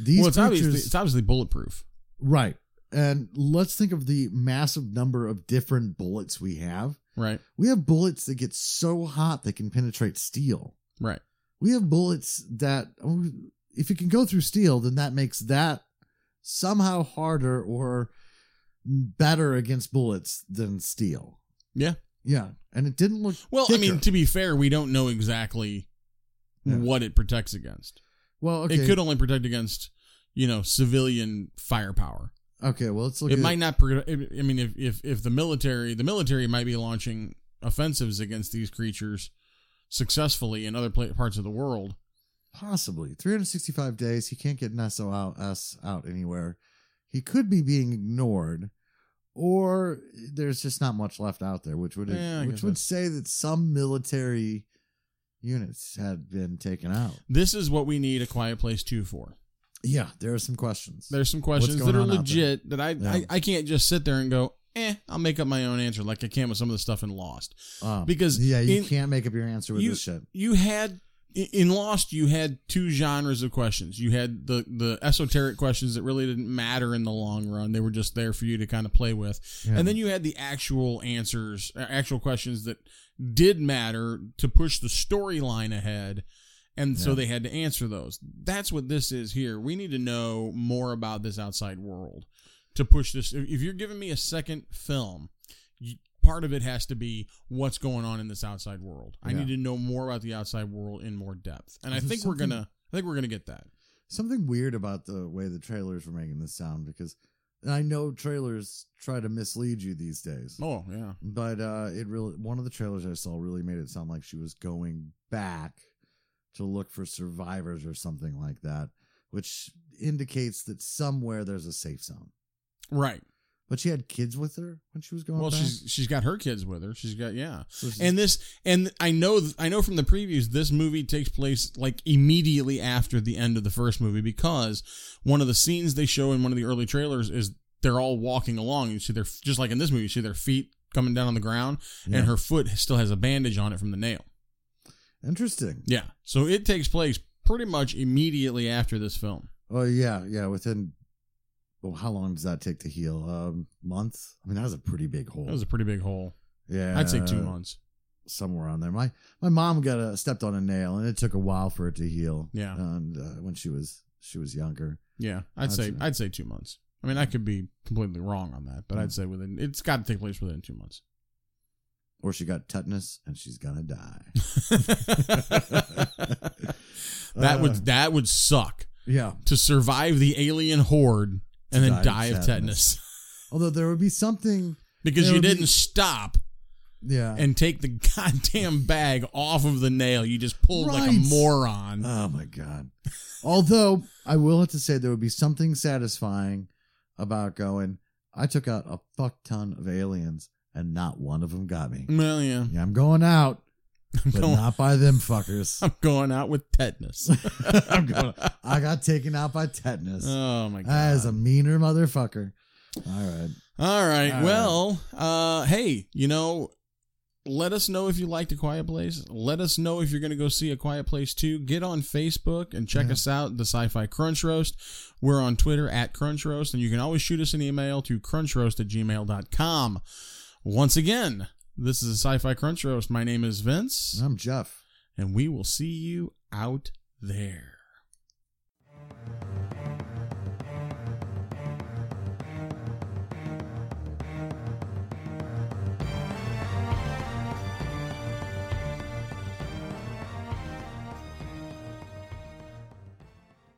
Speaker 1: These
Speaker 2: well, it's obviously
Speaker 1: creatures-
Speaker 2: it's obviously bulletproof.
Speaker 1: right? And let's think of the massive number of different bullets we have.
Speaker 2: Right.
Speaker 1: We have bullets that get so hot they can penetrate steel.
Speaker 2: Right.
Speaker 1: We have bullets that, oh, if it can go through steel, then that makes that somehow harder or better against bullets than steel.
Speaker 2: Yeah.
Speaker 1: Yeah. And it didn't look.
Speaker 2: Well, I mean,
Speaker 1: Thicker.
Speaker 2: to be fair, we don't know exactly
Speaker 1: Yeah.
Speaker 2: what it protects against.
Speaker 1: Well, okay.
Speaker 2: It could only protect against, you know, civilian firepower.
Speaker 1: okay, well, let's look
Speaker 2: It
Speaker 1: at
Speaker 2: might not. Pro- I I mean, if, if if the military, the military might be launching offensives against these creatures successfully in other pla- parts of the world.
Speaker 1: possibly 365 days. He can't get Nesso out us out anywhere. He could be being ignored, or there's just not much left out there, which would
Speaker 2: Yeah, I
Speaker 1: which
Speaker 2: guess
Speaker 1: would
Speaker 2: that's-
Speaker 1: say that some military units had been taken out.
Speaker 2: This is what we need a quiet place two for.
Speaker 1: Yeah, there are some questions.
Speaker 2: There's some questions
Speaker 1: going
Speaker 2: that are
Speaker 1: on out there?
Speaker 2: legit that I,
Speaker 1: Yeah.
Speaker 2: I I can't just sit there and go, eh, I'll make up my own answer like I can with some of the stuff in Lost.
Speaker 1: Um,
Speaker 2: because
Speaker 1: yeah, you
Speaker 2: in-
Speaker 1: can't make up your answer with
Speaker 2: you-
Speaker 1: this shit.
Speaker 2: you had i- in Lost, you had two genres of questions. You had the the esoteric questions that really didn't matter in the long run; they were just there for you to kind of play with.
Speaker 1: Yeah.
Speaker 2: And then you had the actual answers, uh, actual questions that did matter to push the storyline ahead. And so
Speaker 1: Yeah.
Speaker 2: they had to answer those. That's what this is here. We need to know more about this outside world to push this. If if you're giving me a second film, you, part of it has to be what's going on in this outside world. I
Speaker 1: Yeah.
Speaker 2: need to know more about the outside world in more depth. And I
Speaker 1: Is there
Speaker 2: think we're
Speaker 1: something-
Speaker 2: gonna, I think we're gonna get that.
Speaker 1: something weird about the way the trailers were making this sound because and I know trailers try to mislead you these days.
Speaker 2: Oh yeah,
Speaker 1: But uh it really one of the trailers I saw really made it sound like she was going back to look for survivors or something like that, which indicates that somewhere there's a safe zone.
Speaker 2: right.
Speaker 1: But she had kids with her when she was going
Speaker 2: Well,
Speaker 1: back.
Speaker 2: she's she's got her kids with her. She's got yeah.
Speaker 1: So she's-
Speaker 2: And this, and I know, I know from the previews, this movie takes place like immediately after the end of the first movie because one of the scenes they show in one of the early trailers is they're all walking along. You see their just like in this movie, you see their feet coming down on the ground,
Speaker 1: Yeah.
Speaker 2: and her foot still has a bandage on it from the nail.
Speaker 1: interesting.
Speaker 2: Yeah, so it takes place pretty much immediately after this film.
Speaker 1: Oh yeah, yeah. Within well, how long does that take to heal? Um, month. I mean, that was a pretty big hole.
Speaker 2: That was a pretty big hole.
Speaker 1: yeah,
Speaker 2: I'd say two months.
Speaker 1: somewhere on there. My my mom got a, stepped on a nail, and it took a while for it to heal.
Speaker 2: Yeah.
Speaker 1: and uh, when she was she was younger.
Speaker 2: Yeah, I'd
Speaker 1: I'd
Speaker 2: say
Speaker 1: say-
Speaker 2: I'd say two months. I mean, I could be completely wrong on that, but
Speaker 1: Hmm.
Speaker 2: I'd say within it's got to take place within two months.
Speaker 1: Or she got tetanus and she's gonna die.
Speaker 2: <laughs> <laughs>
Speaker 1: Uh.
Speaker 2: that would that would suck
Speaker 1: Yeah.
Speaker 2: to survive the alien horde and then
Speaker 1: Die of
Speaker 2: die of
Speaker 1: tetanus.
Speaker 2: tetanus
Speaker 1: Although there would be something.
Speaker 2: because
Speaker 1: There
Speaker 2: you
Speaker 1: would be-
Speaker 2: didn't stop
Speaker 1: Yeah.
Speaker 2: and take the <laughs> goddamn bag off of the nail. You just pulled like a
Speaker 1: Right.
Speaker 2: moron.
Speaker 1: oh my god. Although I will have to say there would be something satisfying about going. I took out a fuck ton of aliens, and not one of them got me.
Speaker 2: well, yeah,
Speaker 1: Yeah, I'm going out, but
Speaker 2: Mm. going-
Speaker 1: not by them
Speaker 2: <laughs>
Speaker 1: fuckers.
Speaker 2: I'm going out with tetanus.
Speaker 1: <laughs> I'm going. I got taken out by tetanus.
Speaker 2: oh my god.
Speaker 1: As a meaner motherfucker. All right.
Speaker 2: All right.
Speaker 1: All right.
Speaker 2: well, uh, hey, you know, let us know if you liked A Quiet Place. Let us know if you're going to go see A Quiet Place too. Get on Facebook and check
Speaker 1: Yeah.
Speaker 2: us out, the Sci Fi Crunch Roast. We're on Twitter at Crunch Roast, and you can always shoot us an email to crunchroast at gmail.com. Once again, this is a Sci Fi Crunch Roast. My name is Vince,
Speaker 1: I'm Jeff.
Speaker 2: and we will see you out there.